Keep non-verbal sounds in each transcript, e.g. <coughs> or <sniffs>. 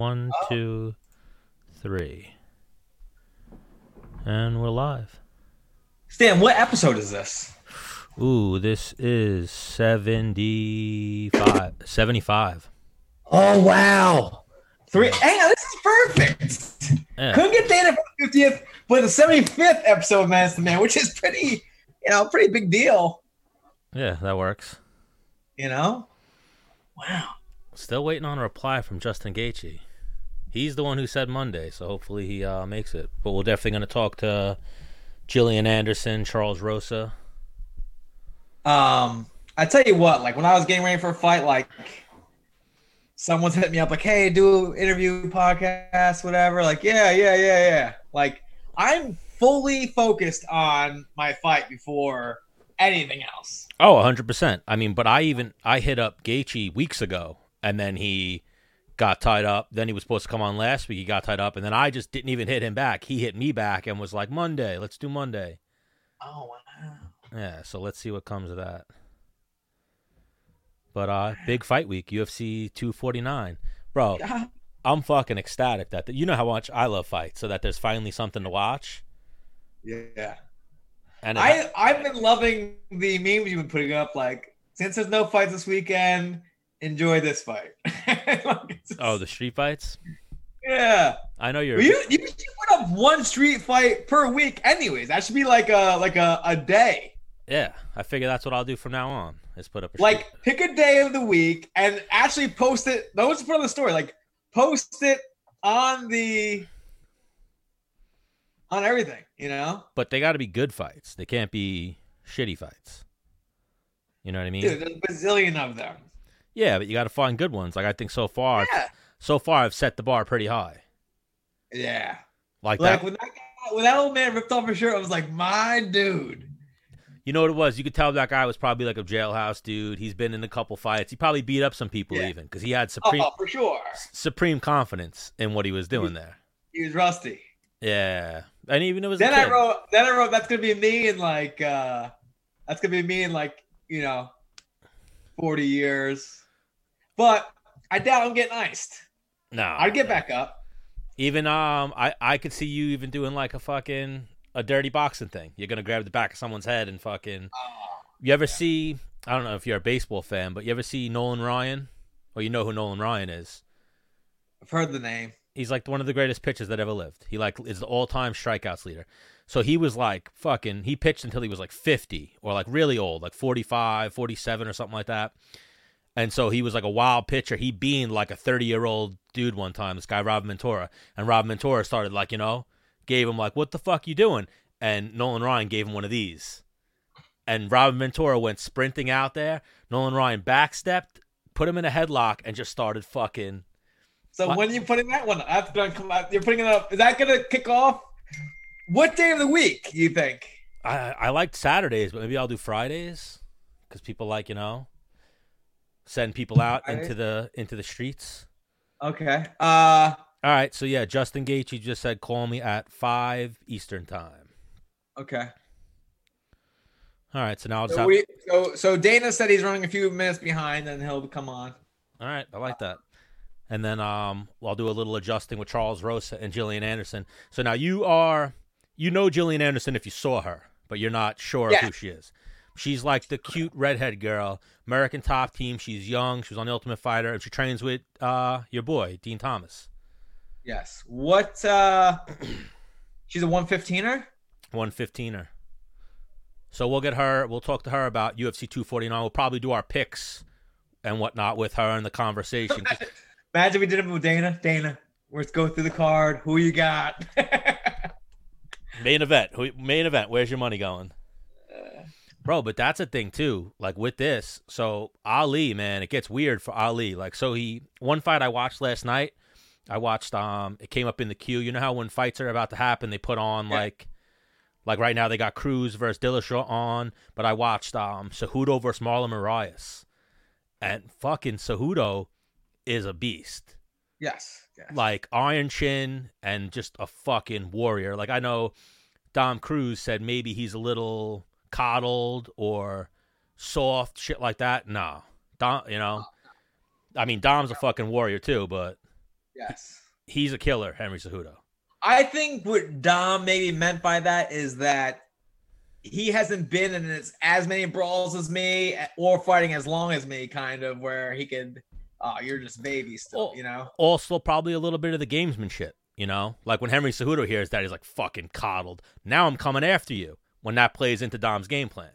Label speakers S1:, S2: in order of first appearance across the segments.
S1: One,
S2: Oh.
S1: two, three. And we're live.
S2: Stan, what episode is this?
S1: Ooh, this is 75. 75.
S2: Oh wow. Three hang on, this is perfect.
S1: Yeah.
S2: Couldn't get data for the 50th, but the 75th episode of Master Man, which is pretty, you know, pretty big deal.
S1: yeah, that works.
S2: You know? Wow.
S1: Still waiting on a reply from Justin Gaethje. He's the one who said Monday, so hopefully he uh, makes it. But we're definitely going to talk to Jillian Anderson, Charles Rosa.
S2: Um, I tell you what, like when I was getting ready for a fight, like someone's hit me up, like, "Hey, do interview podcast, whatever." Like, yeah, yeah, yeah, yeah. Like, I'm fully focused on my fight before anything else.
S1: Oh, 100%. I mean, but I even I hit up Gaethje weeks ago and then he got tied up. Then he was supposed to come on last week. He got tied up and then I just didn't even hit him back. He hit me back and was like, "Monday, let's do Monday."
S2: Oh wow.
S1: Yeah, so let's see what comes of that. But uh big fight week, UFC 249. Bro,
S2: God.
S1: I'm fucking ecstatic that you know how much I love fights, so that there's finally something to watch.
S2: Yeah.
S1: And it-
S2: I I've been loving the memes you've been putting up. Like, since there's no fights this weekend, enjoy this fight. <laughs> Like, it's just-
S1: oh, the street fights?
S2: yeah.
S1: I know you're
S2: Well, you you should put up one street fight per week, anyways. That should be like a like a, a day.
S1: Yeah, I figure that's what I'll do from now on. Is put up a street
S2: Like pick a day of the week and actually post it. That was part of the story. Like post it on the on everything. You know,
S1: but they got to be good fights. They can't be shitty fights. You know what I mean?
S2: dude, there's a bazillion of them.
S1: Yeah, but you got to find good ones. Like I think so far,
S2: Yeah,
S1: so far I've set the bar pretty high.
S2: yeah.
S1: Like,
S2: Like
S1: that,
S2: when that guy, when that old man ripped off his shirt, I was like, my dude.
S1: you know what it was? You could tell that guy was probably like a jailhouse dude. He's been in a couple fights. He probably beat up some people
S2: Yeah.
S1: even because he had
S2: Oh,
S1: supreme
S2: for sure.
S1: s- supreme confidence in what he was doing there.
S2: He was rusty.
S1: Yeah, and even it was a
S2: Then I
S1: kid.
S2: wrote. Then I wrote. That's gonna be me in like. uh That's gonna be me in like you know, forty years. But I doubt I'm getting iced.
S1: No,
S2: I'd get back up.
S1: Even um, I I could see you even doing like a fucking a dirty boxing thing. You're gonna grab the back of someone's head and fucking. You ever see? I don't know if you're a baseball fan, but you ever see Nolan Ryan? Or you know who Nolan Ryan is?
S2: I've heard the name.
S1: He's like one of the greatest pitchers that ever lived. He like is the all-time strikeouts leader. So he was like fucking. He pitched until he was like 50 or like really old, like 45, 47 or something like that. And so he was like a wild pitcher. He beamed like a 30-year-old dude one time. This guy Rob Mentora, and Rob Mentora started like you know, gave him like what the fuck you doing? And Nolan Ryan gave him one of these. And Robin Ventura went sprinting out there. Nolan Ryan backstepped, put him in a headlock, and just started fucking
S2: So
S1: What?
S2: when are you putting that one? up? That's gonna come out. You're putting it up. Is that gonna kick off? What day of the week you think?
S1: I I liked Saturdays, but maybe I'll do Fridays because people like you know send people out
S2: Alright.
S1: into the into the streets.
S2: Okay. Uh.
S1: All right, so yeah, Justin Gaethje just said call me at five Eastern time.
S2: Okay.
S1: All right, so now I'll just
S2: So,
S1: have,
S2: we, so so Dana said he's running a few minutes behind, and he'll come on.
S1: all right, I like that. And then um, I'll do a little adjusting with Charles Rosa and Jillian Anderson. So now you are you know Jillian Anderson if you saw her, but you're not sure
S2: Yeah.
S1: of who she is. She's like the cute redhead girl, American Top Team. She's young. She was on The Ultimate Fighter, and she trains with uh, your boy Dean Thomas.
S2: Yes. What? uh <clears throat> She's a 115er.
S1: One fifteener. So we'll get her. We'll talk to her about UFC two forty nine. We'll probably do our picks and whatnot with her in the conversation. 'Cause
S2: Imagine we did it with Dana. Dana, let's go through the card. Who you got? <laughs>
S1: main event. who- Main event. Where's your money going, bro? But that's a thing too. Like with this, so Ali, man, it gets weird for Ali. Like so, he one fight I watched last night. I watched. Um, it came up in the queue. You know how when fights are about to happen, they put on
S2: Yeah.
S1: like. Like right now, they got Cruz versus Dillashaw on, but I watched um Cejudo versus Marlon Marias, and fucking Cejudo is a beast
S2: yes. yes.
S1: like Iron Chin and just a fucking warrior. Like I know Dom Cruz said maybe he's a little coddled or soft, shit like that. No, Dom, you know, I mean Dom's a fucking warrior too, but
S2: Yes.
S1: He's a killer, Henry Cejudo.
S2: I think what Dom maybe meant by that is that he hasn't been in as, as many brawls as me or fighting as long as me, kind of where he could. Oh, you're just baby still,
S1: Well-
S2: you know.
S1: Also, probably a little bit of the gamesmanship, you know? Like when Henry Cejudo hears that, he's like, fucking coddled. Now I'm coming after you when that plays into Dom's game plan.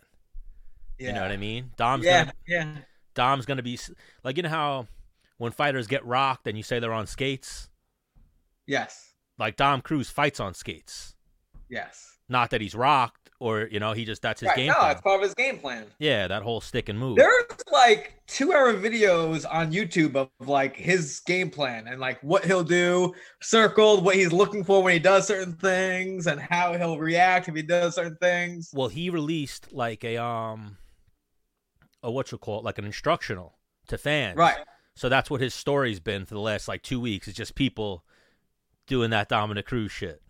S2: Yeah.
S1: You know what I mean? Dom's
S2: yeah.
S1: gonna,
S2: Yeah.
S1: Dom's gonna be s- like you know how when fighters get rocked and you say they're on skates,
S2: Yes.
S1: like Dom Cruz fights on skates.
S2: Yes.
S1: Not that he's rocked or you know he just that's his
S2: Right,
S1: game
S2: no,
S1: plan.
S2: it's part of his game plan.
S1: Yeah, that whole stick and move.
S2: There's like two hour videos on YouTube of like his game plan and like what he'll do, circled, what he's looking for when he does certain things, and how he'll react if he does certain things.
S1: Well, he released like a um, a what you call it, like an instructional to fans.
S2: Right.
S1: So that's what his story's been for the last like two weeks. It's just people doing that Dominic Cruz shit,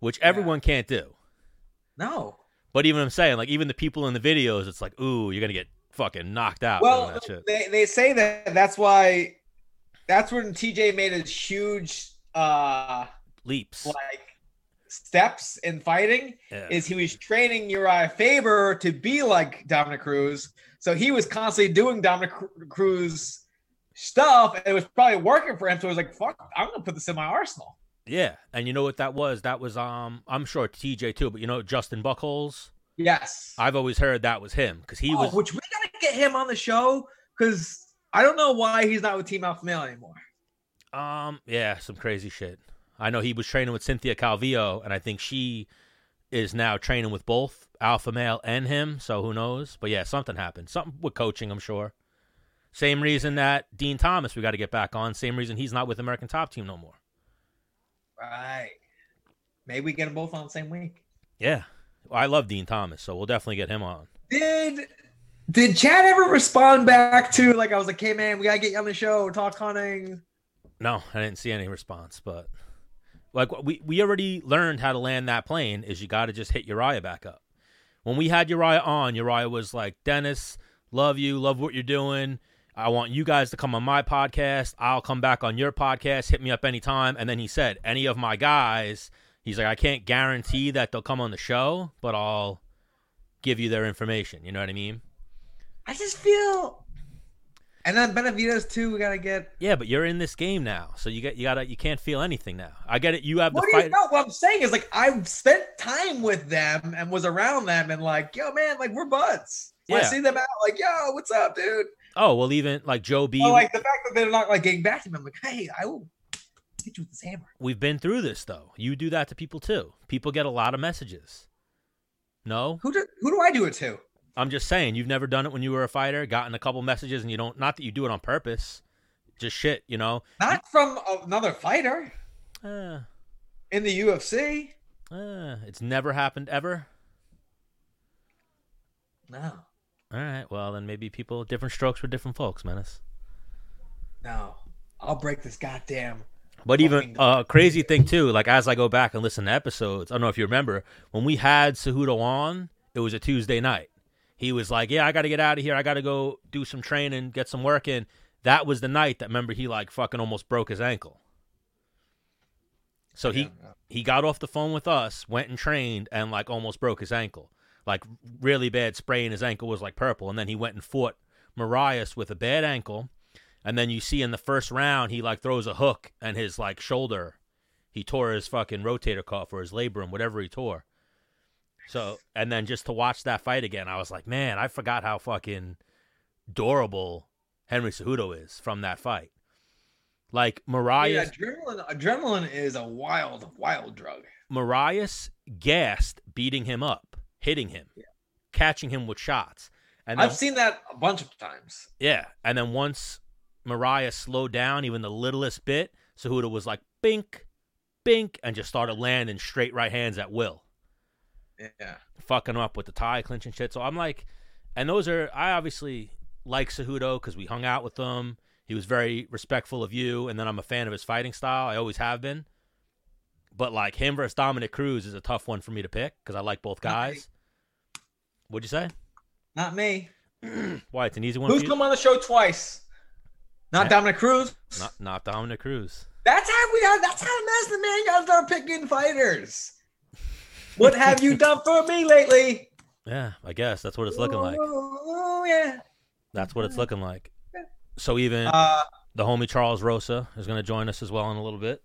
S1: which everyone can't do.
S2: No.
S1: But even I'm saying, like even the people in the videos, it's like, ooh, you're gonna get fucking knocked out doing
S2: Well,
S1: that shit.
S2: they, they say that that's why that's when TJ made his huge uh
S1: Leaps.
S2: like steps in fighting
S1: Yeah.
S2: is he was training Uriah Faber to be like Dominic Cruz. So he was constantly doing Dominic Cru- Cruz stuff and it was probably working for him. So he was like, fuck, I'm going to put this in my arsenal.
S1: Yeah. And you know what that was? That was um I'm sure TJ too, but you know Justin Buckholz?
S2: Yes.
S1: I've always heard that was him because he
S2: Oh,
S1: was
S2: which we got to get him on the show because I don't know why he's not with Team Alpha Male anymore.
S1: um yeah, some crazy shit. I know he was training with Cynthia Calvillo, and I think she is now training with both Alpha Male and him, so who knows? But yeah, something happened. Something with coaching, I'm sure. Same reason that Dean Thomas we gotta get back on, same reason he's not with American Top Team no more.
S2: Right. Maybe we get them both on the same week.
S1: Yeah. I love Dean Thomas, so we'll definitely get him on.
S2: Did did Chad ever respond back to like I was like, hey man, we gotta get you on the show, talk hunting.
S1: No, I didn't see any response, but like we we already learned how to land that plane is you got to just hit Uriah back up. When we had Uriah on, Uriah was like, "Dennis, love you, love what you're doing. I want you guys to come on my podcast. I'll come back on your podcast. Hit me up anytime." And then he said, "Any of my guys, he's like, I can't guarantee that they'll come on the show, but I'll give you their information." You know what I mean?
S2: I just feel and then Benavides too, we gotta get
S1: Yeah, but you're in this game now, so you got you gotta you can't feel anything now. I get it. You have the
S2: What do
S1: fight.
S2: you know? What I'm saying is like I've spent time with them and was around them and like, yo, man, like we're buds. When
S1: Yeah.
S2: I see them out, like, yo, what's up, dude?
S1: Oh well, even like Joe B.
S2: But, like the fact that they're not like getting back to me, I'm like, hey, I will hit you with this hammer.
S1: we've been through this though. You do that to people too. People get a lot of messages. No,
S2: Who do who do I do it to?
S1: I'm just saying you've never done it when you were a fighter. Gotten a couple messages and you don't. Not that you do it on purpose. Just shit, you know.
S2: Not from another fighter
S1: Uh,
S2: in the UFC.
S1: uh, it's never happened ever.
S2: No,
S1: All right, well then maybe people different strokes for different folks, menace.
S2: no. I'll break this goddamn
S1: But even
S2: Fucking-
S1: uh, crazy thing too, like as I go back and listen to episodes, I don't know if you remember when we had Cejudo on. It was a Tuesday night. He was like, "Yeah, I got to get out of here. I got to go do some training, get some work in." That was the night that remember he like fucking almost broke his ankle. So he he got off the phone with us, went and trained, and like almost broke his ankle, like really bad sprain. His ankle was like purple, and then he went and fought Marias with a bad ankle. And then you see in the first round, he like throws a hook and his like shoulder, he tore his fucking rotator cuff or his labrum, whatever he tore. So, and then just to watch that fight again, I was like, man, I forgot how fucking durable Henry Cejudo is from that fight. Like
S2: Yeah,
S1: Marias,
S2: adrenaline. Adrenaline is a wild, wild drug.
S1: Marias gassed beating him up, hitting him, catching him with shots. And then,
S2: I've seen that a bunch of times.
S1: yeah, and then once Marias slowed down even the littlest bit, Cejudo was like bink, bink, and just started landing straight right hands at will,
S2: Yeah.
S1: fucking up with the tie clinch and shit. So I'm like, and those are I obviously like Cejudo because we hung out with him. He was very respectful of you, and then I'm a fan of his fighting style. I always have been. But like him versus Dominic Cruz is a tough one for me to pick because I like both
S2: Not me.
S1: guys. What'd you say?
S2: <clears throat> Not me.
S1: Why it's an easy one.
S2: Who's
S1: for you?
S2: come on the show twice? Not Dominic Cruz.
S1: Not, not Dominic Cruz.
S2: That's how we are. That's how Master Man got to start picking
S1: <laughs>
S2: fighters. What have you done for me lately?
S1: Yeah, I guess that's what it's looking like.
S2: Oh yeah.
S1: That's what it's looking like. So even
S2: Uh,
S1: the homie Charles Rosa is going to join us as well in a little bit.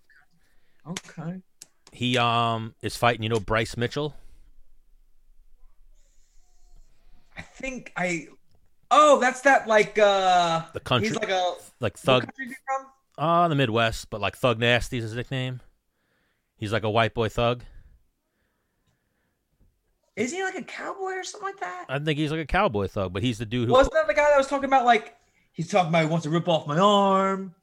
S2: okay.
S1: He um is fighting, you know, Bryce Mitchell.
S2: I think I. Oh, that's that like uh.
S1: The country-
S2: He's like a
S1: like
S2: what
S1: Thug
S2: country is he from?
S1: uh the Midwest, but like Thug Nasty is his nickname. He's like a white boy thug.
S2: Is he like a cowboy or something like that?
S1: I think he's like a cowboy thug, but he's the dude who
S2: Wasn't that the guy that was talking about like he's talking about he wants to rip off my arm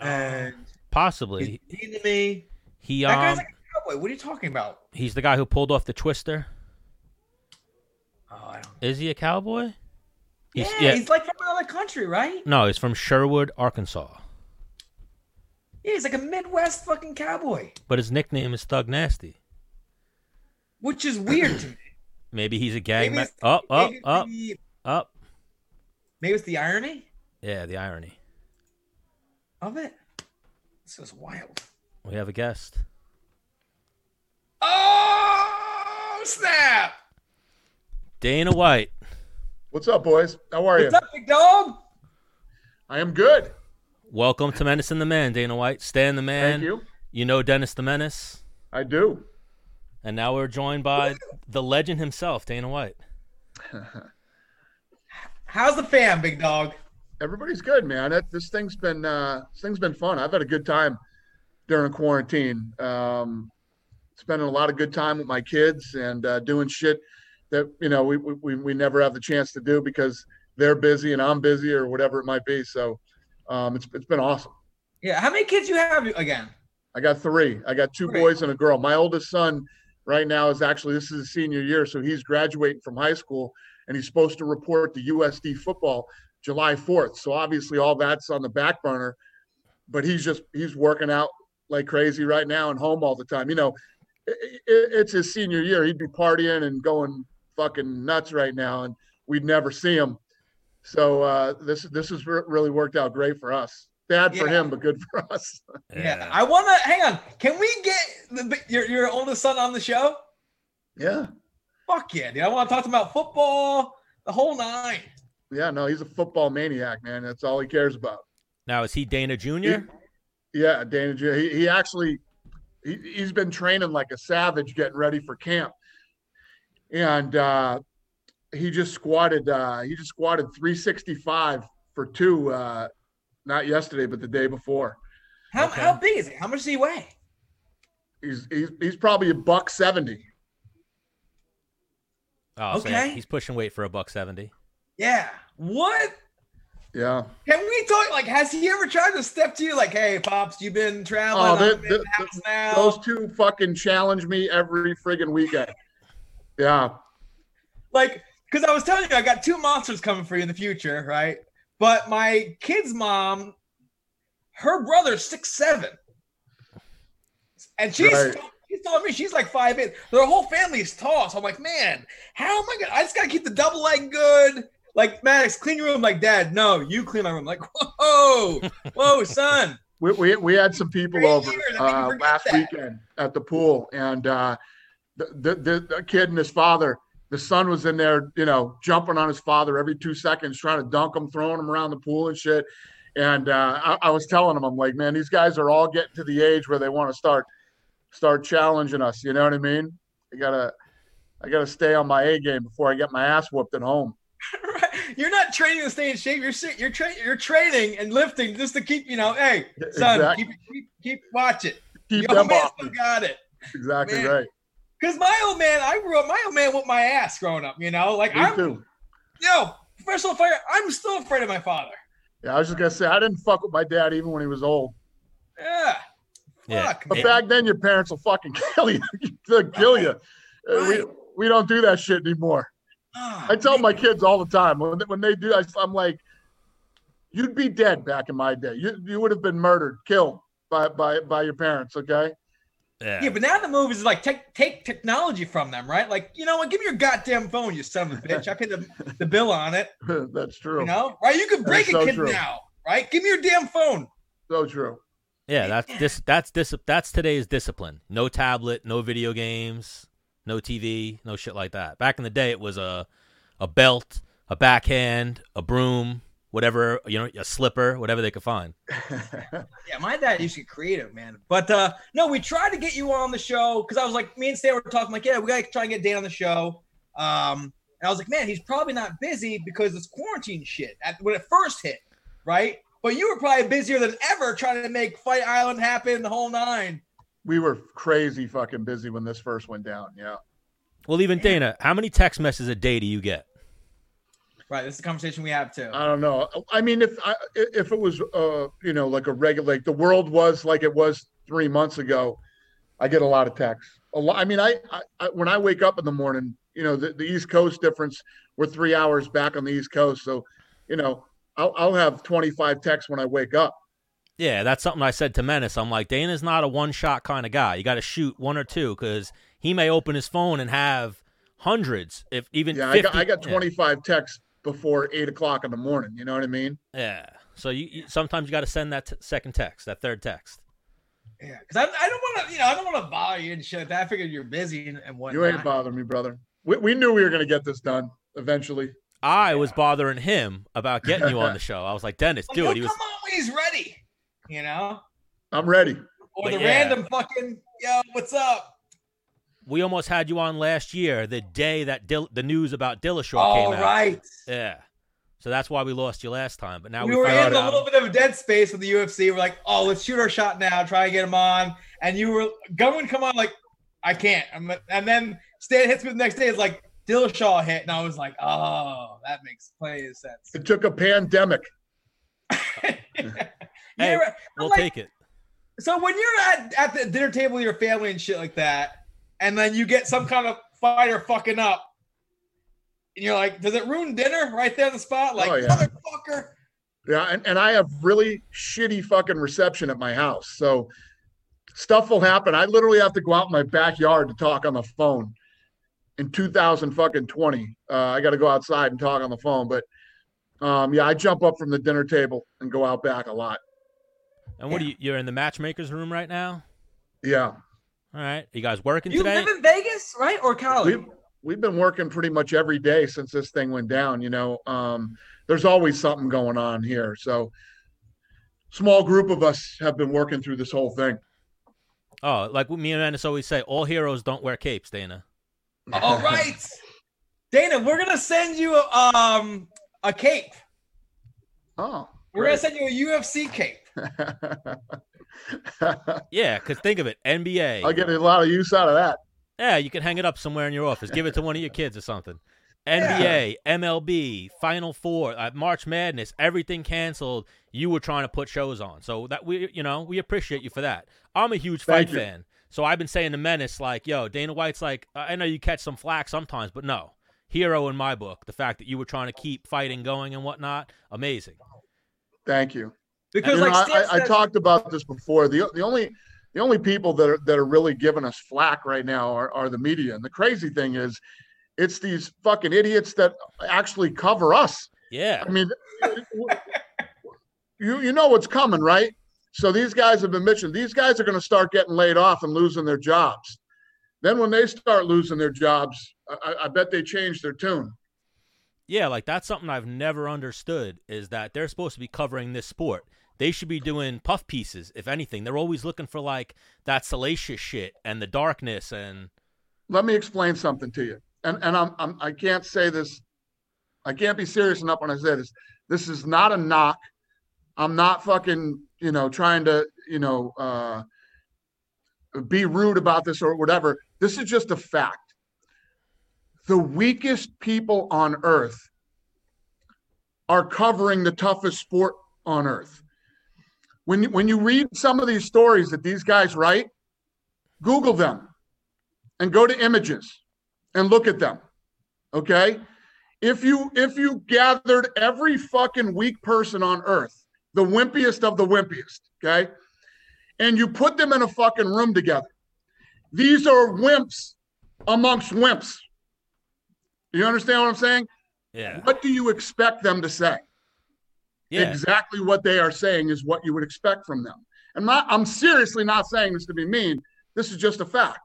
S1: Oh.
S2: and he's
S1: possibly
S2: mean to me.
S1: he
S2: That
S1: um
S2: guy's like a cowboy. What are you talking about?
S1: he's the guy who pulled off the twister.
S2: Oh, I don't.
S1: Is he a cowboy? He's,
S2: yeah, he's like from another country, right?
S1: no, he's from Sherwood, Arkansas,
S2: Yeah, he's like a Midwest fucking cowboy,
S1: but his nickname is Thug Nasty.
S2: which is weird to me.
S1: Maybe he's a gang.
S2: Maybe
S1: Me-
S2: it's-
S1: <coughs> up, up,
S2: maybe it's
S1: up,
S2: the-
S1: up.
S2: maybe it's the irony
S1: Yeah, the irony.
S2: of it. This is wild.
S1: We have a guest.
S2: Oh snap!
S1: Dana White.
S3: What's up, boys? How are
S2: What's
S3: you?
S2: up, big dog?
S3: I am good.
S1: Welcome to Menace and the Man, Dana White. Stan the Man.
S3: Thank you.
S1: You know Dennis the Menace.
S3: I do.
S1: And now we're joined by the legend himself, Dana White.
S2: How's the fam, big dog?
S3: Everybody's good, man. That, this thing's been uh, this thing's been fun. I've had a good time during quarantine. Um, spending a lot of good time with my kids and uh, doing shit that you know we, we we- we never have the chance to do because they're busy and I'm busy or whatever it might be. So um, it's it's been awesome.
S2: Yeah, how many kids you have again?
S3: I got three. I got two
S2: Great.
S3: boys and a girl. My oldest son right now is actually this is his senior year, so he's graduating from high school and he's supposed to report to USD football July 4th. So obviously all that's on the back burner, but he's just he's working out like crazy right now and home all the time. You know, i i it's his senior year. He'd be partying and going fucking nuts right now and we'd never see him. So uh, this this has re- really worked out great for us. Bad for
S2: Yeah.
S3: him, but good for <laughs> us.
S2: Yeah, I want to hang on. Can we get the, bi- your your oldest son on the show?
S3: yeah.
S2: Fuck yeah, dude! I want to talk to him about football, the whole nine.
S3: Yeah, no, he's a football maniac, man. That's all he cares about.
S1: Now is he Dana
S3: He-
S1: Jr.?
S3: yeah, Dana. Ju- He he actually he, he's been training like a savage, getting ready for camp, and uh, he just squatted. Uh, he just squatted 365 for two, uh, not yesterday, but the day before.
S2: How
S1: Okay.
S2: how big is he? How much does he weigh?
S3: He's he's, he's probably a buck seventy.
S1: Oh, so yeah,
S2: Okay.
S1: he's pushing weight for a buck seventy.
S2: Yeah. What?
S3: Yeah.
S2: Can we talk? Like, has he ever tried to step to you? Like, hey, pops, you've been
S3: Oh,
S2: traveling.
S3: the-
S2: I'm in
S3: the-
S2: the house now.
S3: Those two fucking challenge me every friggin' weekend. Yeah.
S2: like because I was telling you, I got two monsters coming for you in the future, right? But my kid's mom, her brother's six seven, and she's
S3: Right.
S2: she's telling me she's like five eight. Their whole family's tall, so I'm like, man, how am I gonna? I just gotta keep the double leg good. Like Maddox, clean your room. Like Dad, no, you clean my room. Like whoa, whoa, son. <laughs>
S3: We, we, we had some people
S2: Three
S3: over
S2: years, I didn't
S3: uh,
S2: forget
S3: last
S2: that.
S3: weekend at the pool, and uh, the, the, the the kid and his father, the son was in there, you know, jumping on his father every two seconds, trying to dunk him, throwing him around the pool and shit. And uh, I, I was telling him, I'm like, man, these guys are all getting to the age where they want to start start challenging us. You know what I mean? I gotta I gotta stay on my A game before I get my ass whooped at home.
S2: You're not training to stay in shape. You're sit- you're tra- you're training and lifting just to keep you know. Hey, son,
S3: Exactly.
S2: keep, keep keep watch it.
S3: Keep
S2: Yo,
S3: them
S2: man
S3: off.
S2: still got it.
S3: Exactly
S2: Man.
S3: right.
S2: Cause my old man, I grew up. My old man whooped my ass growing up. You know, like
S3: Me
S2: I'm
S3: too.
S2: yo professional fighter. I'm still afraid of my father.
S3: Yeah, I was just gonna say I didn't fuck with my dad even when he was old.
S2: Yeah.
S1: Yeah.
S2: Fuck,
S3: But
S2: man.
S3: back then, your parents will fucking <laughs> kill you. They'll kill you. Uh,
S2: Right.
S3: We, we don't do that shit anymore.
S2: Ah,
S3: I tell
S2: man.
S3: my kids all the time when they, when they do, I, am like, you'd be dead back in my day. You you would have been murdered, killed by by by your parents. Okay. <laughs>
S1: Yeah.
S2: Yeah, but now the move is like take take technology from them, right? Like you know what? Give me your goddamn phone, you son of a bitch. I paid the, the bill on it.
S3: That's true.
S2: You know, right? You can
S3: That
S2: break
S3: is
S2: a
S3: so
S2: kid
S3: true.
S2: now, right? Give me your damn phone.
S3: So true. <laughs>
S1: Yeah, that's this that's this that's today's discipline. No tablet, no video games, no TV, no shit like that. Back in the day, it was a a belt, a backhand, a broom, whatever you know, a slipper, whatever they could find.
S2: Yeah, my dad used to get creative, man. But uh, no, we tried to get you on the show because I was like, me and Stan were talking like, yeah, we gotta try and get Dan on the show. Um, and I was like, man, he's probably not busy because it's quarantine shit at, when it first hit, right? But you were probably busier than ever trying to make Fight Island happen, the whole nine.
S3: we were crazy fucking busy when this first went down. Yeah.
S1: Well, even Dana, how many text messages a day do you get?
S2: Right, this is a conversation we have too.
S1: Uh,
S3: I don't know. I mean, if I, if it was, uh, you know, like a regular, like the world was like it was three months ago, I get a lot of texts. A lot. I mean, I, I, I when I wake up in the morning, you know, the, the East Coast difference, we're three hours back on the East Coast, so, you know, I'll, I'll have twenty five texts when I wake up.
S1: Yeah, that's something I said to Menace. I'm like, Dana's not a one shot kind of guy. You got to shoot one or two because he may open his phone and have hundreds, if even
S3: Yeah,
S1: 50.
S3: I got I got
S1: Yeah.
S3: twenty five texts before eight o'clock in the morning. You know what I mean?
S1: Yeah. So you, you sometimes you got to send that t- second text, that third text.
S2: Yeah, because I, I don't want to, you know, I don't want to bother you and shit. like that. I figured you're busy and, and whatnot.
S3: You ain't bothering me, brother. We, we knew we were gonna get this done eventually.
S1: I was bothering him about getting you on
S3: <laughs>
S1: the show. I was like, Dennis,
S2: Like,
S1: do
S2: he'll
S1: it. He was
S2: come on when he's ready, you know,
S3: I'm ready.
S2: or
S1: But
S2: the
S1: yeah.
S2: random fucking yo, what's up?
S1: we almost had you on last year, the day that Dil- the news about Dillashaw
S2: All
S1: came out.
S2: right,
S1: Yeah. So that's why we lost you last time. But now
S2: we,
S1: we,
S2: were
S1: found
S2: in a
S1: out-
S2: little bit of a dead space with the UFC. We're like, oh, let's shoot our shot now, try and get him on. And you were going, come on, like, I can't. I'm, and then Stan hits me the next day. It's like Dillashaw hit, and I was like, oh, that makes plenty of sense.
S3: It took a pandemic.
S1: Hey,
S2: You're- I'm
S1: We'll
S2: like,
S1: take it.
S2: So when you're at, at the dinner table with your family and shit like that, and then you get some kind of fighter fucking up, and you're like, does it ruin dinner right there on the spot? Like,
S3: Oh, yeah.
S2: motherfucker.
S3: Yeah, and, and I have really shitty fucking reception at my house. So stuff will happen. I literally have to go out in my backyard to talk on the phone. In 2000 fucking 20, uh, I got to go outside and talk on the phone. But um, yeah, I jump up from the dinner table and go out back a lot.
S1: And what are you? You're in the matchmaker's room right now.
S3: Yeah,
S1: All right. you guys working
S2: You
S1: today?
S2: live in Vegas, right? Or Cali?
S3: we've we've been working pretty much every day since this thing went down. You know, um, there's always something going on here. So small group of us have been working through this whole thing.
S1: Oh, like me and Menace always say, all heroes don't wear capes, Dana.
S3: <laughs>
S2: All <laughs> right. Dana, we're gonna send you um a cape.
S3: oh.
S2: We're gonna
S3: great.
S2: send you a UFC cape.
S3: <laughs>
S1: Yeah, because think of it, NBA.
S3: I'll get a lot of use out of that.
S1: Yeah, you can hang it up somewhere in your office. Give it to one of your kids or something. NBA, MLB, Final Four, uh, March Madness, everything canceled. You were trying to put shows on, so that we, you know, we appreciate you for that. I'm a huge
S3: Thank
S1: fight
S3: you.
S1: fan, so I've been saying to Menace, like, yo, Dana White's like, I I know you catch some flack sometimes, but no, hero in my book. The fact that you were trying to keep fighting going and whatnot, amazing.
S3: Thank you.
S2: Because
S3: You know,
S2: like
S3: I,
S2: Stan
S3: I- I
S2: said-
S3: talked about this before. The the only the only people that are that are really giving us flack right now are, are the media. And the crazy thing is, it's these fucking idiots that actually cover us.
S1: Yeah,
S3: I mean, <laughs> you you know what's coming, right? So these guys have been mentioned. These guys are going to start getting laid off and losing their jobs. Then when they start losing their jobs, I, I- I bet they change their tune.
S1: Yeah, like that's something I've never understood is that they're supposed to be covering this sport. They should be doing puff pieces, if anything. They're always looking for like that salacious shit and the darkness and
S3: let me explain something to you. And and I'm, I'm I can't say this. I can't be serious enough when I say this. This is not a knock. I'm not fucking you know trying to you know uh, be rude about this or whatever. This is just a fact. The weakest people on earth are covering the toughest sport on earth. When you, when you read some of these stories that these guys write, Google them and go to images and look at them okay if you if you gathered every fucking weak person on earth the wimpiest of the wimpiest okay and you put them in a fucking room together these are wimps amongst wimps you understand what i'm saying
S1: yeah,
S3: what do you expect them to say
S1: yeah,
S3: exactly what they are saying is what you would expect from them. I'm not. I'm seriously not saying this to be mean. This is just a fact.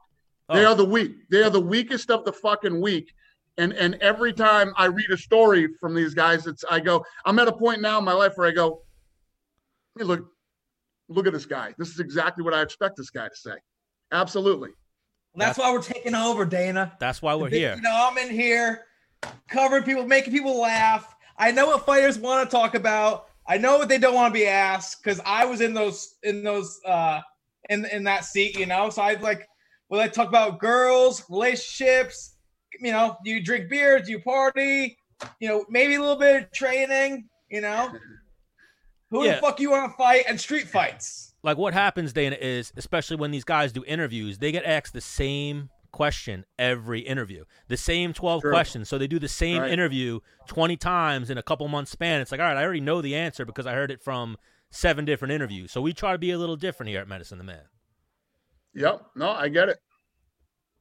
S3: They
S1: Oh.
S3: are the weak. They are the weakest of the fucking weak. And and every time I read a story from these guys, it's I go. I'm at a point now in my life where I go. Hey, look, look at this guy. This is exactly what I expect this guy to say. Absolutely.
S2: that's why we're taking over, Dana.
S1: That's why we're
S2: Big-
S1: here.
S2: You know, I'm in here covering people, making people laugh. I know what fighters want to talk about. I know what they don't want to be asked because I was in those in those uh in in that seat, you know. So I'd like well, I talk about girls, relationships, you know, do you drink beer, do you party, you know, maybe a little bit of training, you know. Who
S1: Yeah.
S2: the fuck you want to fight and street fights?
S1: like what happens dana is especially when these guys do interviews they get asked the same question every interview the same 12
S3: Sure.
S1: questions so they do the same
S3: Right.
S1: interview 20 times in a couple months span it's like all right i already know the answer because i heard it from seven different interviews so we try to be a little different here at medicine the man
S3: Yep. No, I get it.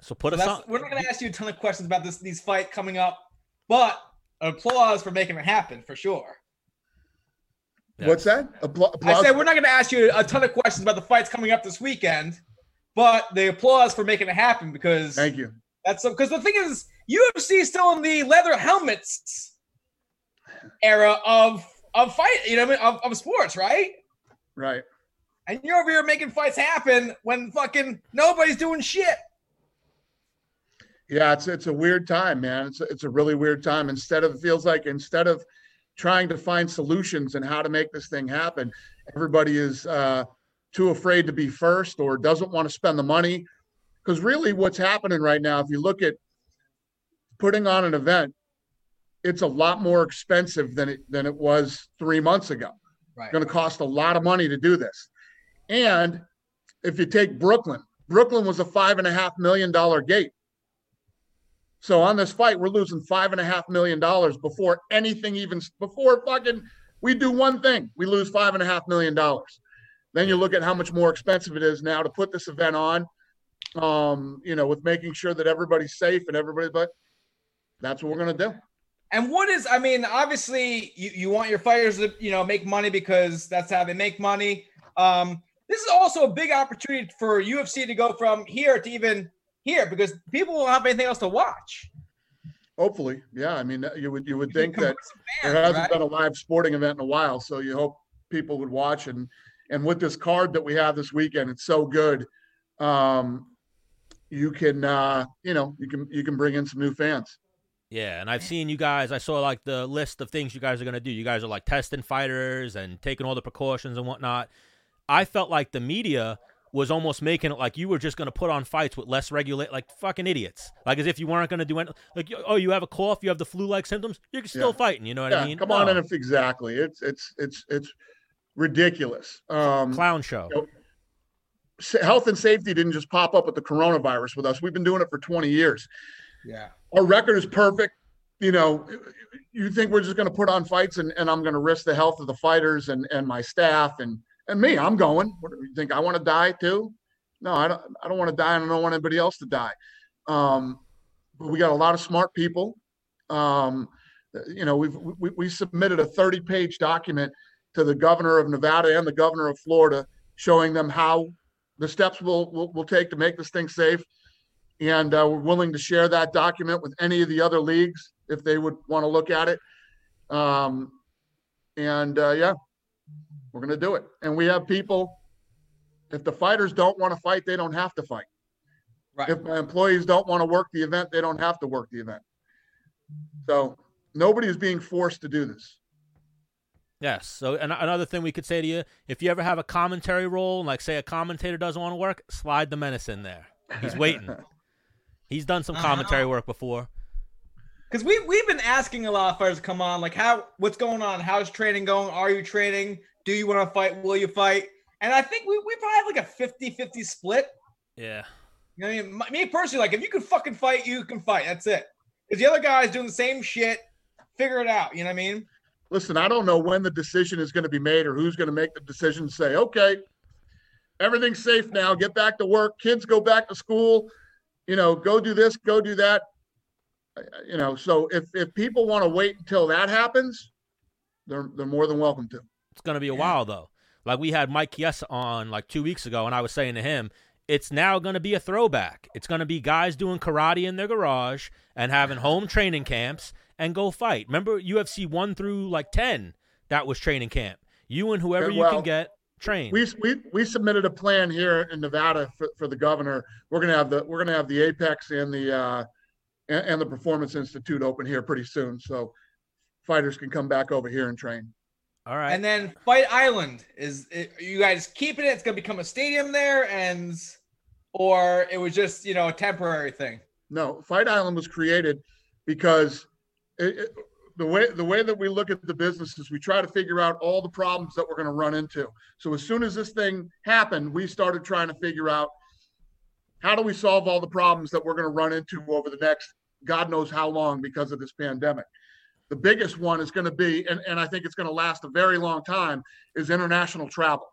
S1: so put
S2: So
S1: us
S2: that's-
S1: on
S2: we're not going to ask you a ton of questions about this these fight coming up, but applause for making it happen for sure.
S1: Yeah.
S3: What's that? Appla-
S2: I
S3: applause-
S2: said we're not going to ask you a ton of questions about the fights coming up this weekend, but the applause for making it happen because
S3: Thank you.
S2: that's because the thing is UFC is still in the leather helmets era of of fight, you know, what I mean, of, of sports, right?
S3: Right.
S2: And you're over here making fights happen when fucking nobody's doing shit.
S3: Yeah, it's it's a weird time, man. It's a, it's a really weird time. Instead of it feels like instead of trying to find solutions and how to make this thing happen, everybody is uh, too afraid to be first or doesn't want to spend the money. Because really, what's happening right now, if you look at putting on an event, it's a lot more expensive than it than it was three months ago
S2: Right.
S3: going to cost a lot of money to do this. And if you take Brooklyn, Brooklyn was a five and a half million dollar gate. So on this fight, we're losing five and a half million dollars before anything even before fucking we do one thing, we lose five and a half million dollars. Then you look at how much more expensive it is now to put this event on. Um, you know, with making sure that everybody's safe and everybody, but that's what we're gonna do.
S2: And what is, I mean, obviously you, you want your fighters to, you know, make money because that's how they make money. Um, this is also a big opportunity for UFC to go from here to even here because people won't have anything else to watch.
S3: Hopefully, yeah. I mean, you would you would
S2: You can
S3: think that
S2: convert some
S3: There
S2: fans, right?
S3: hasn't been a live sporting event in a while, so you hope people would watch and and with this card that we have this weekend, it's so good. Um, you can uh, you know you can you can bring in some new fans.
S1: yeah and i've seen you guys i saw like the list of things you guys are going to do you guys are like testing fighters and taking all the precautions and whatnot i felt like the media was almost making it like you were just going to put on fights with less regulate, like fucking idiots, like as if you weren't going to do anything. Like, oh, you have a cough, you have the flu-like symptoms, you're still
S3: Yeah.
S1: fighting. You know what
S3: Yeah,
S1: I mean? Oh.
S3: come on
S1: No.
S3: in if exactly. It's it's it's it's ridiculous. Um,
S1: Oh, clown show.
S3: Yep. s- health and safety didn't just pop up with the coronavirus with us. We've been doing it for 20 years.
S2: Yeah.
S3: our record is perfect. You know, you think we're just going to put on fights and, and I'm going to risk the health of the fighters and, and my staff and, and me, I'm going, what do you think? I want to die too? No, I don't, I don't want to die. And I don't want anybody else to die. Um, but we got a lot of smart people. Um, you know, we've, we, we submitted a 30 page document to the governor of Nevada and the governor of Florida, showing them how the steps we'll, we'll, we'll take to make this thing safe and uh, we're willing to share that document with any of the other leagues if they would want to look at it. Um, and uh, yeah, we're going to do it. And we have people. If the fighters don't want to fight, they don't have to fight.
S2: Right.
S3: If my employees don't want to work the event, they don't have to work the event. So nobody is being forced to do this.
S1: Yes. So an- another thing we could say to you, if you ever have a commentary role, like say a commentator doesn't want to work, slide the menace in there.
S3: <laughs>
S1: He's waiting. He's done some
S2: Uh-huh.
S1: commentary work before.
S2: Because we we've been asking a lot of fighters to come on, like how what's going on? How's training going? Are you training? Do you want to fight? Will you fight? And I think we, we probably have like a 50-50 split.
S1: Yeah.
S2: You know, what I mean, My- me personally, like if you can fucking fight, you can fight. That's it. Because the other guy's doing the same shit. Figure it out. You know what I mean?
S3: listen, I don't know when the decision is going to be made or who's going to make the decision. to Say, okay, everything's safe now. Get back to work. Kids go back to school. You know, go do this, go do that. Uh, You know, so if if people want to wait until that happens, they're they're more than welcome to.
S1: It's gonna be a while though. Like we had Mike Chiesa on like two weeks ago, and I was saying to him, it's now going to be a throwback. It's going to be guys doing karate in their garage and having home training camps and go fight. Remember UFC one through like ten? That was training camp. You and whoever
S3: Okay,
S1: you
S3: well,
S1: can get train.
S3: We, we, we submitted a plan here in Nevada for, for the governor. We're gonna have the, we're gonna have the Apex and the, uh, and, and the Performance Institute open here pretty soon. So fighters can come back over here and train.
S1: All right.
S2: And then Fight Island is it, you guys keeping it? It's gonna become a stadium there, and or it was just you know a temporary thing.
S3: No, Fight Island was created because it, it- the way the way that we look at the business is we try to figure out all the problems that we're going to run into. So as soon as this thing happened, we started trying to figure out how do we solve all the problems that we're going to run into over the next God knows how long because of this pandemic. The biggest one is going to be, and, and I think it's going to last a very long time, is international travel.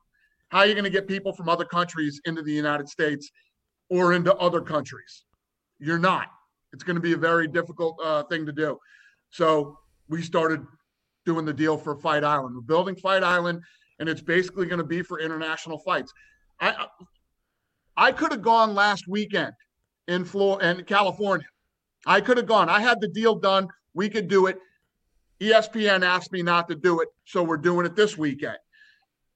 S3: How are you going to get people from other countries into the United States or into other countries? You're not. It's going to be a very difficult uh, thing to do. So we started doing the deal for Fight Island. We're building Fight Island, and it's basically going to be for international fights. I uh, I could have gone last weekend in Florida and California. I could have gone. I had the deal done. We could do it. E ESPN asked me not to do it, so we're doing it this weekend.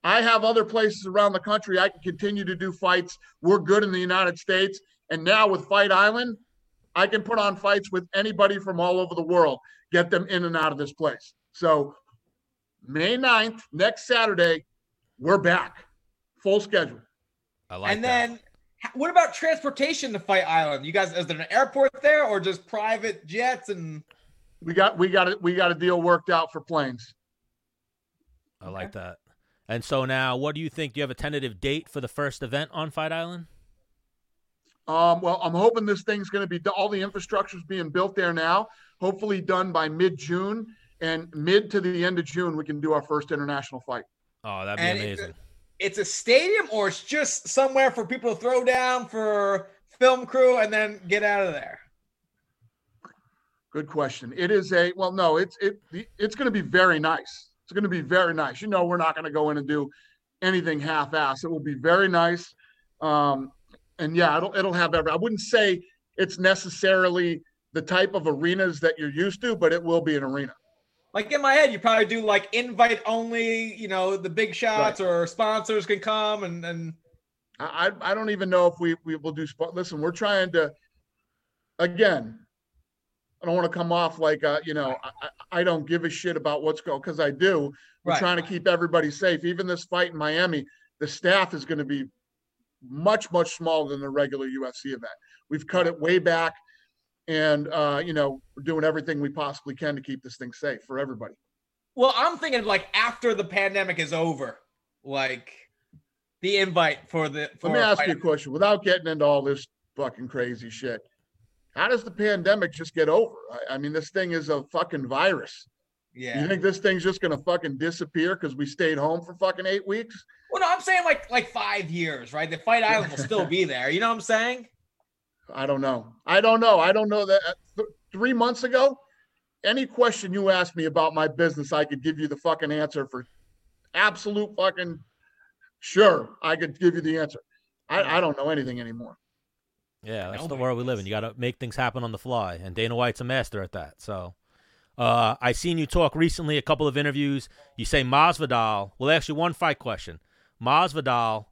S3: I have other places around the country I can continue to do fights. We're good in the United States. And now with Fight Island, I can put on fights with anybody from all over the world, get them in and out of this place. So, May 9th, next Saturday, we're back, full schedule.
S1: I like
S2: and
S1: that.
S2: then h- what about transportation to Fight Island? You guys, is there an airport there, or just private jets? And
S3: We got we got it. We got a deal worked out for planes.
S1: I like that. And so now, what do you think? Do you have a tentative date for the first event on Fight Island?
S3: Um, well, I'm hoping this thing's going to be do- all the infrastructure's being built there now. Hopefully done by mid June and mid to the end of June, we can do our first international fight.
S1: Oh, that'd be
S2: And it-
S1: amazing.
S2: it's a stadium, or it's just somewhere for people to throw down for film crew, and then get out of there.
S3: Good question. It is a well, no, it's it the- it's going to be very nice. It's going to be very nice. You know, we're not going to go in and do anything half-ass. It will be very nice, um, and yeah, it'll it'll have every. I wouldn't say it's necessarily the type of arenas that you're used to, but it will be an arena.
S2: Like in my head, you probably do like invite only. You know, the big shots or sponsors can come, and and
S3: I I I don't even know if we we will do spot. Listen, we're trying to. Again, I don't want to come off like uh, you know I, I I don't give a shit about what's going because I do. We're
S2: Right.
S3: trying to keep everybody safe. Even this fight in Miami, the staff is going to be much much smaller than the regular UFC event. We've cut it way back, and uh, you know we're doing everything we possibly can to keep this thing safe for everybody.
S2: Well, I'm thinking like after the pandemic is over, like the invite for the. For
S3: Let me ask you a
S2: fight-
S3: question without getting into all this fucking crazy shit. How does the pandemic just get over? I, I mean, this thing is a fucking virus. You
S2: Yeah.
S3: think this thing's just gonna fucking disappear because we stayed home for fucking eight weeks?
S2: Well, no, I'm saying like like five years, right? The Fight Island will still be there. You know what I'm saying?
S3: I don't know. I don't know. I don't know that uh, th- three months ago, any question you asked me about my business, I could give you the fucking answer for absolute fucking sure. I could give you the answer. I, I don't know anything anymore.
S1: Yeah, that's
S2: know
S1: the
S2: my
S1: world we live in. You got to make things happen on the fly, and Dana White's a master at that. So, uh, I seen you talk recently, a couple of interviews. You say Masvidal. Well, actually, one fight question. Masvidal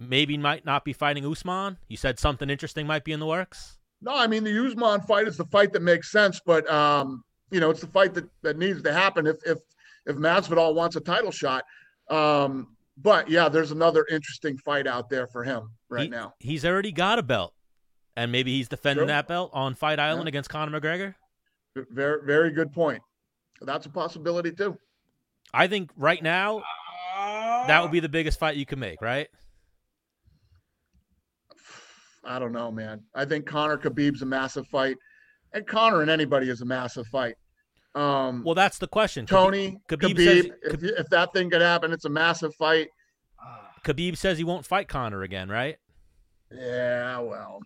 S1: maybe might not be fighting Usman. You said something interesting might be in the works.
S3: No, I mean the Usman fight is the fight that makes sense, but um, you know it's the fight that, that needs to happen if if if Masvidal wants a title shot. Um, but yeah, there's another interesting fight out there for him right
S1: He-
S3: now.
S1: he's already got a belt, and maybe he's defending
S3: True.
S1: that belt on Fight Island
S3: Yeah.
S1: against Conor McGregor.
S3: Very very good point. That's a possibility too.
S1: I think right now that would be the biggest fight you can make, right?
S3: <sighs> I don't know, man. I think Connor Khabib's a massive fight, and Connor and anybody is a massive fight. Um,
S1: Well, that's the question.
S3: Tony
S1: Khabib
S3: Khabib,
S1: says-
S3: if, you- if that thing could happen, it's a massive fight.
S2: Ah,
S1: Khabib says he won't fight Conor again, right?
S3: Yeah, well,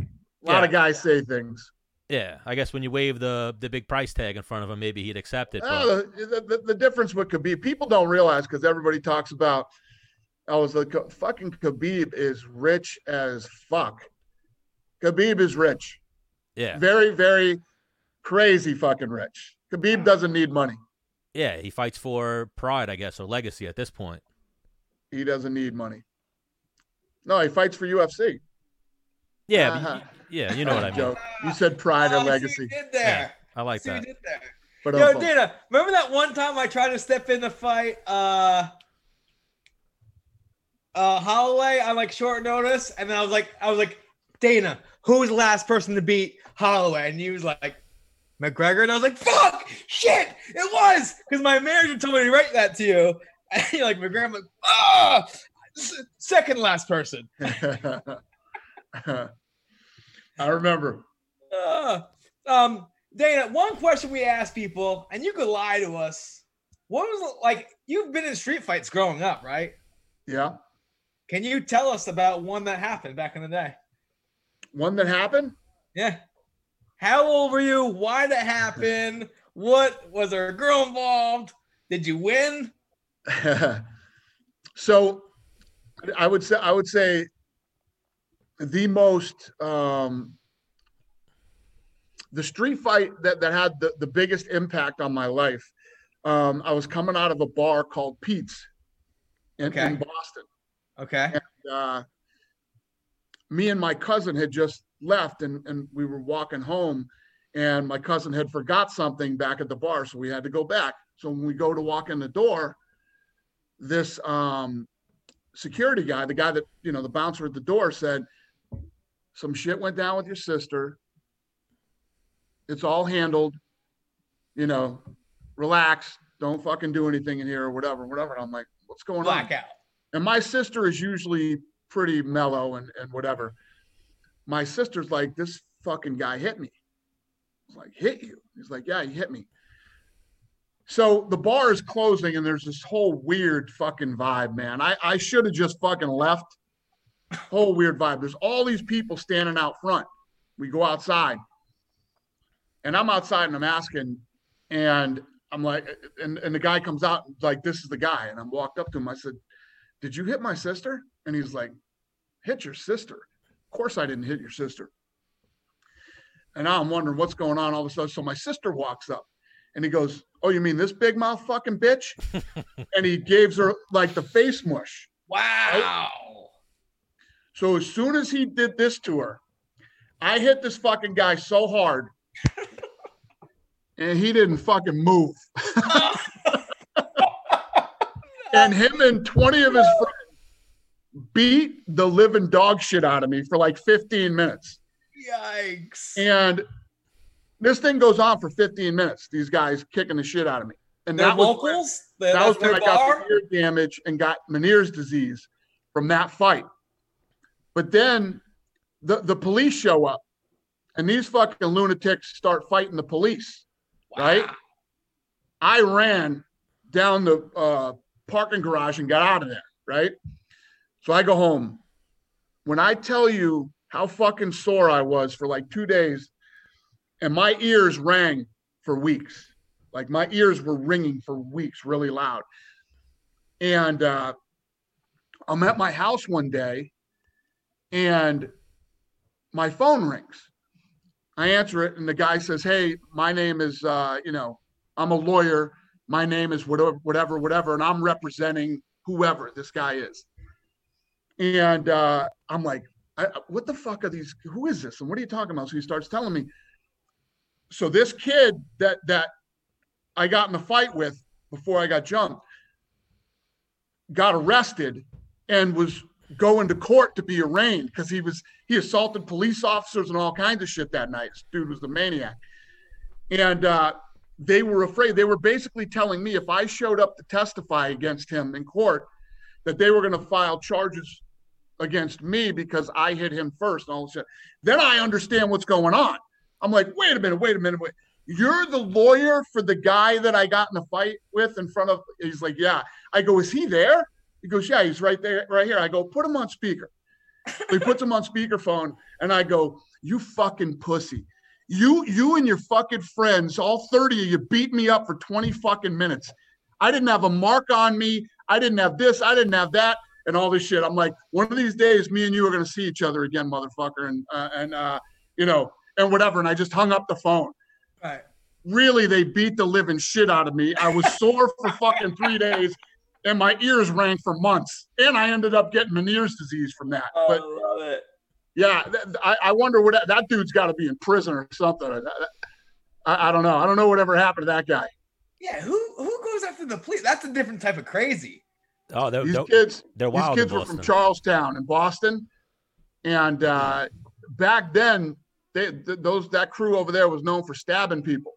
S3: a lot of guys say things.
S1: Yeah, I guess when you wave the the big price tag in front of him, maybe he'd accept it.
S3: Ah,
S1: But
S3: the, the, the difference with Khabib, people don't realize because everybody talks about, I was like, fucking Khabib is rich as fuck. Khabib is rich,
S1: yeah,
S3: very, very crazy fucking rich. Khabib doesn't need money.
S1: yeah, he fights for pride, I guess, or legacy at this point.
S3: He doesn't need money. No, he fights for UFC.
S1: Yeah, but
S3: Uh-huh.
S1: y- yeah, you know
S3: <laughs>
S1: what I mean.
S3: Joke. You said pride
S2: Oh, I
S3: or
S2: see what
S3: legacy,
S2: you did there.
S1: I like
S2: see what
S1: that.
S2: you did there.
S3: but
S2: Yo,
S3: um,
S2: Dana, remember that one time I tried to step in the fight, uh, uh, Holloway on like short notice, and then I was like, I was like, Dana, who was the last person to beat Holloway? And he was like, McGregor, and I was like, fuck, shit, it was, because my manager told me to write that to you, <laughs> and you're like, McGregor, I'm like, ah, s- second last person.
S3: <laughs> I remember.
S2: Uh, um, Dana, one question we ask people, and you could lie to us. What was it- like? You've been in street fights growing up, right?
S3: Yeah.
S2: Can you tell us about one that happened back in the day?
S3: One that happened? <laughs>
S2: Yeah. How old were you? Why did it happen? What was there a girl involved? Did you win?
S3: so I would say I would say the most um, the street fight that, that had the, the biggest impact on my life. Um, I was coming out of a bar called Pete's in,
S2: Okay.
S3: in Boston.
S2: Okay.
S3: uh, me and my cousin had just left and, and we were walking home and my cousin had forgot something back at the bar so we had to go back so when we go to walk in the door this um, security guy the guy that you know the bouncer at the door said some shit went down with your sister it's all handled you know relax don't fucking do anything in here or whatever whatever and i'm like what's going on
S2: Blackout.
S3: and my sister is usually pretty mellow and, and whatever. My sister's like, this fucking guy hit me. I was like, hit you? He's like, yeah, he hit me. So the bar is closing and there's this whole weird fucking vibe, man. I, I should have just fucking left. Whole weird vibe. There's all these people standing out front. We go outside and I'm outside and I'm asking and I'm like, and, and the guy comes out like, this is the guy. And I'm walked up to him. I said, did you hit my sister? And he's like, hit your sister. Of course I didn't hit your sister. And now I'm wondering what's going on all of a sudden. So my sister walks up and he goes, oh, you mean this big mouth fucking bitch? and he gives her like the face mush.
S2: Wow.
S3: So as soon as he did this to her, I hit this fucking guy so hard and he didn't fucking move. <laughs> and him and 20 of his friends beat the living dog shit out of me for like 15 minutes.
S2: Yikes.
S3: And this thing goes on for 15 minutes. These guys kicking the shit out of me. And
S2: They're
S3: that was, when-
S2: locals.
S3: that,
S2: That's
S3: was when
S2: their
S3: I got
S2: bar?
S3: ear damage and got Meniere's disease from that fight. But then the, the police show up and these fucking lunatics start fighting the police. right?
S2: Wow.
S3: I ran down the uh, parking garage and got out of there, right? So I go home. When I tell you how fucking sore I was for like two days, and my ears rang for weeks, like my ears were ringing for weeks really loud. And uh, I'm at my house one day and my phone rings. I answer it, and the guy says, Hey, my name is, uh, you know, I'm a lawyer. My name is whatever, whatever, whatever, and I'm representing whoever this guy is. And uh, I'm like, I, what the fuck are these? Who is this? And what are you talking about? So he starts telling me. So this kid that that I got in a fight with before I got jumped got arrested and was going to court to be arraigned because he was he assaulted police officers and all kinds of shit that night. This dude was the maniac. And uh, they were afraid. They were basically telling me if I showed up to testify against him in court, that they were going to file charges against me because I hit him first and all this shit. Then I understand what's going on. I'm like, wait a minute, wait a minute, wait. You're the lawyer for the guy that I got in a fight with in front of. He's like, yeah. I go, is he there? He goes, yeah, he's right there, right here. I go, put him on speaker. So he puts him on speakerphone, and I go, you fucking pussy You you and your fucking friends, all 30 of you, beat me up for 20 fucking minutes. I didn't have a mark on me. I didn't have this. I didn't have that. And all this shit. I'm like, one of these days, me and you are gonna see each other again, motherfucker. And uh, and uh, you know, and whatever. And I just hung up the phone.
S2: Right.
S3: Really, they beat the living shit out of me. I was sore <laughs> for fucking three days, and my ears rang for months. And I ended up getting Meniere's disease from that.
S2: Oh,
S3: But
S2: I love it.
S3: yeah, th- th- I, I wonder what that, that dude's got to be in prison or something. I, I, I don't know. I don't know whatever happened to that guy.
S2: Yeah, who who goes after the police? That's a different type of crazy.
S1: Oh, they're
S3: These
S1: they're,
S3: kids,
S1: they're
S3: these
S1: wild. in
S3: kids were from
S1: Boston.
S3: Charlestown in Boston, and uh, back then, they th- those that crew over there was known for stabbing people.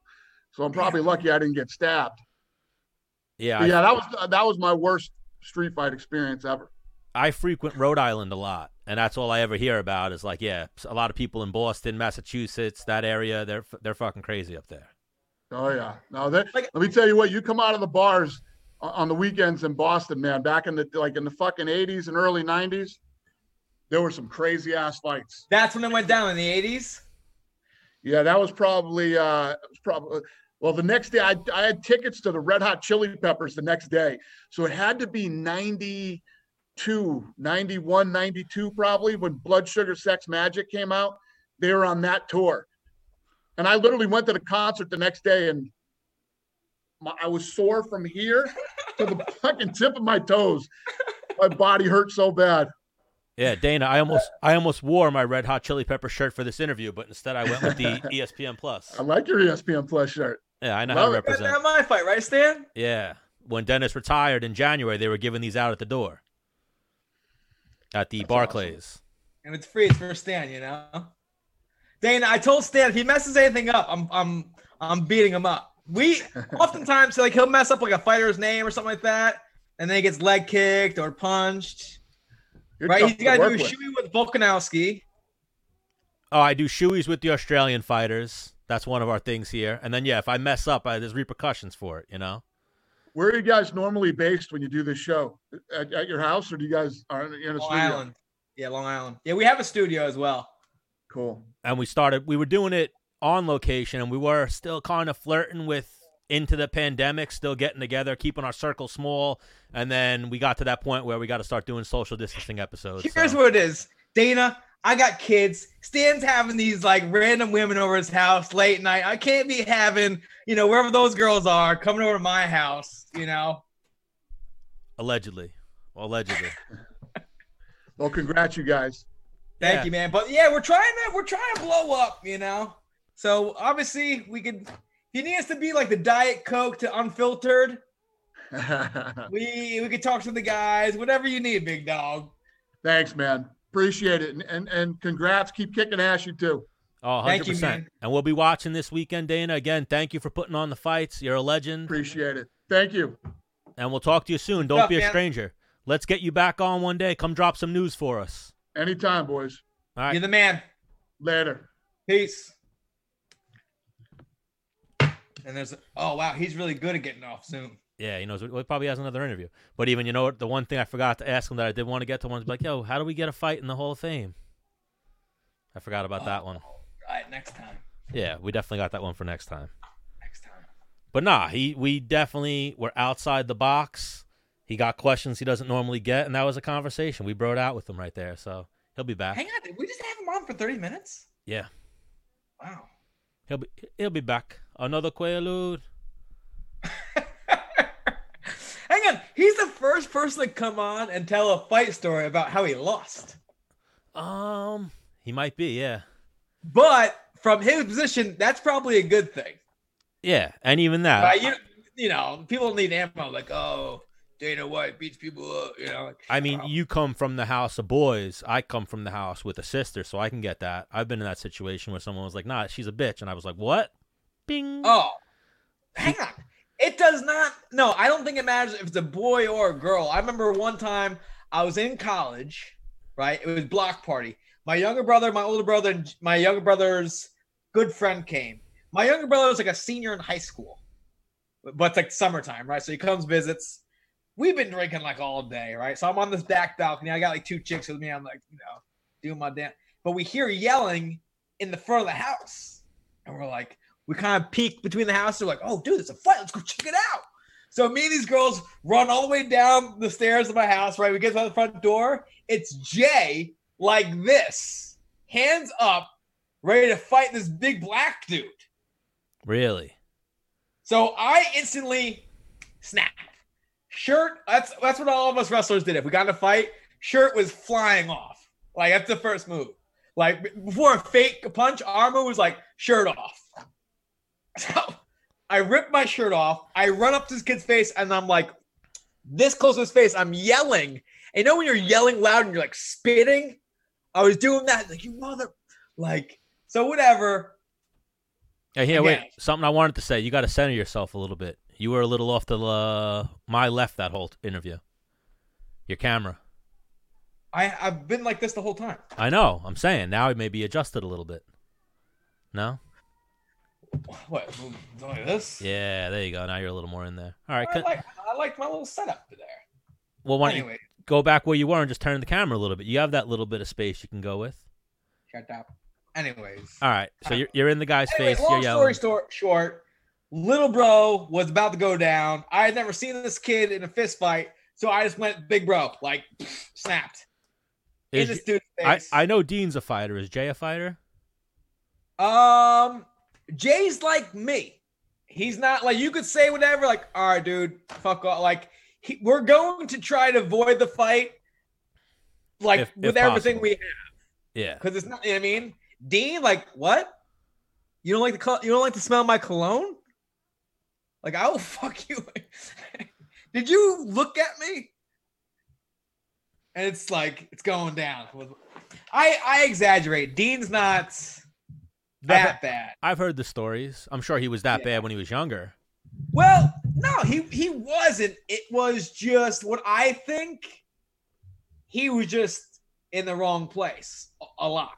S3: So I'm probably lucky I didn't get stabbed.
S1: yeah,
S3: But
S1: I,
S3: yeah, that was that was my worst street fight experience ever.
S1: I frequent Rhode Island a lot, and that's all I ever hear about is like, yeah, a lot of people in Boston, Massachusetts, that area, they're they're fucking crazy up there.
S3: Oh yeah. No, that,
S2: Like-
S3: let me tell you what. You come out of the bars o- on the weekends in Boston, man. Back in the like in the fucking eighties and early nineties, there were some crazy ass fights.
S2: That's when it went down in the eighties.
S3: Yeah, that was probably uh, it was probably. Well, the next day I, I had tickets to the Red Hot Chili Peppers the next day, so it had to be 92, 91, 92 probably when Blood Sugar Sex Magic came out. They were on that tour, and I literally went to the concert the next day, and my, I was sore from here to the <laughs> fucking tip of my toes. My body hurt so bad.
S1: Yeah, Dana, I almost I almost wore my Red Hot Chili Pepper shirt for this interview, but instead I went with
S3: <laughs>
S1: the E ESPN Plus.
S3: I like your E ESPN Plus shirt.
S1: Yeah, I know how
S3: love
S1: to
S2: Right
S3: it.
S1: represent.
S2: now, my fight, right, Stan?
S1: Yeah. When Dennis retired in January, they were giving these out at the door at the
S3: That's
S1: Barclays.
S2: And it's free. It's for Stan, you know. Dana, I told Stan if he messes anything up, I'm I'm I'm beating him up.
S3: <laughs>
S2: We oftentimes like he'll mess up like a fighter's name or something like that, and then he gets leg kicked or punched.
S3: You're
S2: right,
S3: tough
S2: he's
S3: to
S2: got to
S3: work
S2: do a
S3: with.
S2: shoey with Volkanowski.
S1: Oh, I do shoeies with the Australian fighters. That's one of our things here. And then, yeah, if I mess up, I, there's repercussions for it, you know?
S3: Where are you guys normally based when you do this show? At, at your house, or do you guys are in a
S2: Long
S3: studio?
S2: Island. Yeah, Long Island. Yeah, we have a studio as well.
S3: Cool.
S1: And we started, we were doing it on location and we were still kind of flirting with into the pandemic, still getting together, keeping our circle small. And then we got to that point where we got to start doing social distancing episodes.
S2: Here's
S1: so-
S2: what it is, Dana. I got kids. Stan's having these like random women over his house late night. I can't be having, you know, wherever those girls are coming over to my house, you know.
S1: allegedly. Allegedly.
S3: Well, congrats, you guys. <laughs>
S2: Thank
S1: Yeah.
S2: you, man. But yeah, we're trying to we're trying to blow up, you know. So obviously we could he needs to be like the diet coke to unfiltered. We we could talk to the guys, whatever you need, big dog.
S3: Thanks, man. Appreciate it, and, and and congrats. Keep kicking ass, you too.
S1: Oh, 100%.
S2: Thank you, man.
S1: And we'll be watching this weekend, Dana. Again, thank you for putting on the fights. You're a legend.
S3: Appreciate it. Thank you.
S1: And we'll talk to you soon. Don't
S2: Stuff,
S1: be a
S2: man.
S1: stranger. Let's get you back on one day. Come drop some news for us.
S3: Anytime, boys.
S1: All right.
S2: You're the man.
S3: Later.
S2: Peace. And there's oh wow, he's really good at getting off Zoom.
S1: Yeah, he knows. He probably has another interview. But even, you know what? The one thing I forgot to ask him that I did want to get to one's like, yo, how do we get a fight in the Hall of Fame? I forgot about that one.
S2: All right, next time.
S1: Yeah, we definitely got that one for next time.
S2: Next time.
S1: But nah, he we definitely were outside the box. He got questions he doesn't normally get, and that was a conversation. We brought out with him right there, so he'll be back.
S2: Hang on, did we just have him on for 30 minutes?
S1: Yeah.
S2: Wow.
S1: He'll be he'll be back. Another Quaalude.
S2: Hang on, he's the first person to come on and tell a fight story about how he lost.
S1: Um, he might be. Yeah,
S2: But from his position, that's probably a good thing.
S1: yeah, and even that.
S2: Right? You, you know, people need ammo. Like, oh, Dana White beats people up. You know, like,
S1: I mean,
S2: wow.
S1: you come from the house of boys. I come from the house with a sister, so I can get that. I've been in that situation where someone was like, "Nah, she's a bitch," and I was like, "What?" Bing.
S2: oh, hang on. It does not. No, I don't think it matters if it's a boy or a girl. I remember one time I was in college, right? It was block party. My younger brother, my older brother, and my younger brother's good friend came. My younger brother was like a senior in high school, but but it's like summertime, right? So he comes visits. We've been drinking like all day, right? So I'm on this back balcony. I got like two chicks with me. I'm like, you know, doing my dance. But we hear yelling in the front of the house. and we're like, we kind of peek between the houses. We're like, oh, dude, there's a fight. Let's go check it out. So me and these girls run all the way down the stairs of my house. Right, we get to the front door. It's Jay like this, hands up, ready to fight this big black dude.
S1: Really?
S2: So I instantly snap. Shirt. That's that's what all of us wrestlers did. If we got in a fight, shirt was flying off. Like that's the first move. Like before a fake punch, armor was like shirt off. <laughs> So I rip my shirt off. I run up to this kid's face and I'm like, this close to his face. I'm yelling. And you know when you're yelling loud and you're like spitting? I was doing that. Like, you mother. Like, so whatever.
S1: Yeah, here,
S2: Again.
S1: wait. Something I wanted to say. You got to center yourself a little bit. You were a little off the uh, my left that whole interview. Your camera.
S2: I, I've been like this the whole time.
S1: I know. I'm saying now it may be adjusted a little bit. No.
S2: What? Like this?
S1: Yeah. There you go. Now you're a little more in there. All right.
S2: I
S1: con-
S2: like, I like my little setup there.
S1: well, why don't
S2: Anyway,
S1: you go back where you were and just turn the camera a little bit? You have that little bit of space you can go with.
S2: shut up. Anyways.
S1: All right. So you're, you're in the guy's
S2: Anyway,
S1: face. You're
S2: long
S1: yelling.
S2: story stor- short, little bro was about to go down. I had never seen this kid in a fist fight, so I just went big bro, like <sniffs> snapped in
S1: Is-
S2: this dude's
S1: I,
S2: face.
S1: I know Dean's a fighter. Is Jay a fighter?
S2: um, Jay's like me. He's not like you could say whatever, like all right, dude, fuck off. Like he, we're going to try to avoid the fight, like
S1: If- if
S2: with everything
S1: possible.
S2: we have,
S1: Yeah.
S2: because it's not. You know what I mean, Dean, like what? You don't like the col- you don't like the smell of my cologne? Like I will <laughs> fuck you. Did you look at me? And it's like it's going down. I I exaggerate. Dean's not that bad.
S1: I've heard the stories. I'm sure he was that
S2: Yeah.
S1: bad when he was younger.
S2: Well, no, he he wasn't. It was just what I think. He was just in the wrong place a- a lot.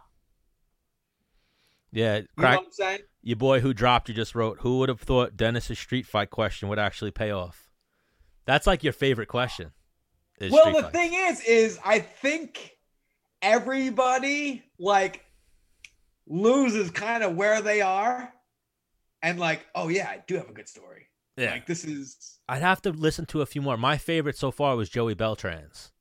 S1: Yeah.
S2: You
S1: Crack,
S2: know what I'm saying?
S1: your boy who dropped you just wrote, Who would have thought Dennis's street fight question would actually pay off? That's like your favorite question. is
S2: well,
S1: street
S2: the
S1: fight.
S2: thing is, is I think everybody like loses kind of where they are, and like, oh yeah, I do have a good story.
S1: Yeah.
S2: Like this is
S1: I'd have to listen to a few more. My favorite so far was Joey Beltran's,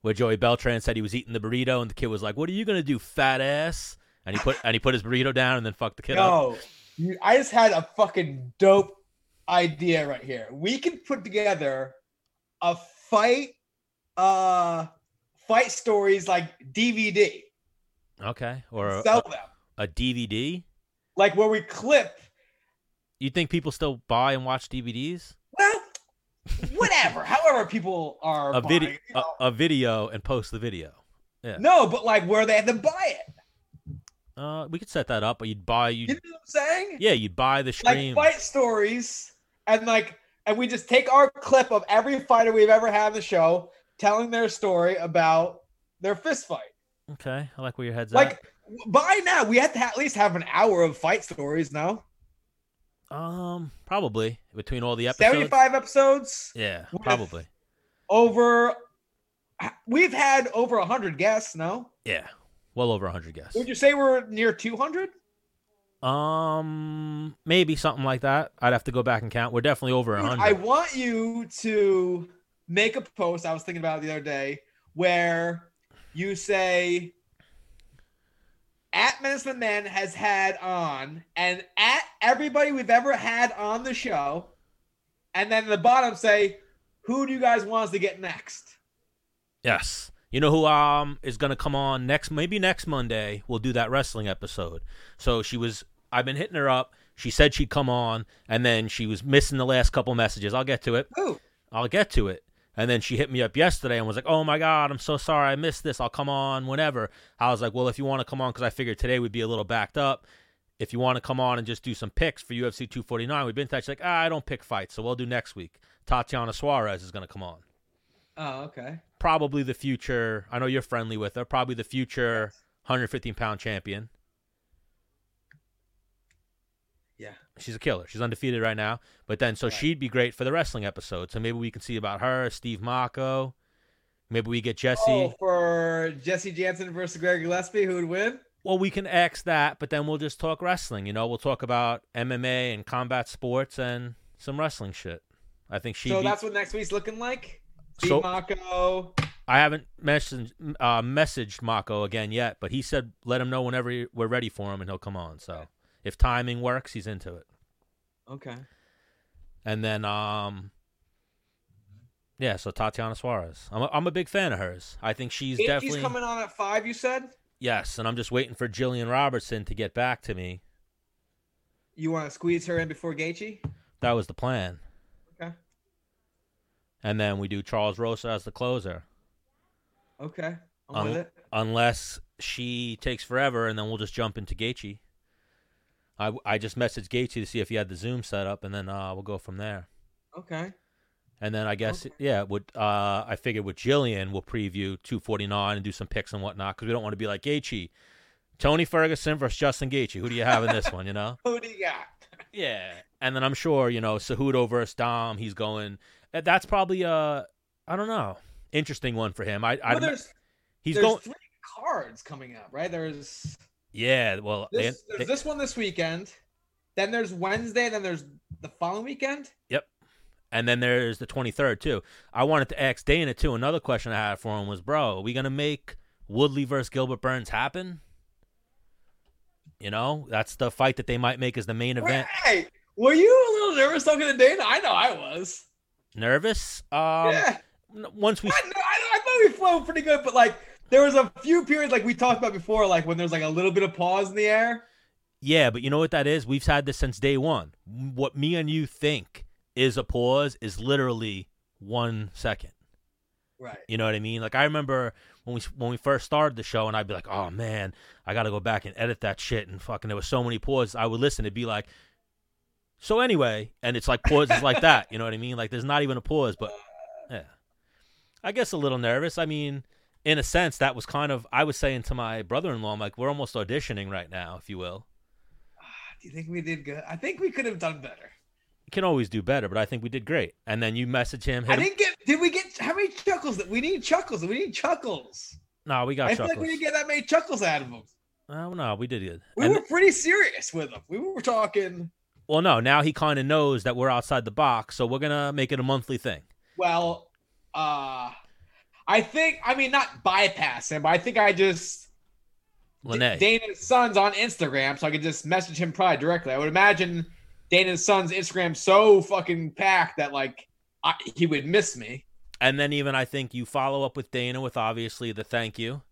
S1: where Joey Beltran said he was eating the burrito, and the kid was like, "What are you gonna do, fat ass?" And he put and he put his burrito down and then fucked the kid up.
S2: no. you- I just had a fucking dope idea right here. We can put together a fight, uh, fight stories like DVD.
S1: Okay, or uh, a,
S2: Sell
S1: a-
S2: them
S1: a DVD.
S2: like where we clip.
S1: You think people still buy and watch DVDs?
S2: Well, whatever. <laughs> However, people are
S1: A video,
S2: buying, you
S1: a,
S2: know.
S1: a video, and post the video.
S2: No, but like where they had to buy it.
S1: Uh, we could set that up, but you'd buy you.
S2: You know what I'm saying?
S1: Yeah, you'd buy the
S2: like
S1: stream.
S2: fight stories, and like, and we just take our clip of every fighter we've ever had on the show telling their story about their fist fight.
S1: okay, I like where your head's
S2: Like w- by now, we have to ha- at least have an hour of fight stories. No,
S1: at. Um, probably between all the episodes.
S2: seventy-five episodes
S1: Yeah,
S2: with-
S1: probably.
S2: over. We've had over hundred guests. No,
S1: Yeah, well over hundred guests.
S2: would you say we're near two hundred?
S1: Um, maybe something like that. I'd have to go back and count. We're definitely over
S2: Dude,
S1: hundred.
S2: I want you to make a post. I was thinking about it the other day where you say at Menace the Man has had on and at everybody we've ever had on the show, and then at the bottom say who do you guys want us to get next?
S1: yes. You know who um is gonna come on next? Maybe next Monday we'll do that wrestling episode. So she was. I've been hitting her up. She said she'd come on, and then she was missing the last couple messages. I'll get to it.
S2: Who?
S1: I'll get to it. And then she hit me up yesterday and was like, "Oh my god, I'm so sorry I missed this. I'll come on whenever." I was like, "Well, if you want to come on, because I figured today would be a little backed up. If you want to come on and just do some picks for UFC 249, we've been in touch. She's Like, ah, I don't pick fights, so we'll do next week. Tatiana Suarez is going to come on.
S2: Oh, okay.
S1: Probably the future. I know you're friendly with her. Probably the future 115 pound champion.
S2: Yeah.
S1: She's a killer. She's undefeated right now. But then, so
S2: Right.
S1: she'd be great for the wrestling episode. So maybe we can see about her, Steve Mako. Maybe we get Jesse.
S2: Oh, for Jesse Jansen versus Greg Gillespie, who would win?
S1: Well, we can ask that, but then we'll just talk wrestling. You know, we'll talk about MMA and combat sports and some wrestling shit. I think she.
S2: so
S1: beat-
S2: that's what next week's looking like. Steve
S1: So-
S2: Mako.
S1: I haven't messaged uh, messaged Mako again yet, but he said let him know whenever he- we're ready for him and he'll come on. So if timing works, he's into it.
S2: Okay.
S1: And then um, yeah. So Tatiana Suarez, I'm a, I'm a big fan of hers. I think she's
S2: She's
S1: definitely
S2: coming on at five. You said
S1: yes, and I'm just waiting for Jillian Robertson to get back to me.
S2: you want to squeeze her in before Gaethje.
S1: That was the plan.
S2: Okay.
S1: And then we do Charles Rosa as the closer,
S2: Okay. I'm
S1: Um,
S2: with it.
S1: unless she takes forever, and then we'll just jump into Gaethje. I, I just messaged Gaethje to see if he had the Zoom set up, and then uh, we'll go from there.
S2: Okay.
S1: And then I guess
S2: Okay.
S1: yeah, would uh, I figured with Jillian we'll preview 249 and do some picks and whatnot because we don't want to be like Gaethje, Tony Ferguson versus Justin Gaethje. Who do you have in this one? You
S2: <laughs>
S1: know.
S2: Who do you got?
S1: Yeah, and then I'm sure you know Cejudo versus Dom. He's going. that- That's probably uh, I don't know, interesting one for him. I, I
S2: Well, there's
S1: he's
S2: there's
S1: going.
S2: three cards coming up, right? There's
S1: Yeah, well, they-
S2: this, there's
S1: they-
S2: this one this weekend. Then there's Wednesday. Then there's the following weekend.
S1: and then there's the 23rd too. I wanted to ask Dana too. Another question I had for him was, bro, are we gonna make Woodley versus Gilbert Burns happen? You know, that's the fight that they might make as the main event.
S2: Hey, were you a little nervous talking to Dana? I know I was.
S1: Nervous? Um,
S2: yeah, <laughs>
S1: n- once we
S2: I, know, I, know- I thought we flowed pretty good, but like there was a few periods like we talked about before, like when there's like a little bit of pause in the air.
S1: Yeah, but you know what that is? We've had this since day one. What me and you think is a pause is literally one second.
S2: Right.
S1: You know what I mean? Like I remember when we when we first started the show, and I'd be like, "Oh man, I got to go back and edit that shit." And fucking, there was so many pauses. I would listen. It'd be like, "So anyway," and it's like pauses like that. You know what I mean? Like there's not even a pause, but yeah, I guess a little nervous. I mean, in a sense, that was kind of I was saying to my brother-in-law, I'm like, "We're almost auditioning right now, if you will."
S2: Do you think we did good? I think we could have done better.
S1: can always do better, but I think we did great. And then you message him.
S2: I
S1: Hit him.
S2: didn't get. Did we get how many chuckles? That we need chuckles. We need chuckles.
S1: Nah, we got
S2: I feel
S1: chuckles.
S2: like we didn't get that many chuckles out of them.
S1: Oh, no, we did good.
S2: We
S1: And-
S2: were pretty serious with them. We were talking.
S1: well, no, now he kind of knows that we're outside the box, so we're gonna make it a monthly thing.
S2: Well, uh, I think. I mean, not bypass him, but I think I just
S1: Lene,
S2: Dana's son's on Instagram, so I could just message him probably directly. I would imagine Dana's son's Instagram so fucking packed that like I, he would miss me. <laughs>
S1: and then even I think you follow up with Dana with obviously the thank you,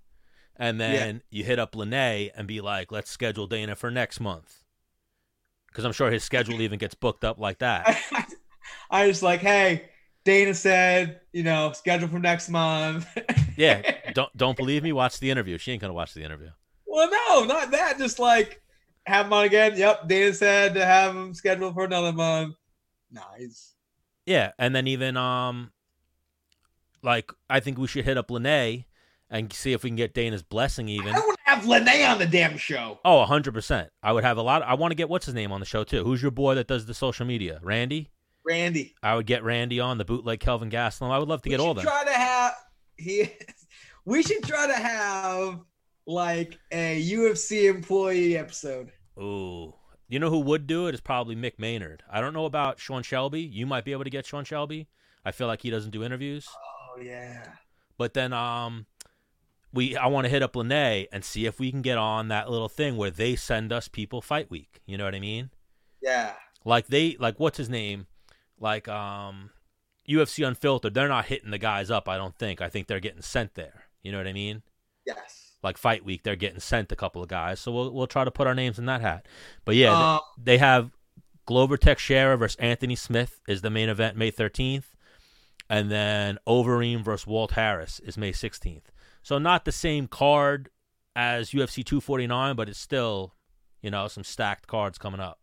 S1: and then you hit up Lene and be like, "Let's schedule Dana for next month," because I'm sure his schedule even gets booked up like
S2: <laughs>
S1: that.
S2: I, was like, hey, Dana said, you know, schedule for next month.
S1: Yeah, don't don't believe me? Watch the interview. She ain't gonna watch the interview.
S2: well, no, not that. Just like have him on again. Yep, Dana said to have him scheduled for another month. Nice.
S1: Yeah, and then even um, like I think we should hit up Lene and see if we can get Dana's blessing.
S2: I
S1: Even
S2: don't want to have Lene on the damn show.
S1: oh, hundred percent. I would have a lot. I want to get what's his name on the show too. Who's your boy that does the social media? Randy.
S2: Randy.
S1: I would get Randy on the bootleg Kelvin Gastelum. I would love to
S2: we
S1: get all
S2: should
S1: them.
S2: Try to have he. We should try to have like a UFC employee episode.
S1: Ooh, you know who would do it is probably Mick Maynard. I don't know about Sean Shelby. You might be able to get Sean Shelby. I feel like he doesn't do interviews.
S2: Oh yeah.
S1: But then um we I want to hit up Lene and see if we can get on that little thing where they send us people fight week. You know what I mean?
S2: Yeah.
S1: Like they like what's his name? Like um UFC Unfiltered, they're not hitting the guys up, I don't think. I think they're getting sent there. You know what I mean?
S2: Yes.
S1: Like fight week, they're getting sent a couple of guys. So we'll we'll try to put our names in that hat. But yeah, th-
S2: Um,
S1: they have Glover Teixeira versus Anthony Smith is the main event May 13th, and then Overeem versus Walt Harris is May 16th. So not the same card as UFC 249, but it's still, you know, some stacked cards coming up.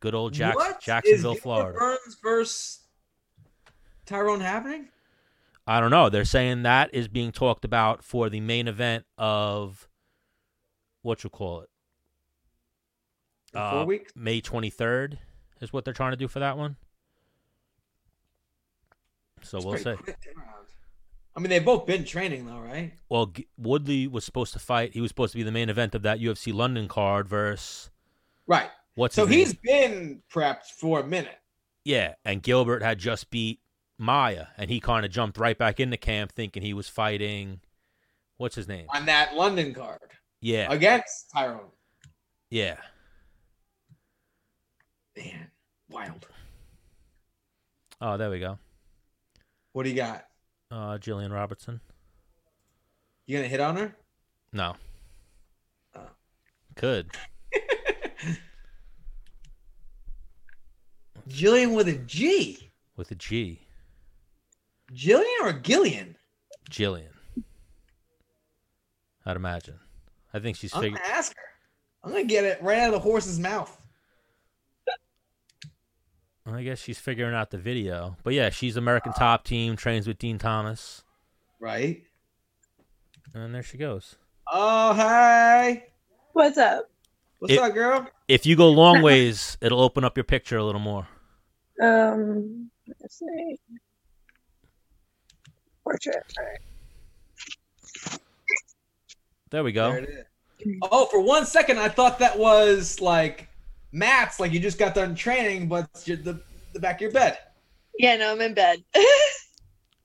S1: Good old Jack-
S2: what
S1: Jacksonville,
S2: is Gilbert
S1: Florida.
S2: Burns versus Tyrone happening?
S1: I don't know. They're saying that is being talked about for the main event of what you call it,
S2: In
S1: Uh,
S2: four weeks.
S1: May 23rd is what they're trying to do for that one. So
S2: It's
S1: we'll
S2: pretty
S1: see.
S2: quick turnaround. I mean, they've both been training though, right?
S1: Well, G- Woodley was supposed to fight. He was supposed to be the main event of that UFC London card versus
S2: Right.
S1: what's
S2: So
S1: his name?
S2: he's been prepped for a minute.
S1: Yeah, and Gilbert had just beat Maya, and he kind of jumped right back into camp thinking he was fighting. What's his name?
S2: on that London card
S1: Yeah,
S2: against Tyrone.
S1: yeah.
S2: Man, wild.
S1: Oh, there we go.
S2: What do you got?
S1: Uh, Jillian Robertson.
S2: You gonna hit on her?
S1: No.
S2: Oh.
S1: Could.
S2: Jillian with a G.
S1: With a G.
S2: Jillian or Gillian?
S1: Jillian. I'd imagine. I think she's
S2: I'm
S1: figured.
S2: gonna ask her. I'm gonna get it right out of the horse's mouth.
S1: I guess she's figuring out the video. But yeah, she's American top team, trains with Dean Thomas.
S2: Right?
S1: And there she goes.
S2: Oh hi.
S4: What's up?
S2: What's
S1: It-
S2: up, girl?
S1: If you go
S2: <laughs>
S1: long ways, it'll open up your picture a little more.
S4: Um, let's see. Portrait. alright.
S1: There we
S2: There
S1: go.
S2: it is. Oh, for one second I thought that was like Matt's, like you just got done training, but it's your- the the back of your bed.
S4: Yeah, no, I'm in bed. <laughs>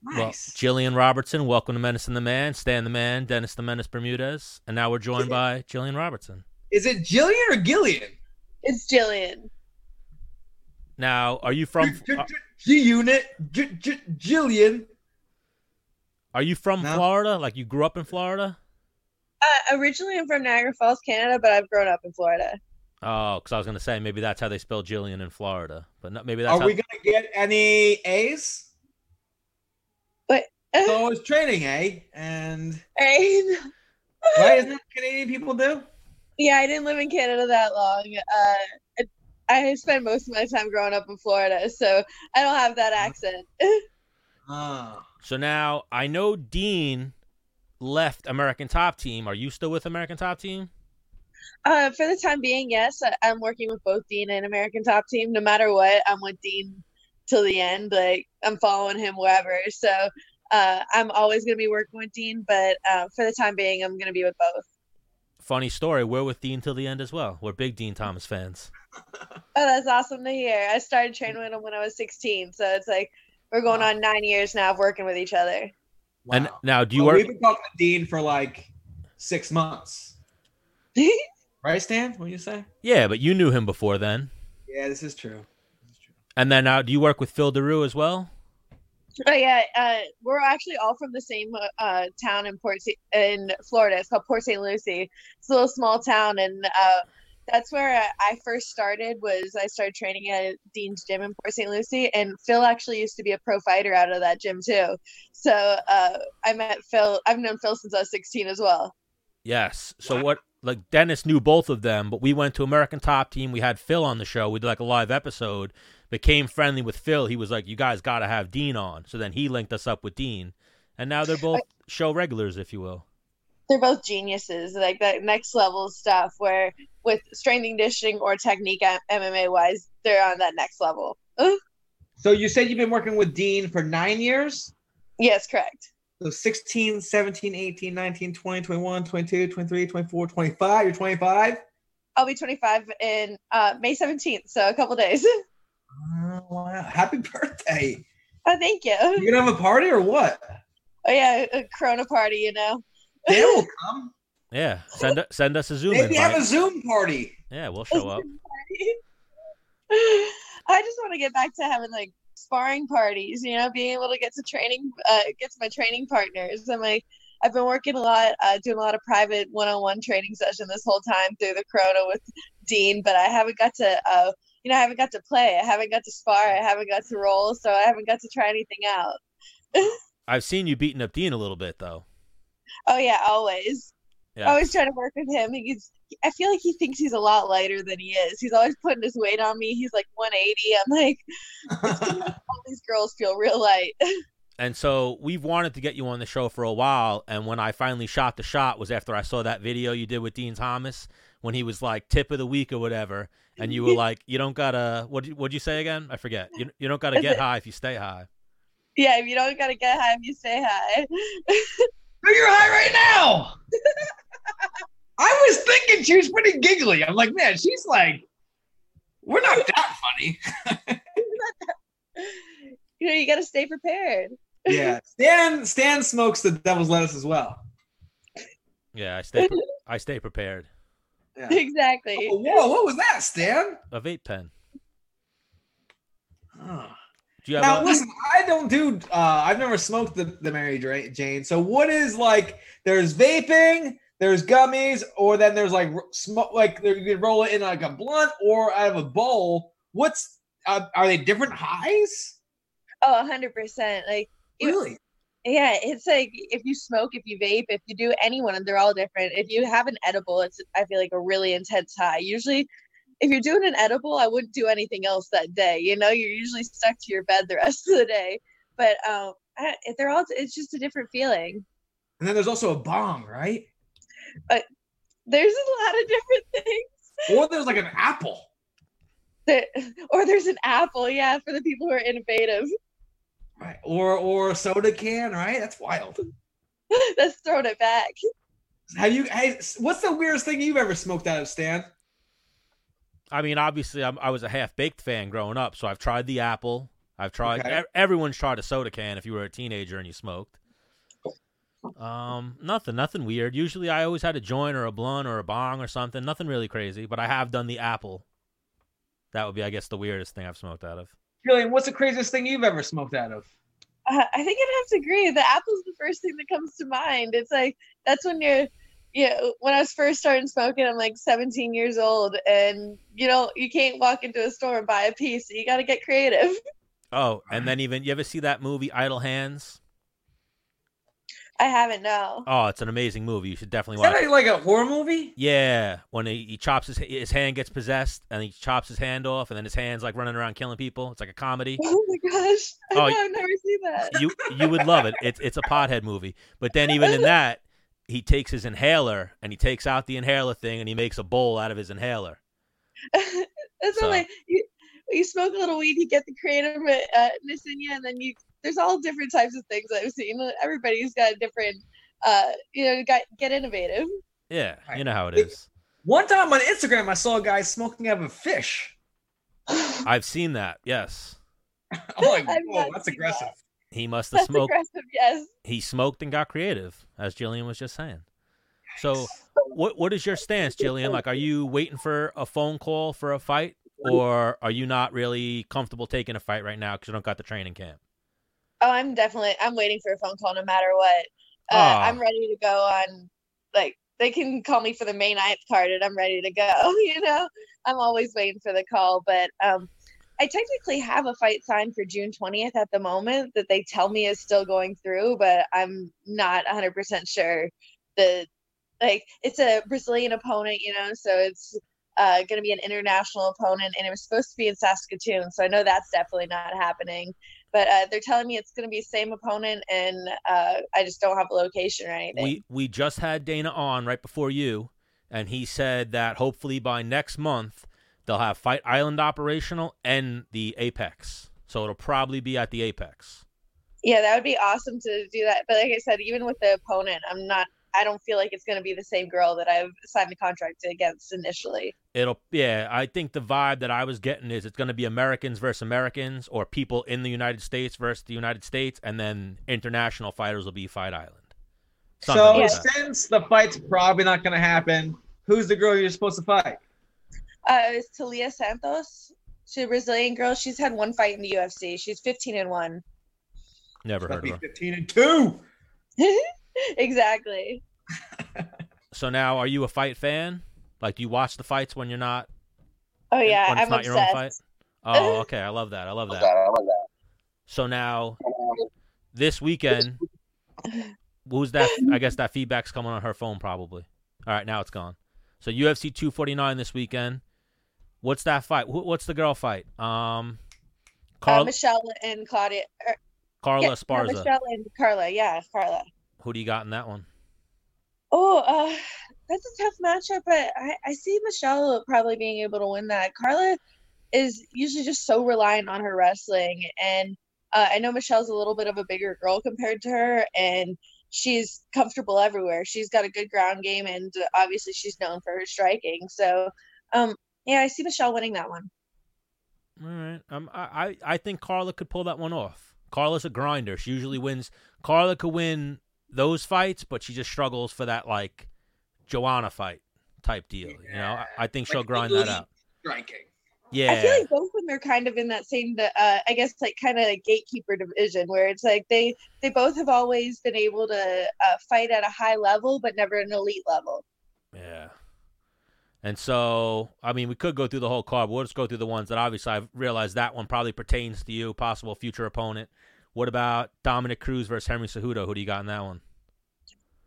S1: Well,
S2: Nice.
S1: Jillian Robertson, welcome to Menace and the Man, Stan the Man, Dennis the Menace Bermudez. And now we're joined by Jillian Robertson.
S2: is it Jillian or Gillian?
S4: it's Jillian.
S1: Now, are you from
S2: <laughs>
S1: uh,
S2: G- G- G unit. G- G- Jillian.
S1: are you from
S2: No.
S1: Florida? Like you grew up in Florida?
S4: Uh, originally, I'm from Niagara Falls, Canada, but I've grown up in Florida.
S1: Oh, because I was gonna say maybe that's how they spell Jillian in Florida, but no, maybe that's
S2: Are
S1: how,
S2: we gonna get any A's?
S4: Wait. <laughs>
S2: so it's training, eh? And
S4: Right?
S2: right, isn't that what Canadian people do?
S4: yeah, I didn't live in Canada that long. Uh, I spent most of my time growing up in Florida, so I don't have that accent.
S2: Oh.
S1: So now I know Dean left American Top Team. Are you still with American Top Team?
S4: Uh, for the time being, yes, I- I'm working with both Dean and American Top Team. No matter what, I'm with Dean till the end. Like I'm following him wherever. So uh, I'm always gonna be working with Dean, but uh, for the time being, I'm gonna be with both.
S1: Funny story. We're with Dean till the end as well. We're big Dean Thomas fans.
S4: Oh, that's awesome to hear. I started training with him when I was 16, so it's like we're going on nine years now of working with each other. <laughs>
S2: Wow.
S1: And now, do you
S2: Well,
S1: work?
S2: We've been talking to Dean for like six months, right, Stan? What do you say?
S1: Yeah, but you knew him before then.
S2: Yeah, this is true. This is true.
S1: And then now, do you work with Phil DeRue as well?
S4: Oh yeah, uh, we're actually all from the same uh, town in Port Sa- in Florida. It's called Port St. Lucie. It's a little small town, and uh, that's where I first started. Was I started training at Dean's Gym in Port St. Lucie, and Phil actually used to be a pro fighter out of that gym too. So uh, I met Phil. I've known Phil since I was 16 as well.
S1: Yes. So what? Like Dennis knew both of them, but we went to American Top Team. We had Phil on the show. We did like a live episode. Became friendly with Phil. He was like, "You guys got to have Dean on." So then he linked us up with Dean, and now they're both show regulars, if you will.
S4: They're both geniuses, like that next level stuff. Where with strength and conditioning or technique, MMA wise, they're on that next level.
S2: So you said you've been working with Dean for nine years?
S4: Yes, correct.
S2: So 16, 17, 18, 19, 20, 21, 22, 23, 24, 25. You're 25?
S4: I'll be 25 in uh, May 17th, so a couple days. <laughs>
S2: Oh, wow. Happy birthday.
S4: oh, thank you. Oh
S2: You gonna have a party or what?
S4: yeah, a Corona party, you know.
S2: Dan will come.
S1: Yeah. Send u- send us a Zoom
S2: Maybe have
S1: invite.
S2: a Zoom party. <laughs>
S1: Yeah, we'll show up.
S4: <laughs> I just want to get back to having like sparring parties, you know, being able to get to training, uh, get to my training partners. I'm like, I've been working a lot, uh, doing a lot of private one-on-one training session this whole time through the Corona with Dean, but I haven't got to, uh, you know, I haven't got to play, I haven't got to spar, I haven't got to roll, so I haven't got to try anything out.
S1: I've seen you beating up Dean a little bit though.
S4: Oh yeah, always.
S1: Yeah.
S4: always trying to work with him. He's, I feel like he thinks he's a lot lighter than he is. He's always putting his weight on me. He's like 180. I'm like, <laughs> all these girls feel real light. <laughs>
S1: And so we've wanted to get you on the show for a while. And when I finally shot the shot was after I saw that video you did with Dean Thomas when he was like tip of the week or whatever. And
S2: <laughs>
S1: you were like, you don't gotta what would you say again? I forget. You you don't gotta
S4: Is
S1: get
S4: it-
S1: high if you stay high.
S4: Yeah, if you don't gotta get high, if you stay high. <laughs>
S2: No, you're high right now. <laughs> I was thinking she was pretty giggly. I'm like, man, she's like, we're not
S1: <laughs>
S2: that funny.
S4: you know, you gotta stay prepared.
S2: Yeah. Stan Stan smokes the devil's lettuce as well.
S1: Yeah, I
S2: <laughs>
S1: stay. Pre- I stay prepared.
S2: Yeah.
S4: <laughs> Exactly.
S2: Oh, whoa, what was that, Stan?
S1: A vape pen.
S2: Oh.
S1: Do you have?
S2: Now
S1: a-
S2: listen, I don't do. Uh, I've never smoked the, the Mary Dra- Jane. So what is like? There's vaping, there's gummies, or then there's like r- smoke. Like there- you can roll it in like a blunt or out of a bowl. What's uh, are they different highs?
S4: Oh, hundred percent. Like Ew.
S2: Really?
S4: yeah, it's like if you smoke, if you vape, if you do any one, they're all different. If you have an edible, it's I feel like a really intense high. Usually if you're doing an edible, I wouldn't do anything else that day. You know, you're usually stuck to your bed the <laughs> rest of the day. But um I, they're all it's just a different feeling.
S2: And then there's also a bong, right?
S4: There's a lot of different <laughs> things.
S2: Or there's like an apple.
S4: There, or there's an apple, yeah, for the people who are innovative. <laughs>
S2: Right. Or or a soda can, right? That's wild.
S4: That's throwing it back.
S2: Have you? Hey, what's the weirdest thing you've ever smoked out of, Stan?
S1: I mean, obviously, I'm, I was a half baked fan growing up, so I've tried the apple. I've tried.
S2: Okay.
S1: e- everyone's tried a soda can if you were a teenager and you smoked. Um, nothing, nothing weird. Usually, I always had a joint or a blunt or a bong or something. Nothing really crazy, but I have done the apple. That would be, I guess, the weirdest thing I've smoked out of.
S2: Jillian, what's the craziest thing you've ever smoked out of?
S4: Uh, I think I'd have to agree. The apple's the first thing that comes to mind. It's like that's when you're, you know, when I was first starting smoking, I'm like 17 years old, and you know, you can't walk into a store and buy a piece. So you got to get creative.
S1: Oh, and then even you ever see that movie Idle Hands?
S4: I haven't now.
S1: Oh, it's an amazing movie. You should definitely
S2: Is
S1: watch.
S2: that
S1: it.
S2: a, like a horror movie?
S1: Yeah, when he, he chops his his hand gets possessed and he chops his hand off, and then his hands like running around killing people. It's like a comedy.
S4: <laughs> Oh my gosh! I
S1: Oh,
S4: know, <laughs> I've never seen that.
S1: you you would love it. It's it's a pothead movie. But then even in that, he takes his inhaler and he takes out the inhaler thing and he makes a bowl out of his inhaler.
S4: <laughs> That's
S1: So-
S4: only you, you smoke a little weed, you get the creativeness in you, and then you there's all different types of things I've seen. Everybody's got a different, uh, you know, got get innovative. <laughs>
S1: Yeah, you
S2: Right.
S1: know how it is.
S2: One time on Instagram, I saw a guy smoking out of a fish. <laughs>
S1: I've seen that. Yes,
S2: I'm like,
S4: <laughs> I've
S2: whoa,
S4: not
S2: that's
S4: seen
S2: aggressive.
S1: he must have
S4: That's
S1: smoked.
S4: aggressive, yes.
S1: He smoked and got creative, as Jillian was just saying. So, what what is your stance, Jillian? Like, are you waiting for a phone call for a fight, or are you not really comfortable taking a fight right now because you don't got the training camp?
S4: Oh, I'm definitely. I'm waiting for a phone call no matter what. Uh,
S1: Aw.
S4: I'm ready to go on. Like they can call me for the May 9th card, and I'm ready to go. <laughs> You know, I'm always waiting for the call. But um, I technically have a fight signed for June 20th at the moment that they tell me is still going through, but I'm not 100 percent sure. The like it's a Brazilian opponent, you know, so it's. Uh, going to be an international opponent, and it was supposed to be in Saskatoon, so I know that's definitely not happening but uh, they're telling me it's going to be same opponent and uh, i just don't have a location or anything
S1: we we just had Dana on right before you, and he said that hopefully by next month they'll have Fight Island operational and the Apex. So it'll probably be at the Apex.
S4: yeah that would be awesome to do that but like i said even with the opponent i'm not i don't feel like it's going to be the same girl that i've signed the contract against initially
S1: It'll yeah, I think the vibe that I was getting is it's going to be Americans versus Americans or people in the United States versus the United States and then international fighters will be Fight Island. Something
S2: So
S1: like that.
S2: since the fight's probably not going to happen, who's the girl you're supposed to fight?
S4: uh, it's talia santos she's a brazilian girl she's had one fight in the ufc she's 15 and 1
S1: never
S2: That'd
S1: heard of
S2: be
S1: her.
S2: 15 and two.
S4: <laughs> exactly
S1: So now are you a fight fan? Like do you watch the fights when you're not
S4: oh yeah
S1: when it's
S4: i'm
S1: not your own fight?
S4: obsessed
S1: Oh, okay. I love that. I love that. So now, this weekend, who's that? I guess that feedback's coming on her phone probably. All right, now it's gone. So UFC 249 this weekend. What's that fight? Wh- What's the girl fight? Um, Carl,
S4: uh, michelle and claudia er,
S1: Carla
S4: yeah, no,
S1: Esparza.
S4: michelle and carla yeah carla
S1: Who do you got in that one?
S4: Oh, uh, that's a tough matchup, but I, I see Michelle probably being able to win that. Carla is usually just so reliant on her wrestling, and Uh, I know Michelle's a little bit of a bigger girl compared to her, and she's comfortable everywhere. She's got a good ground game, and uh, obviously she's known for her striking. So, um, yeah, I see Michelle winning that one.
S1: All right. Um, I, I I think Carla could pull that one off. Carla's a grinder. She usually wins. Carla could win those fights, but she just struggles for that like Joanna fight type deal. You know, I, I think
S2: Like,
S1: she'll grind
S2: elite
S1: that out.
S2: Striking.
S1: Yeah.
S4: I feel like both of them are kind of in that same, uh, I guess, like kind of like gatekeeper division where it's like they they both have always been able to uh, fight at a high level, but never an elite level.
S1: Yeah. And so, I mean, we could go through the whole card. But we'll just go through the ones that obviously I've realized that one probably pertains to you, possible future opponent. What about Dominic Cruz versus Henry Cejudo? Who do you got in that one?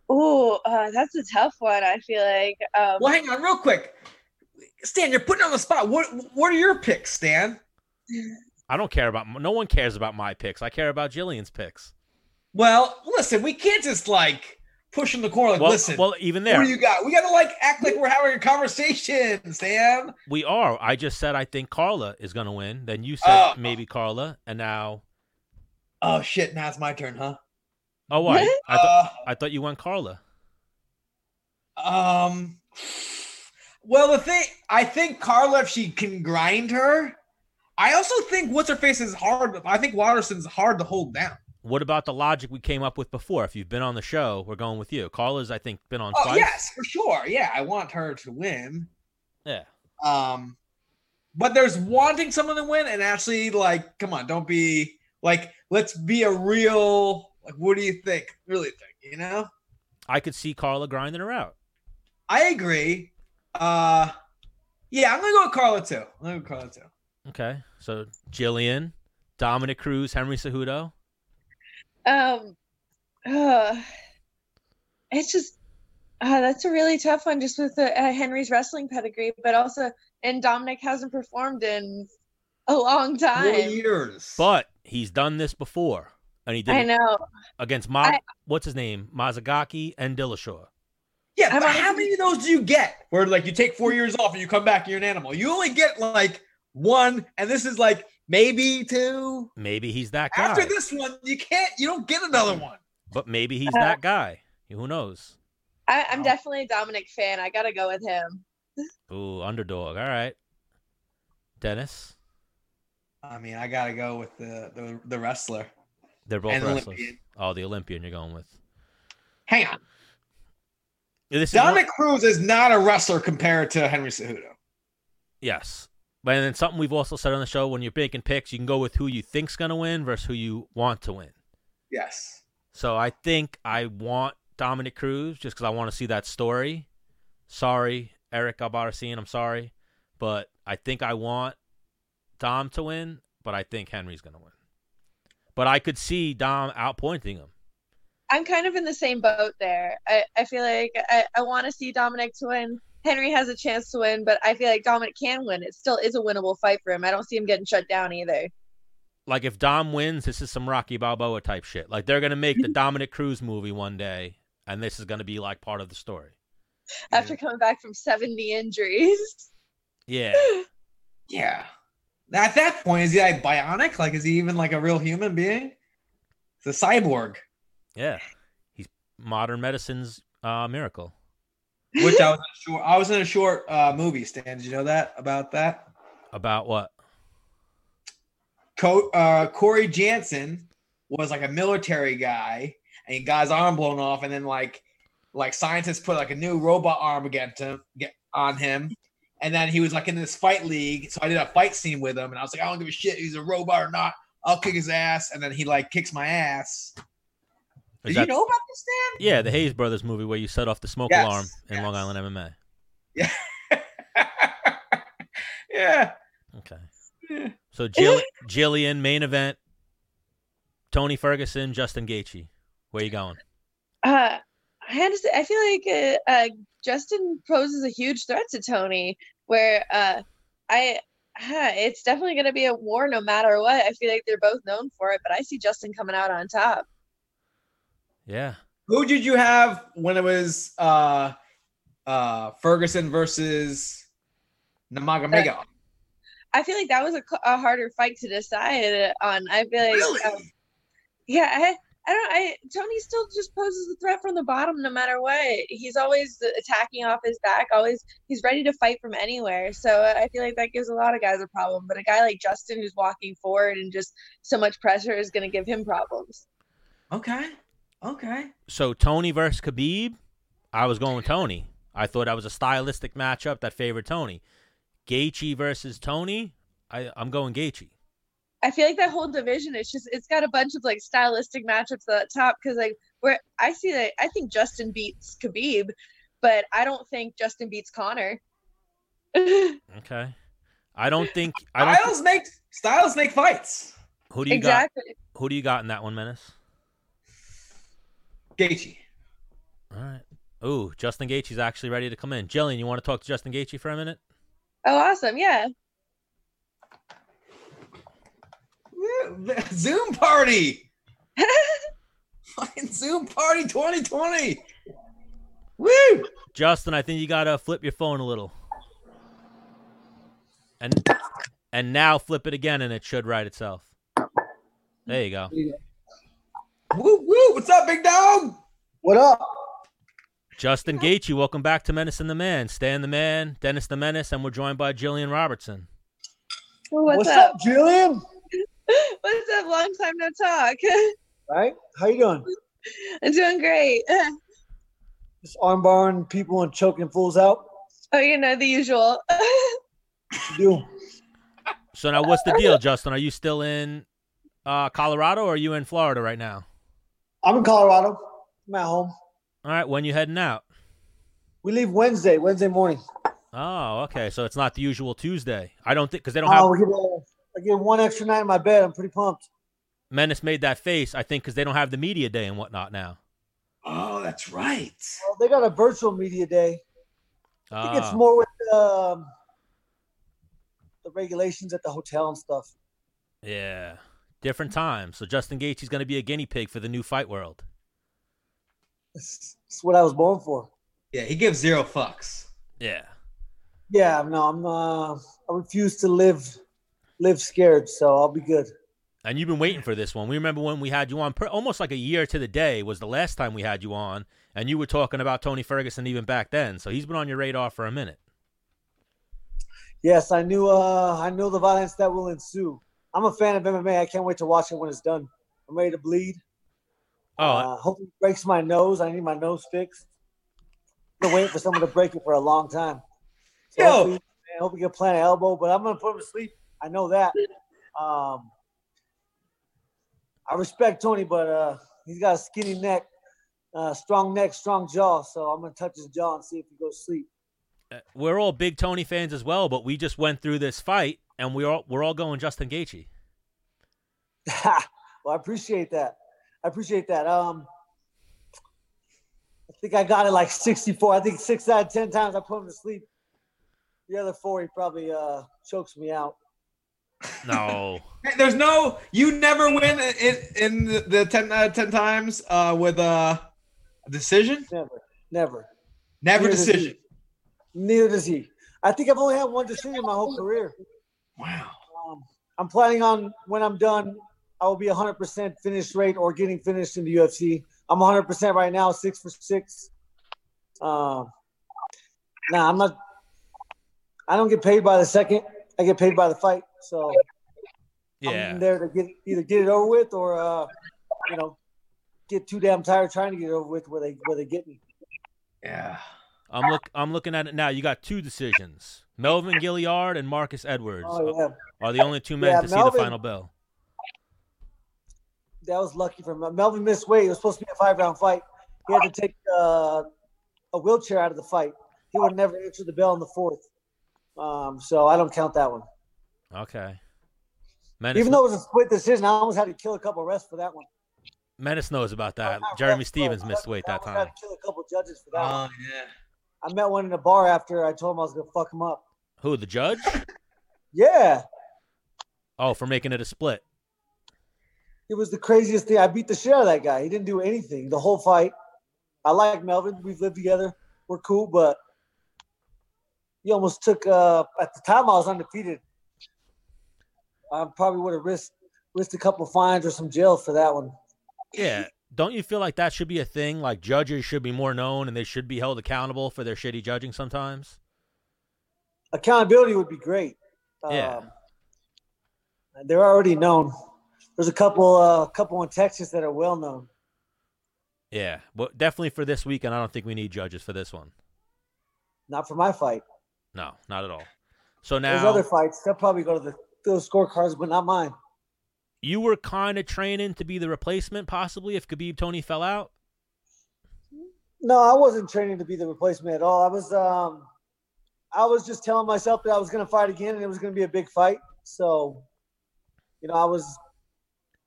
S4: Oh, uh, that's a tough one. I feel like. Um,
S2: Well, hang on real quick. Stan, you're putting on the spot. What What are your picks, Stan?
S1: I don't care about. No one cares about my picks. I care about Jillian's picks.
S2: Well, listen, we can't just like push in the corner. Like,
S1: well,
S2: listen,
S1: well, even
S2: what
S1: there,
S2: do you got? We got to like act like we're having a conversation, Stan.
S1: we are. I just said I think Carla is going to win. Then you said
S2: Oh.
S1: maybe Carla, and now
S2: Oh shit! Now it's my turn, huh?
S1: oh, what? I, thought
S2: Uh,
S1: I thought you went Carla.
S2: Um. Well, the thing I think Carla, if she can grind her, I also think what's her face is hard. I think Watterson's hard to hold down.
S1: What about the logic we came up with before? If you've been on the show, we're going with you. Carla's, I think, been on
S2: Oh
S1: twice.
S2: yes, for sure. Yeah, I want her to win.
S1: Yeah.
S2: Um, but there's wanting someone to win, and actually, like, come on, don't be like, let's be a real. Like, what do you think? Really think? You know?
S1: I could see Carla grinding her out.
S2: I agree. Uh, yeah, I'm gonna go with Carla too. I'm gonna go with Carla too.
S1: Okay. So Jillian, Dominic Cruz, Henry Cejudo.
S4: Um, uh, <sighs> it's just uh, that's a really tough one, just with uh, uh, Henry's wrestling pedigree, but also and Dominic hasn't performed in a long
S2: Four
S4: time.
S2: years.
S1: But he's done this before. And he did
S4: I
S1: it
S4: know.
S1: against Ma-
S4: I-
S1: what's his name? Mazagaki and Dillashaw.
S2: Yeah,
S4: I'm
S2: but
S4: on-
S2: how many of those do you get? Where like you take four years off and you come back, and you're an animal. You only get like one, and this is like maybe two.
S1: Maybe he's that guy.
S2: After this one, you can't. You don't get another one.
S1: But maybe he's
S4: Uh,
S1: that guy. Who knows?
S4: I, I'm
S2: Wow.
S4: definitely a Dominic fan. I gotta go with him.
S1: Ooh, underdog. All right. Dennis.
S2: I mean, I gotta go with the the, the wrestler
S1: They're both
S2: and the
S1: wrestlers.
S2: Olympian.
S1: Oh, the Olympian you're going with.
S2: Hang on,
S1: This is one-
S2: Dominic Cruz is not a wrestler compared to Henry Cejudo.
S1: Yes. But then something we've also said on the show when you're making picks, you can go with who you think's gonna win versus who you want to win.
S2: Yes.
S1: So I think I want Dominic Cruz just because I want to see that story. Sorry, Eric Albarracin, I'm sorry, but I think I want Dom to win, but I think Henry's gonna win. But I could see Dom outpointing him.
S4: I'm kind of in the same boat there. I, I feel like I, I want to see Dominic to win. Henry has a chance to win, but I feel like Dominic can win. It still is a winnable fight for him. I don't see him getting shut down either.
S1: Like if Dom wins, this is some Rocky Balboa type shit. Like they're gonna
S2: <laughs>
S1: make the Dominic Cruz movie one day, and this is gonna be like part of the story.
S4: After coming back from 70 injuries, <laughs>
S1: Yeah.
S2: Yeah. At that point, is he like bionic? Like, is he even like a real human being? It's a cyborg,
S1: Yeah. He's modern medicine's uh, miracle.
S2: which I was in a short. I was in a short uh, movie. Stan, did you know that about that?
S1: About what?
S2: Co- uh, Corey Jansen was like a military guy, and he got his arm blown off, and then like like scientists put like a new robot arm against him get on him, and then he was like in this fight league. So I did a fight scene with him, and I was like, I don't give a shit, if he's a robot or not. I'll kick his ass, and then he like kicks my ass.
S1: Is
S2: Did
S1: that-
S2: you know about this, Stan?
S1: Yeah, the Hayes Brothers movie where you set off the smoke
S2: Yes,
S1: alarm in Long
S2: yes.
S1: Island MMA.
S2: yeah.
S1: Okay.
S2: Yeah. <laughs>
S1: So Jill- Jillian main event. Tony Ferguson, Justin Gaethje. Where you going?
S4: uh, I had to say, I feel like uh, uh, Justin poses a huge threat to Tony. Where uh, I, huh, it's definitely going to be a war no matter what. I feel like they're both known for it, but I see Justin coming out on top.
S1: Yeah.
S2: Who did you have when it was uh uh Ferguson versus Namagamega?
S4: I feel like that was a, cl- a harder fight to decide on. I feel like,
S3: Really?
S4: um, yeah, I, I don't. I Tony still just poses a threat from the bottom, no matter what. He's always attacking off his back. Always, he's ready to fight from anywhere. So uh, I feel like that gives a lot of guys a problem. But a guy like Justin, who's walking forward and just so much pressure, is going to give him problems.
S2: Okay. Okay.
S1: So Tony versus Khabib, I was going with Tony. I thought that was a stylistic matchup that favored Tony. Gaethje versus Tony, I, I'm going Gaethje.
S4: I feel like that whole division is just it's got a bunch of like stylistic matchups at the top because like where I see that I think Justin beats Khabib, but I don't think Justin beats <laughs> Connor.
S1: Okay. I don't think I don't.
S2: Styles make Styles make fights.
S1: who do you
S4: exactly.
S1: got? Who do you got in that one, Menace?
S2: Gaethje.
S1: All right. Ooh, Justin Gaethje's actually ready to come in. Jillian, you want to talk to Justin Gaethje for a minute?
S4: Oh, awesome! Yeah,
S2: Zoom party. <laughs> Fucking Zoom party 2020. Woo!
S1: Justin, I think you gotta flip your phone a little, and and now flip it again, and it should right itself. There you go.
S2: Woo woo! What's up, big dog?
S5: What up?
S1: Justin Gaethje, welcome back to Menace and the Man. Stan the Man, Dennis the Menace, and we're joined by Jillian Robertson.
S4: what's, up?
S5: Julian?
S4: <laughs> What's up? Long time no talk. <laughs>
S5: Right? How you doing?
S4: I'm doing great. <laughs>
S5: Just armbarring people and choking fools out.
S4: Oh, you know the usual.
S5: You do.
S1: So now, what's the deal, Justin? Are you still in uh, Colorado or are you in Florida right now?
S5: I'm in Colorado. I'm at home.
S1: All right, when you heading out?
S5: We leave Wednesday, Wednesday morning.
S1: Oh, okay. So it's not the usual Tuesday. I don't think because they don't have
S5: Oh, we get, uh, I get one extra night in my bed. I'm pretty pumped.
S1: Menace made that face. I think because they don't have the media day and whatnot now.
S2: Oh, that's right.
S5: Well, they got a virtual media day. I think
S1: Ah,
S5: it's more with um, the regulations at the hotel and stuff. <laughs>
S1: yeah, different time. So Justin Gaethje's going to be a guinea pig for the new fight world.
S5: It's, it's what I was born for.
S2: Yeah, he gives zero fucks.
S1: Yeah.
S5: Yeah, no, I'm. Uh, I refuse to live, live scared. So I'll be good.
S1: And you've been waiting for this one. We remember when we had you on, per- almost like a year to the day was the last time we had you on, and you were talking about Tony Ferguson even back then. So he's been on your radar for a minute.
S5: Yes, I knew. Uh, I know the violence that will ensue. I'm a fan of MMA. I can't wait to watch it when it's done. I'm ready to bleed.
S1: Oh,
S5: uh, hopefully it breaks my nose. I need my nose fixed. I've been waiting for someone to break it for a long time. So
S2: Yo.
S5: hopefully, I hope we can plant an elbow, but I'm gonna put him to sleep. I know that. Um, I respect Tony, but uh, he's got a skinny neck, uh, strong neck, strong jaw. So I'm gonna touch his jaw and see if he goes to sleep.
S1: uh, we're all big Tony fans as well, but we just went through this fight, and we all we're all going Justin
S5: <laughs>
S1: Gaethje.
S5: well, I appreciate that. I appreciate that. Um, I think I got it like 64. I think six out of 10 times I put him to sleep. The other four, he probably uh, chokes me out.
S1: No,
S2: Hey, There's no you never win in in the, the ten out of ten times uh, with uh, a decision.
S5: Never, never.
S2: Never
S5: Neither does he.
S2: decision.
S5: Neither does he. I think I've only had one decision my whole career.
S2: Wow.
S5: Um, I'm planning on when I'm done, I will be 100% finish rate or getting finished in the UFC. I'm 100% right now, six for six. Um, nah, I'm not. I don't get paid by the second. I get paid by the fight. So I'm
S1: yeah,
S5: there to get either get it over with or uh, you know get too damn tired trying to get it over with where they where they get me.
S2: Yeah.
S1: I'm look I'm looking at it now. You got two decisions: Melvin Gilliard and Marcus Edwards
S5: Oh
S1: are-
S5: yeah,
S1: are the only two men
S5: Yeah,
S1: to see
S5: Melvin-
S1: the final bell.
S5: that was lucky for Mel- Melvin. Missed weight. It was supposed to be a five round fight. He had to take uh, a wheelchair out of the fight. He would have never answered the bell in the fourth. Um, so I don't count that one.
S1: Okay. Menace,
S5: Even though it was a split decision, I almost had to kill a couple refs for that one.
S1: Menace knows about
S5: <laughs>
S1: that.
S5: Not refs,
S1: Uh, Jeremy
S5: but
S1: Stevens missed
S5: judges.
S1: weight
S5: I
S1: that
S5: almost had
S1: time. Uh,
S5: to kill a couple judges for that. one.
S2: Oh yeah.
S5: I met one in a bar after I told him I was gonna fuck him up.
S1: Who the judge?
S5: Yeah,
S1: Oh, for making it a split.
S5: it was the craziest thing. I beat the shit out of that guy. He didn't do anything the whole fight. I like Melvin. We've lived together. We're cool, but he almost took. Uh, at the time, I was undefeated. I probably would have risked risked a couple fines or some jail for that one. <laughs>
S1: Yeah. Don't you feel like that should be a thing? Like judges should be more known and they should be held accountable for their shitty judging sometimes?
S5: Accountability would be great.
S1: Yeah.
S5: Um, they're already known. There's a couple uh, couple in Texas that are well known.
S1: Yeah. But definitely for this weekend, I don't think we need judges for this one.
S5: Not for my fight.
S1: No, not at all. So
S5: There's
S1: now
S5: other fights. They'll probably go to the those scorecards, but not mine.
S1: you were kind of training to be the replacement possibly if Khabib Tony fell out.
S5: No, I wasn't training to be the replacement at all. I was um I was just telling myself that I was gonna fight again and it was gonna be a big fight. So you know, I was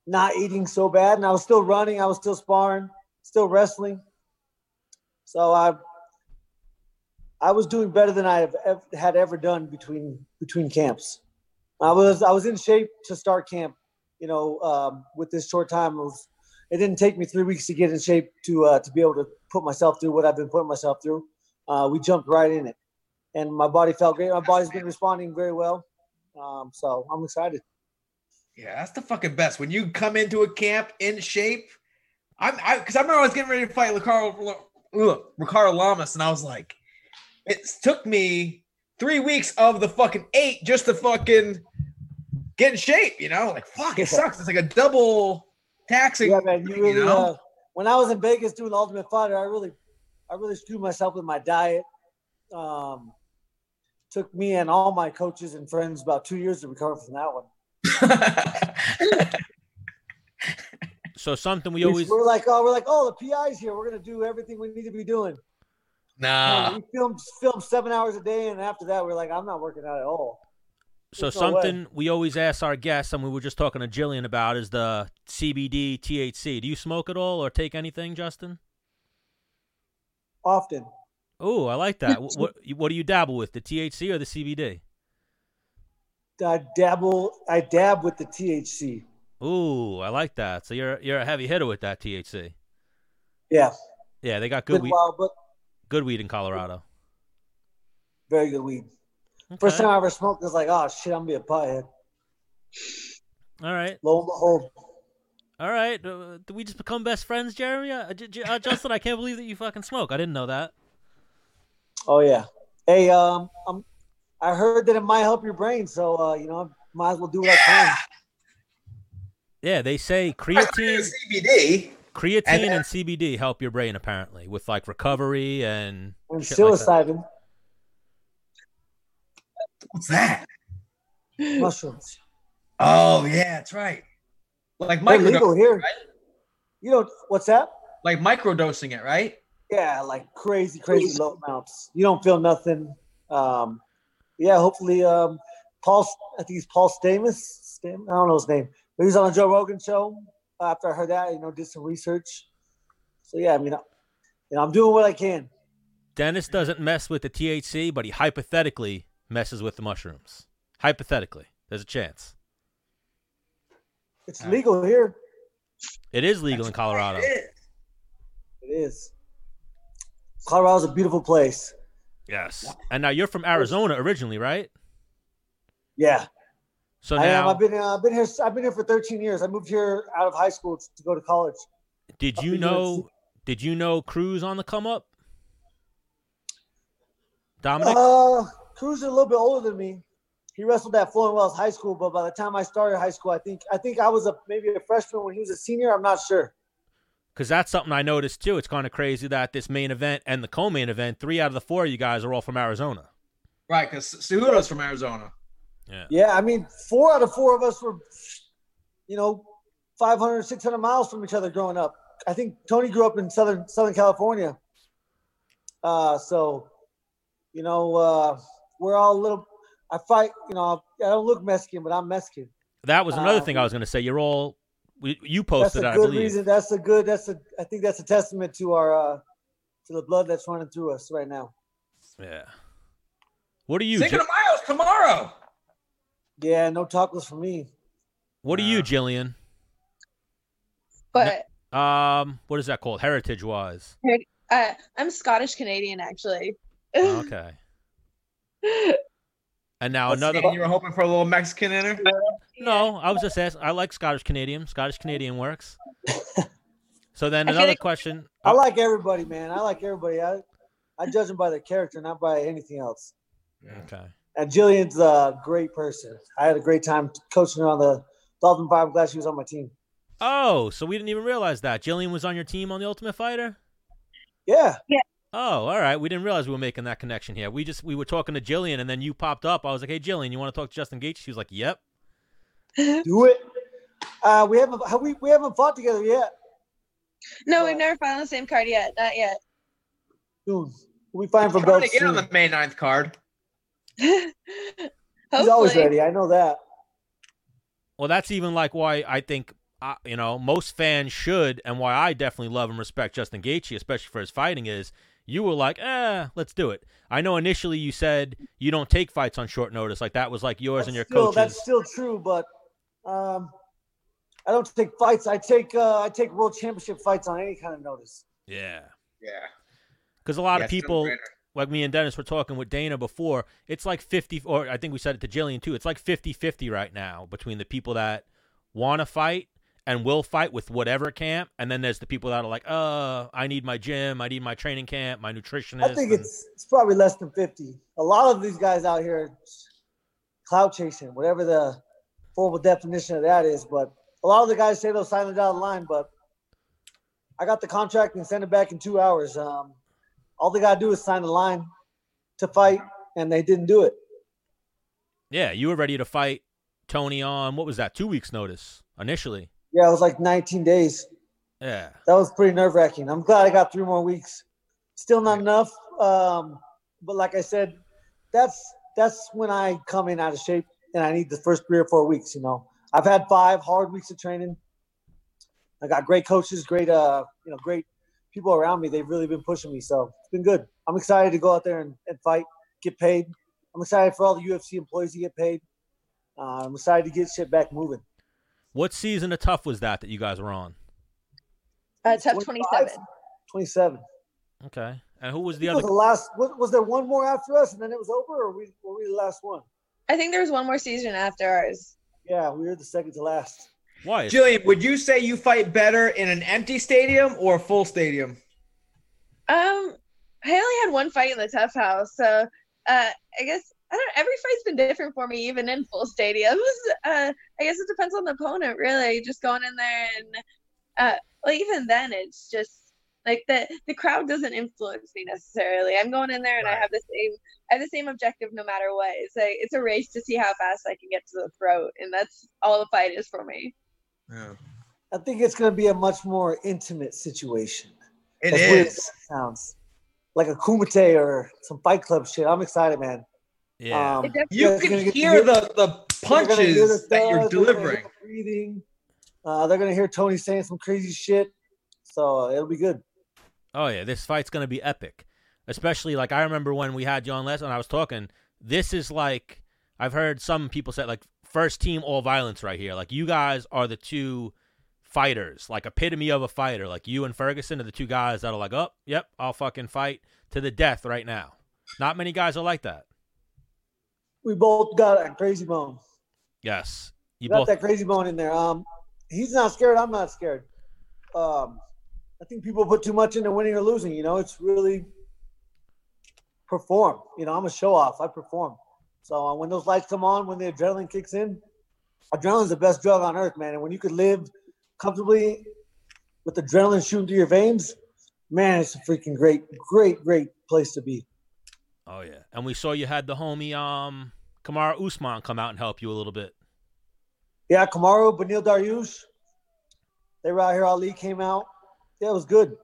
S5: not eating so bad and I was still running, I was still sparring, still wrestling. So I I was doing better than I have ev- had ever done between between camps. I was I was in shape to start camp, you know, um, with this short time. It was it didn't take me three weeks to get in shape to uh, to be able to put myself through what I've been putting myself through. Uh, we jumped right in it, and my body felt great. My body's been responding very well, um, so I'm excited.
S2: Yeah, that's the fucking best. When you come into a camp in shape, I'm I because I remember I was getting ready to fight Ricardo ugh, Ricardo Lamas, and I was like, it took me three weeks of the fucking eight just to fucking get in shape. You know, like fuck, it sucks. It's like a double taxing.
S5: Yeah, man, you
S2: you
S5: really.
S2: know?
S5: Uh, when I was in Vegas doing the Ultimate Fighter, I really, I really screwed myself with my diet. Um, took me and all my coaches and friends about two years to recover from that one. uh,
S1: So something we
S5: We
S1: always
S5: are like, oh, we're like, oh, the PI's here. We're gonna do everything we need to be doing.
S2: <laughs> nah.
S5: we filmed filmed seven hours a day, and after that, we're like, I'm not working out at all.
S1: so
S5: There's no way.
S1: something we always ask our guests and we were just talking to Jillian about is the CBD THC. Do you smoke at all or take anything, Justin?
S5: Often,
S1: Oh, I like
S5: <laughs>
S1: that. what, what what do you dabble with, the THC or the CBD?
S5: I dabble. I dab with the THC.
S1: Ooh, I like that. So you're you're a heavy hitter with that THC.
S5: Yeah,
S1: Yeah, they got
S5: good,
S1: good weed,
S5: wild, but
S1: good weed in Colorado.
S5: very good weed. First
S1: Okay.
S5: time I ever smoked, I was like, oh shit, I'm gonna be a pothead.
S1: All right,
S5: Lo oh, and behold,
S1: all right. Uh, did we just become best friends, Jeremy? Uh, J- J- uh, Justin, I can't believe that you fucking smoke. I didn't know that.
S5: oh yeah. Hey, um, I'm, I heard that it might help your brain, so uh, you know, might as well do what I can.
S1: Yeah, they
S5: <laughs>
S1: say
S2: I started
S1: creatine,
S2: with CBD.
S1: creatine,
S2: and-
S1: and CBD help your brain apparently with like recovery and
S5: And
S1: shit like that.
S5: psilocybin
S2: What's that?
S5: mushrooms.
S2: Oh yeah, that's right. Like
S5: They're
S2: micro,
S5: legal here. You know what's that?
S2: like microdosing it, right?
S5: Yeah, like crazy, crazy low amounts. You don't feel nothing. Um, yeah, hopefully, um, Paul. I think he's Paul Stamus. Stam, I don't know his name. But he was on the Joe Rogan show. After I heard that, you know, did some research. So yeah, I mean, I, you know, I'm doing what I can.
S1: Dennis doesn't mess with the THC, but he hypothetically messes with the mushrooms. Hypothetically, there's a chance
S5: It's legal here.
S1: it is legal in Colorado.
S5: It is. Colorado's a beautiful place.
S1: Yes. And now you're from Arizona originally, right?
S5: Yeah,
S1: So
S5: I am.
S1: now,
S5: I've been. Uh, I've been here. I've been here for 13 years. I moved here out of high school to go to college.
S1: did
S5: I've
S1: you
S5: been doing
S1: know? Did you know Cruz on the come up? Dominic.
S5: Uh, Cruz is a little bit older than me. He wrestled at Flowing Wells High School, but by the time I started high school, I think I think I was a maybe a freshman when he was a senior. I'm not sure.
S1: Because that's something I noticed too. It's kind of crazy that this main event and the co-main event, three out of the four of you guys are all from Arizona.
S2: Right, because Cejudo's from Arizona.
S5: Yeah, I mean, four out of four of us were, you know, 500, 600 miles from each other growing up. I think Tony grew up in southern Southern California. Uh, so, you know, uh, we're all a little. I fight, you know, I don't look Mexican, but I'm Mexican.
S1: That was another
S5: Um,
S1: thing I was going to say. You're all. we- You
S5: that's
S1: posted,
S5: a
S1: that, I
S5: good
S1: believe.
S5: reason. That's a good. That's a. I think that's a testament to our uh, to the blood that's running through us right now.
S1: Yeah. What are you? Ji-
S2: Cinco de Mayo's tomorrow.
S5: Yeah, no tacos for me.
S1: what are you, Jillian?
S4: <laughs> But
S1: Um, what is that called? Heritage wise.
S5: <laughs>
S4: <laughs>
S5: Oh.
S4: uh, I'm Scottish Canadian, actually.
S1: okay. And now
S2: Let's see,
S1: another.
S2: you were hoping for a little Mexican in there?
S1: No, I was just asking. I like Scottish Canadian. Scottish Canadian works.
S5: <laughs>
S1: so then
S4: I feel
S1: another
S4: like-
S1: question.
S5: I like everybody, man. I like everybody. I, I judge them by their character, not by anything else.
S1: Okay.
S5: And Jillian's a great person. I had a great time coaching her on the Dolphin Five. I'm glad she was on my team.
S1: Oh, so we didn't even realize that Jillian was on your team on the Ultimate Fighter.
S5: Yeah.
S1: Oh, all right. We didn't realize we were making that connection here. We just we were talking to Jillian, and then you popped up. I was like, "Hey, Jillian, you want to talk to Justin Gaethje?" She was like, "Yep."
S5: Do it. Uh, we haven't have we, we haven't fought together yet.
S4: No, we've never found the same card yet. Not yet.
S5: Soon. We'll be fighting for
S2: Trying to
S5: belts
S2: get on
S5: soon.
S2: the May 9th card.
S4: <laughs>
S5: He's always
S4: Hopefully.
S5: ready. I know that.
S1: Well, that's even like why I think uh, you know most fans should, and why I definitely love and respect Justin Gaethje, especially for his fighting, is you were like, "Eh, let's do it." I know initially you said you don't take fights on short notice, like that was like yours and your
S5: still,
S1: coaches.
S5: That's still true, but um, I don't take fights. I take uh, I take world championship fights on any kind of notice.
S1: Yeah,
S2: Yeah.
S1: because a lot
S2: Yeah,
S1: of
S2: it's
S1: people.
S2: no-brainer.
S1: like me and Dennis were talking with Dana before, it's like 50, or I think we said it to Jillian too, it's like 50 50 right now between the people that want to fight and will fight with whatever camp. And then there's the people that are like, uh, I need my gym, I need my training camp, my nutritionist.
S5: I think
S1: and-
S5: it's it's probably less than fifty. A lot of these guys out here, cloud chasing, whatever the formal definition of that is. But a lot of the guys say they'll sign it out of line. But I got the contract and sent it back in two hours. Um, all they gotta do is sign the line to fight, and they didn't do it.
S1: yeah, you were ready to fight Tony on, what was that, two weeks' notice initially?
S5: Yeah, it was like 19 days.
S1: Yeah.
S5: that was pretty nerve wracking. I'm glad I got three more weeks. Still not enough. Um, but like I said, that's that's when I come in out of shape and I need the first three or four weeks, you know. I've had five hard weeks of training. I got great coaches, great uh, you know, great people around me. They've really been pushing me, so it's been good. I'm excited to go out there and, and fight, get paid. I'm excited for all the UFC employees to get paid. Uh, I'm excited to get shit back moving.
S1: What season of Tough was that that you guys were on?
S4: Uh, top
S5: 25?
S4: 27.
S5: 27.
S1: Okay. And who was the
S5: It
S1: other?
S5: was the last. Was, was there one more after us, and then it was over, or we were we the last one?
S4: I think there was one more season after ours.
S5: Yeah, we were the second to last.
S1: Why? is-
S2: Jillian, would you say you fight better in an empty stadium or a full stadium?
S4: Um, I only had one fight in the tough house, so uh, I guess I don't. Every fight's been different for me, even in full stadiums. <laughs> Uh, I guess it depends on the opponent, really. Just going in there and, uh, well, even then, it's just like the the crowd doesn't influence me necessarily. I'm going in there and I have the same I have the same objective no matter what. It's a it's a race to see how fast I can get to the throat, and that's all the fight is for me.
S2: Yeah.
S5: I think it's going to be a much more intimate situation.
S2: It
S5: As weird as
S2: is.
S5: that sounds like a kumite or some Fight Club shit. I'm excited, man.
S1: yeah.
S5: Um,
S4: It def-
S2: You
S5: guys are
S2: can
S5: gonna get to
S2: hear
S5: hear-
S2: the, the
S5: they're gonna hear the
S2: punches that you're
S5: thuds, they're gonna hear
S2: delivering.
S5: the breathing. Uh, they're going to hear Tony saying some crazy shit, so it'll be good.
S1: Oh yeah, this fight's gonna be epic. Especially like I remember when we had John Les and I was talking. This is like I've heard some people say like first team all violence right here. Like you guys are the two fighters, like epitome of a fighter. Like you and Ferguson are the two guys that are like, oh, yep, I'll fucking fight to the death right now. Not many guys are like that.
S5: We both got a crazy bone.
S1: Yes, you
S5: got
S1: both.
S5: that crazy bone in there. Um, he's not scared. I'm not scared. Um, I think people put too much into winning or losing. You know, it's really perform. You know, I'm a show off. I perform. So uh, when those lights come on, when the adrenaline kicks in, adrenaline's the best drug on earth, man. And when you could live comfortably with adrenaline shooting through your veins, man, it's a freaking great, great, great place to be.
S1: Oh yeah, and we saw you had the homie um Kamara Usman come out and help you a little bit.
S5: Yeah, Kamaru, Benil Dariush. They were out here. Ali came out. Yeah, it was good.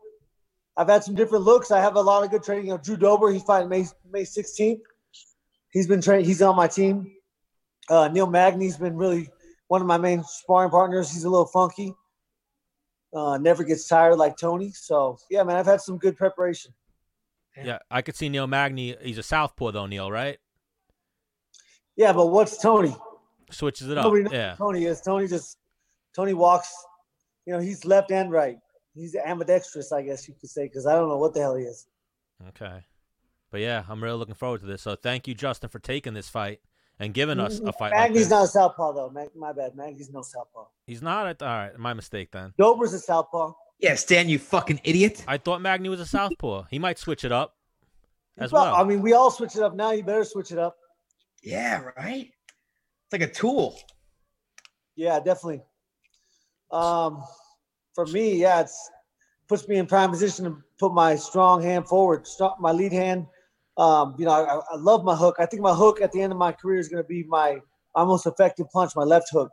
S5: I've had some different looks. I have a lot of good training. You know, Drew Dober, he's fighting May May 16th. He's been training. He's on my team. Uh, Neil Magny's been really one of my main sparring partners. He's a little funky. Uh, never gets tired like Tony. So yeah, man, I've had some good preparation.
S1: Yeah,
S2: Yeah.
S1: I could see Neil Magny. He's a southpaw though, Neil, right?
S5: Yeah, but what's Tony?
S1: Switches it up.
S5: Nobody knows
S1: Yeah.
S5: who Tony is. Tony just Tony walks. You know, he's left and right. He's ambidextrous, I guess you could say, because I don't know what the hell he is.
S1: Okay. But yeah, I'm really looking forward to this. So thank you, Justin, for taking this fight and given us a fight. Like
S5: Maggie's
S1: this.
S5: not a southpaw though. Mag- my bad. Maggie's no southpaw.
S1: He's not. At, all right, my mistake then.
S5: Dober's a southpaw.
S2: Yeah, Stan, you fucking idiot.
S1: I thought Magny was a southpaw. He might switch it up as
S5: Well, I
S1: well.
S5: mean, we all switch it up now. You better switch it up.
S2: Yeah, right. It's like a tool.
S5: Yeah, definitely. Um, for me, yeah, it's puts me in prime position to put my strong hand forward, start my lead hand. Um, you know, I, I- I love my hook. I think my hook at the end of my career is going to be my my most effective punch, my left hook.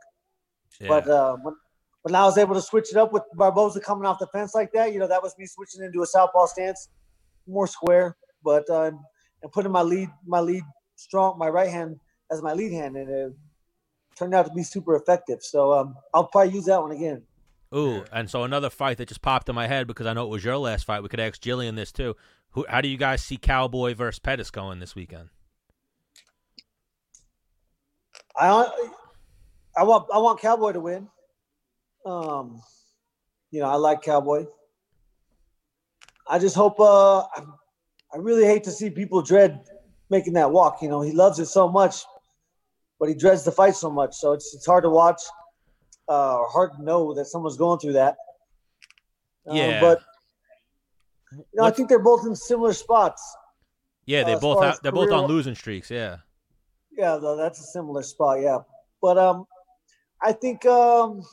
S1: Yeah.
S5: <laughs> But uh, when, when I was able to switch it up with Barboza coming off the fence like that, you know, that was me switching into a southpaw stance, more square, but um, and putting my lead, my lead strong, my right hand as my lead hand, and it turned out to be super effective. So um, I'll probably use that one again.
S1: Ooh, and so another fight that just popped in my head because I know it was your last fight. We could ask Jillian this too. Who? How do you guys see Cowboy versus Pettis going this weekend?
S5: I hon- I want I want Cowboy to win. Um, you know, I like Cowboy. I just hope. Uh, I, I really hate to see people dread making that walk. You know, he loves it so much, but he dreads the fight so much. So it's it's hard to watch, uh, or hard to know that someone's going through that. Um,
S1: Yeah.
S5: but you know, I
S1: What's-
S5: think they're both in similar spots.
S1: Yeah, they
S5: Uh, as
S1: both
S5: far
S1: out,
S5: as
S1: they're both on
S5: career-
S1: losing streaks. Yeah,
S5: Yeah, though that's a similar spot. Yeah, but um, I think um,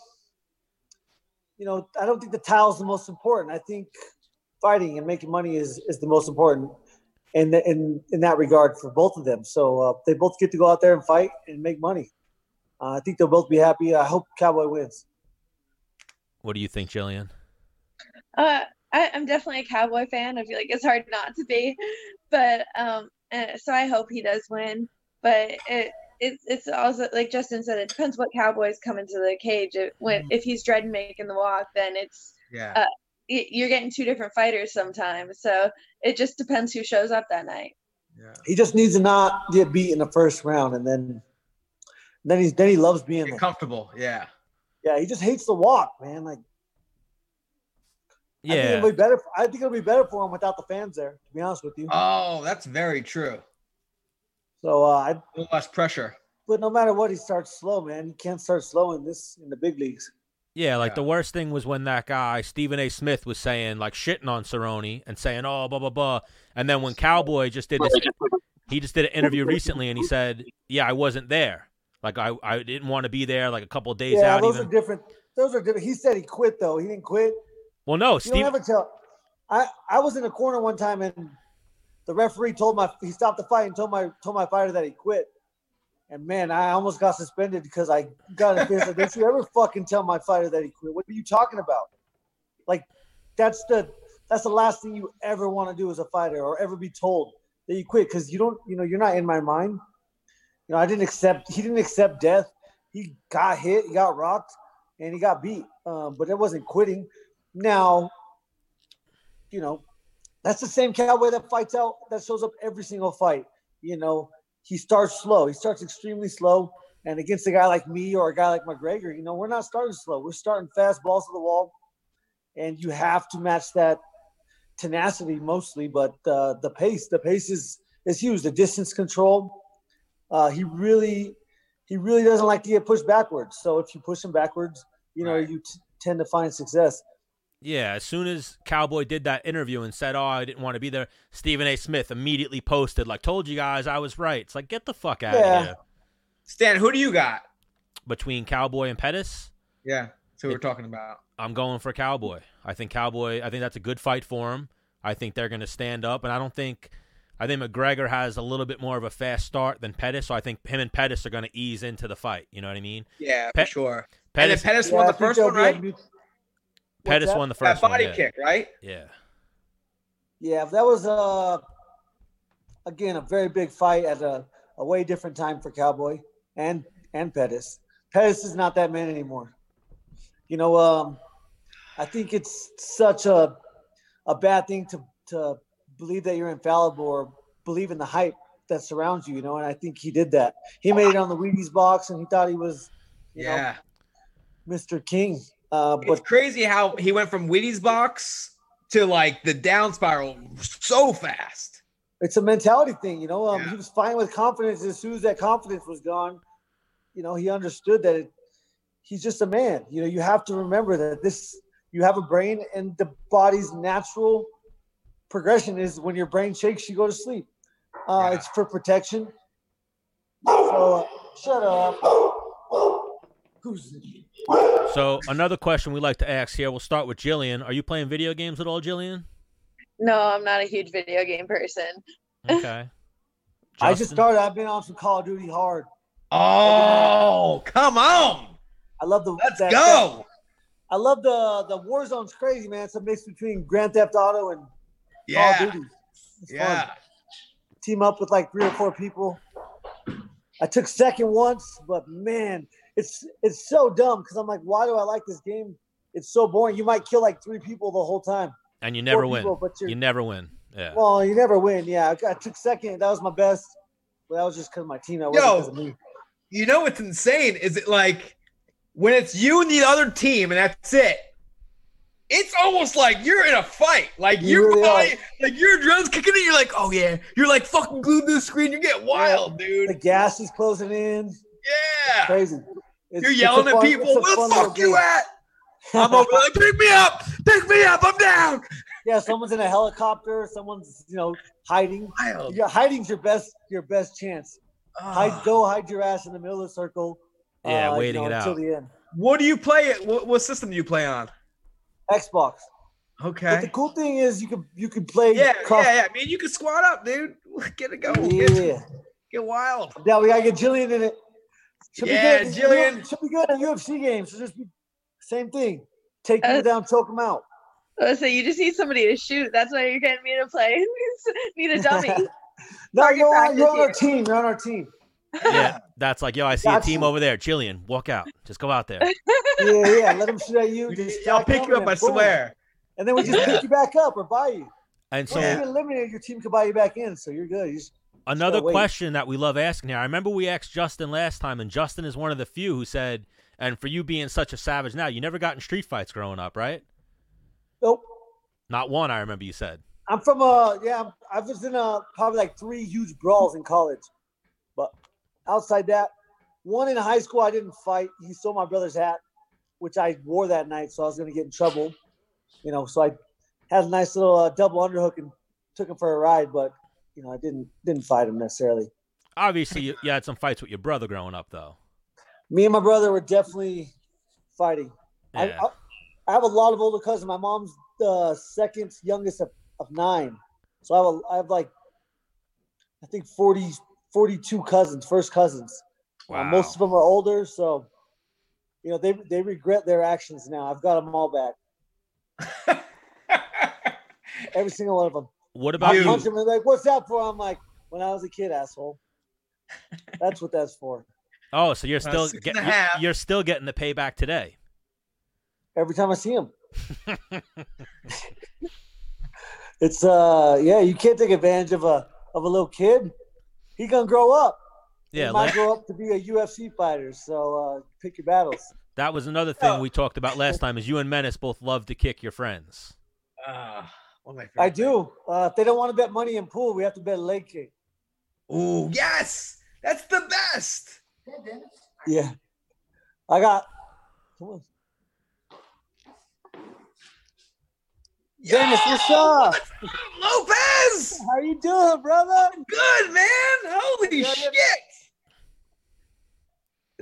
S5: you know, I don't think the tile's the most important. I think fighting and making money is is the most important, in the, in in that regard for both of them. So uh, they both get to go out there and fight and make money. Uh, I think they'll both be happy. I hope Cowboy wins.
S1: what do you think, Jillian?
S4: Uh, I, I'm definitely a Cowboy fan. I feel like it's hard not to be, but um, uh, so I hope he does win. But it, it it's also like Justin said, it depends what Cowboys come into the cage. It, when, if he's dreading making the walk, then it's
S2: Yeah.
S4: y- you're getting two different fighters sometimes. So it just depends who shows up that night.
S2: yeah.
S5: He just needs to not get beat in the first round, and then then he's then he loves being
S2: Get
S5: there.
S2: comfortable. Yeah.
S5: Yeah, he just hates the walk, man. Like. I think
S1: Yeah,
S5: it'll be better. I think it'll be better for him without the fans there. To be honest with you.
S2: Oh, that's very true.
S5: So, uh, I,
S2: A little less pressure.
S5: but no matter what, he starts slow, man. He can't start slow in this in the big leagues.
S1: yeah. Like
S2: Yeah.
S1: the worst thing was when that guy Stephen A. Smith was saying like shitting on Cerrone and saying oh blah blah blah, and then when Cowboy just did this, he just did an interview recently and he said yeah I wasn't there. Like I, I didn't want to be there. Like a couple days
S5: yeah,
S1: out
S5: those
S1: even.
S5: are different. Those are different. He said he quit though. He didn't quit.
S1: well, no,
S5: You don't
S1: Oh, Steve.
S5: ever tell. I I was in a corner one time and the referee told my he stopped the fight and told my told my fighter that he quit. And man, I almost got suspended because I got a fist. <laughs> Like, don't you ever fucking tell my fighter that he quit? What are you talking about? Like, that's the that's the last thing you ever want to do as a fighter or ever be told that you quit because you don't you know you're not in my mind. You know, I didn't accept. He didn't accept death. He got hit. He got rocked, and he got beat. Um, but it wasn't quitting. Now, you know, that's the same cowboy that fights out. That shows up every single fight. You know, he starts slow. He starts extremely slow. And against a guy like me or a guy like McGregor, you know, we're not starting slow. We're starting fast balls to the wall, and you have to match that tenacity mostly. But uh, the pace, the pace is is huge. The distance control. Uh, he really, he really doesn't like to get pushed backwards. So if you push him backwards, you know,
S2: Right.
S5: you t- tend to find success.
S1: Yeah, as soon as Cowboy did that interview and said, "Oh, I didn't want to be there," Stephen A. Smith immediately posted, "Like, told you guys I was right." It's like, get the fuck out
S5: Yeah.
S1: of here.
S2: Stan, who do you got?
S1: Between Cowboy and Pettis,
S2: Yeah. That's who we're talking about.
S1: I'm going for Cowboy. I think Cowboy. I think that's a good fight for him. I think they're going to stand up, and I don't think. I think McGregor has a little bit more of a fast start than Pettis, so I think him and Pettis are going to ease into the fight. You know what I mean?
S2: Yeah,
S1: Pe-
S2: for sure. and then
S1: Pettis,
S2: Pettis
S5: Yeah,
S2: won
S5: I
S2: the
S5: think
S2: first one,
S5: there'll be a
S2: right?
S5: mut- What's
S1: Pettis
S5: that?
S1: won the
S2: That
S1: first
S2: body
S1: one. Yeah.
S2: kick, right?
S1: yeah.
S5: Yeah, that was uh again a very big fight at a, a way different time for Cowboy and and Pettis. Pettis is not that man anymore. You know, um, I think it's such a a bad thing to to believe that you're infallible or believe in the hype that surrounds you. You know, and I think he did that. He made it on the Wheaties box, and he thought he was, you
S2: Yeah.
S5: know, Mr. King. Uh,
S2: it's
S5: but
S2: crazy how he went from Wheaties box to like the down spiral so fast.
S5: it's a mentality thing, you know. Um,
S2: Yeah.
S5: He was fine with confidence. As soon as that confidence was gone, you know, he understood that it, he's just a man. You know, you have to remember that this you have a brain, and the body's natural progression is when your brain shakes, you go to sleep. Uh,
S2: Yeah.
S5: It's for protection. So uh, shut up. Who's
S1: So another question we like to ask here. We'll start with Jillian. Are you playing video games at all, Jillian?
S4: No, I'm not a huge video game person.
S1: Okay.
S5: I just
S1: Justin?
S5: started. I've been on some Call of Duty hard.
S2: Oh, come on.
S5: I love the.
S2: Let's
S5: that- Oh, that-
S2: go.
S5: I love the the Warzone's crazy, man. It's a mix between Grand Theft Auto and Call of
S2: Yeah.
S5: Duty. It's
S2: Yeah.
S5: fun. Team up with like three or four people. I took second once, but man, it's it's so dumb because I'm like, why do I like this game? It's so boring. You might kill like three people the whole time.
S1: And you never
S5: Four
S1: win.
S5: people, but you're,
S1: You never win. Yeah.
S5: <laughs> well, you never win. Yeah, I, got- I took second. That was my best. But that was just because my team. That
S2: Yo.
S5: wasn't 'cause of me.
S2: You know what's insane is it like when it's you and the other team and that's it. It's almost like you're in a fight. Like
S5: You
S2: you're
S5: really are.
S2: probably- like your adrenaline's kicking in. You're like, oh yeah. You're like fucking glued to the screen. You get wild,
S5: The
S2: dude.
S5: gas is closing in.
S2: Yeah.
S5: Crazy. It's-
S2: You're
S5: it's a
S2: yelling at
S5: fun-
S2: people.
S5: it's a
S2: Where
S5: fun
S2: the
S5: little
S2: fuck you
S5: game. <laughs>
S2: at? I'm over there, like, pick me up, pick me up. I'm down.
S5: Yeah, someone's in a helicopter. Someone's you know hiding.
S1: Oh.
S2: Wild.
S5: Yeah, hiding's your best your best chance.
S2: Ah.
S5: Hide, go hide your ass in the middle of the circle. uh,
S1: Yeah,
S5: you
S1: waiting it
S5: until
S1: out.
S5: the end.
S2: What do you play? It. What, what system do you play on?
S5: Xbox. But the
S2: Okay.
S5: cool thing is you could you could play.
S2: Yeah,
S5: cross-
S2: yeah, Oh, yeah. I mean, you can squat up, dude. <laughs> Get it going.
S5: yeah.
S2: Get, get wild.
S5: Now we gotta get Jillian in it.
S2: Yeah,
S5: good.
S2: Jillian.
S5: Should be good at UFC games. Should just be same thing. Take people
S4: Uh,
S5: down, choke them out.
S4: Listen, you just need somebody to shoot. That's why you're getting me to play. <laughs> need a dummy.
S5: <laughs> No,
S4: target
S5: you're on,
S4: practice
S5: you're on our
S4: here.
S5: team. You're on our team.
S1: Yeah. That's like, yo, I see a
S5: That's-
S1: team over there. Jillian, walk out. Just go out there.
S5: Yeah, yeah. Let them shoot at you.
S2: I'll
S5: distract
S2: pick
S5: them,
S2: you
S5: and
S2: up, I
S5: boom.
S2: swear.
S5: And then we just pick you back up or buy you.
S1: And so
S5: Once you get eliminated, your team can buy you back in, so you're good. You just-
S1: another
S5: Yeah, wait.
S1: question that we love asking here. I remember we asked Justin last time, and Justin is one of the few who said, and for you being such a savage now, you never got in street fights growing up, right?
S5: nope.
S1: Not one, I remember you said.
S5: I'm from uh yeah, I'm, I was in uh probably like three huge brawls in college. But outside that, one in high school I didn't fight. He stole my brother's hat, which I wore that night, so I was gonna get in trouble. You know, so I had a nice little uh, double underhook and took him for a ride, but you know, I didn't didn't fight him necessarily.
S1: Obviously, you, you had some fights with your brother growing up, though.
S5: Me and my brother were definitely fighting. I,
S1: Yeah.
S5: I, I have a lot of older cousins. My mom's the second youngest of, of nine. So I have, a, I have like, I think 40, 42 cousins, first cousins. Uh, most of them are older. So, you know, they, they regret their actions now. I've got them all back. Every single one of them.
S1: What about
S5: I
S2: You.
S5: punch them and they're like, what's that for? I'm like, when I was a kid, asshole. That's what that's for.
S1: Oh, so you're
S2: Uh,
S1: still
S2: six
S1: get,
S2: and a
S1: you're,
S2: half.
S1: you're still getting the payback today.
S5: Every time I see them. It's uh yeah, you can't take advantage of a of a little kid. He gonna grow up.
S1: yeah,
S5: he might
S1: like,
S5: grow up to be a UFC fighter. So uh, pick your battles.
S1: that was another thing
S2: Yeah.
S1: we talked about last time. Is you and Menace both love to kick your friends?
S2: <laughs> Ah, one of my
S5: I
S2: favorite
S5: do. Uh, if they don't want to bet money in pool, we have to bet leg kick.
S2: things. Ooh, yes. That's the best.
S5: Yeah, I got. Come on. Dennis, what's
S2: Yo,
S5: up?
S2: Lopez.
S5: How you doing, brother?
S2: Good, man. Holy
S5: Yeah, yeah.
S2: shit.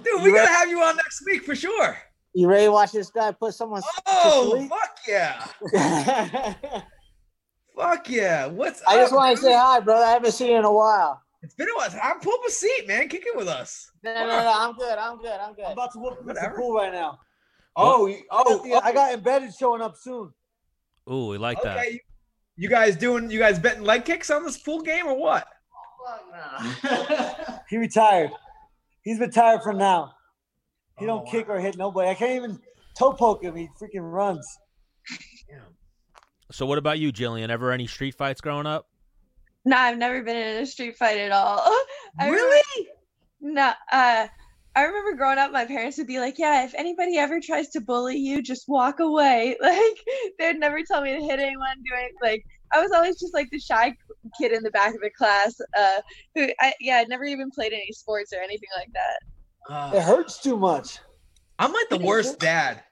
S2: Dude, we
S5: You
S2: got to
S5: ready?
S2: have you on next week for sure.
S5: You ready to watch this guy put someone?
S2: Oh,
S5: <laughs> asleep?
S2: fuck yeah.
S5: I
S2: Fuck yeah. What's
S5: just
S2: up,
S5: want to
S2: dude?
S5: say hi, brother. I haven't seen you in a while.
S2: It's been a while. I'm pull up a seat, man. Kick it with us.
S6: No, no, no, I'm good. I'm good. I'm
S5: I'm
S6: good.
S5: about to whoop Mr.
S2: Whatever.
S5: Pool right now.
S2: Oh, you- oh,
S5: Yeah, I got embedded showing up soon.
S1: Ooh, we like
S2: okay.
S1: that.
S2: You, you guys doing? You guys betting leg kicks on this pool game or what?
S5: He retired. He's retired from now. He
S2: Oh,
S5: don't
S2: wow.
S5: kick or hit nobody. I can't even toe poke him. He freaking runs.
S1: So, what about you, Jillian? Ever any street fights growing up?
S4: No, I've never been in a street fight at all. <laughs> I
S2: Really?
S4: No, uh, I remember growing up, my parents would be like, "Yeah, if anybody ever <laughs> tries to bully you, just walk away." Like they'd never tell me to hit anyone, do it. Like I was always just like the shy kid in the back of the class. Uh, who, I, yeah, I never even played any sports or anything like that.
S5: It
S2: Uh,
S5: hurts too much.
S2: I'm like the worst dad.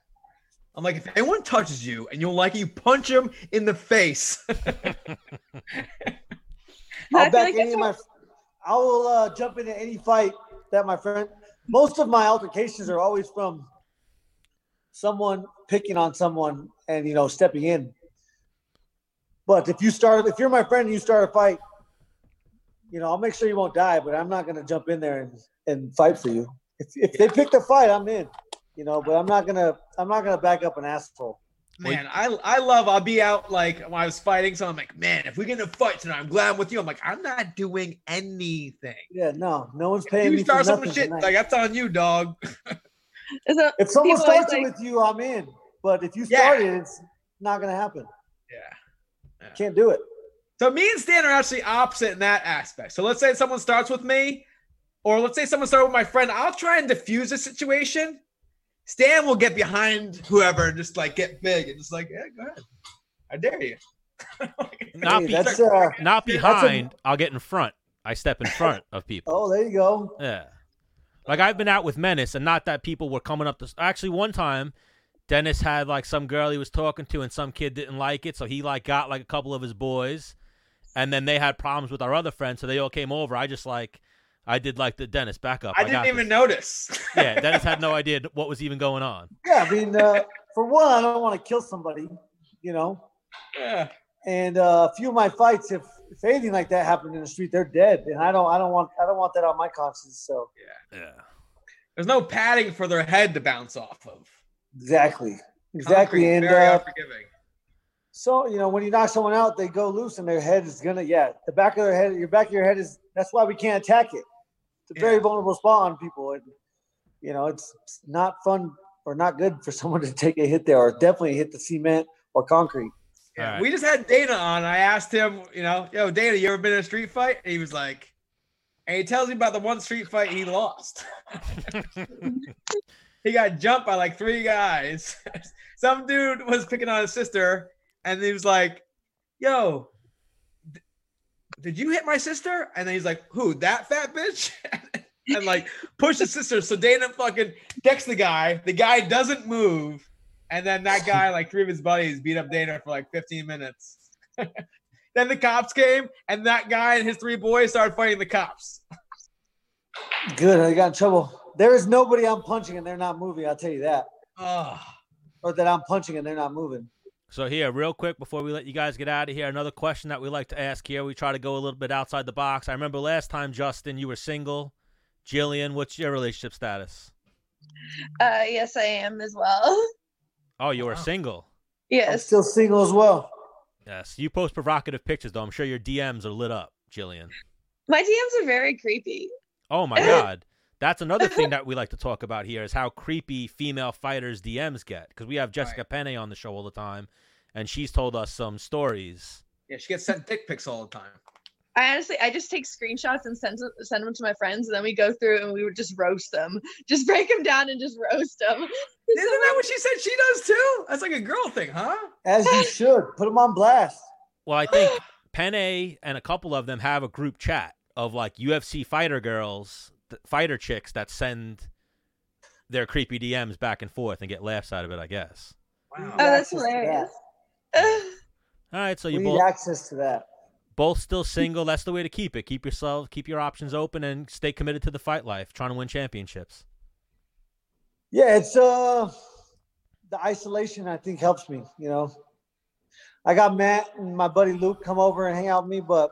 S2: I'm like, if anyone touches you and you don't like it, you punch them in the face.
S4: I
S5: I'll
S4: feel
S5: back
S4: like
S5: any
S4: that's
S5: of my. I will uh, jump into any fight that my friend. Most of my altercations are always from someone picking on someone and you know stepping in. But if you start, if you're my friend and you start a fight, you know I'll make sure you won't die. But I'm not going to jump in there and, and fight for you. If, if they pick the fight, I'm in. You know, but I'm not gonna. I'm not gonna back up an asshole.
S2: Man, I, I love, I'll be out like when I was fighting. So I'm like, man, if we get in a fight tonight, I'm glad I'm with you. I'm like, I'm not doing anything.
S5: Yeah, no, no one's paying
S2: You
S5: me
S2: start
S5: for
S2: some
S5: nothing
S2: shit,
S5: tonight.
S2: like that's on you, dog.
S4: So
S5: If someone
S4: People always
S5: starts it
S4: like-
S5: with you, I'm in. But if you
S2: Yeah.
S5: start it, it's not gonna happen.
S2: Yeah.
S5: Can't do it.
S2: So me and Stan are actually opposite in that aspect. So let's say someone starts with me, or let's say someone starts with my friend. I'll try and diffuse the situation. Stan will get behind whoever and just like get big and just like, yeah, go ahead. I dare you. <laughs>
S1: Not,
S5: Hey,
S1: be,
S5: that's uh,
S1: not
S5: that's a-
S1: behind. i I'll get in front. I step in front of people.
S5: oh, there you go.
S1: Yeah. Like I've been out with Menace, and not that people were coming up. To, actually, one time, Dennis had like some girl he was talking to, and some kid didn't like it, so he like got like a couple of his boys, and then they had problems with our other friends, so they all came over. I just like, I did like the Dennis backup.
S2: I didn't even notice. <laughs>
S1: Yeah, Dennis had no idea what was even going on.
S5: Yeah, I mean, uh, for one, I don't want to kill somebody, you know.
S2: yeah.
S5: And uh, a few of my fights, if if anything like that happened in the street, they're dead. And I don't, I don't want, I don't want that on my conscience. So
S1: Yeah.
S2: There's no padding for their head to bounce off of.
S5: exactly, exactly.
S2: Concrete's
S5: And
S2: very
S5: uh,
S2: unforgiving.
S5: so you know, when you knock someone out, they go loose, and their head is gonna, yeah, the back of their head, your back of your head is. That's why we can't attack it. It's a very
S2: Yeah.
S5: vulnerable spot on people, and you know, it's, it's not fun or not good for <laughs> someone to take a hit there, or definitely hit the cement or concrete.
S2: Yeah,
S1: Alright.
S2: we just had Dana on. I asked him, you know, yo, Dana, you ever been in a street fight? And he was like, and he tells me about the one street fight he lost. he got jumped by like three guys. <laughs> Some dude was picking on his sister, and he was like, yo, d- did you hit my sister? And then he's like, who, that fat bitch? <laughs> and like push his sister. So Dana fucking decks the guy. The guy doesn't move. And then that guy, like three of his buddies, beat up Dana for like 15 minutes. <laughs> then the cops came, and that guy and his three boys started fighting the cops.
S5: Good, I got in trouble. There is nobody I'm punching and they're not moving. I'll tell you that,
S2: Oh,
S5: or that I'm punching and they're not moving.
S1: So here, real quick, before we let you guys get out of here, another question that we like to ask here. We try to go a little bit outside the box. I remember last time, Justin, you were single. Jillian, what's your relationship status?
S4: uh, yes, I am as well. <laughs>
S1: Oh, you are
S2: Wow.
S1: single.
S5: I'm
S4: Yes.
S5: still single as well.
S1: Yes, you post provocative pictures though. I'm sure your DMs are lit up, Jillian.
S4: My DMs are very creepy.
S1: Oh my God, that's another thing that we like to talk about here is how creepy female fighters' DMs get. Because we have Jessica Penne on the show all the time, and she's told us some stories.
S2: yeah, she gets sent dick pics all the time.
S4: I honestly, I just take screenshots and send send them to my friends, and then we go through and we would just roast them, just break them down and just roast <laughs> them.
S2: Isn't that what she said she does too? That's like a girl thing, huh?
S4: <laughs>
S5: As you should. Put them on blast.
S1: Well, I think Penne and a couple of them have a group chat of like UFC fighter girls, th- fighter chicks that send their creepy DMs back and forth and get laughs out of it. I guess.
S5: Wow.
S4: Oh, that's
S5: access to that.
S4: hilarious. <laughs>
S1: All right, so
S5: We
S1: you
S5: need
S1: both
S5: access to that.
S1: both still single. That's the way to keep it. Keep yourself, keep your options open, and stay committed to the fight life, trying to win championships.
S5: Yeah, it's uh the isolation I think helps me, you know. I got Matt and my buddy Luke come over and hang out with me, but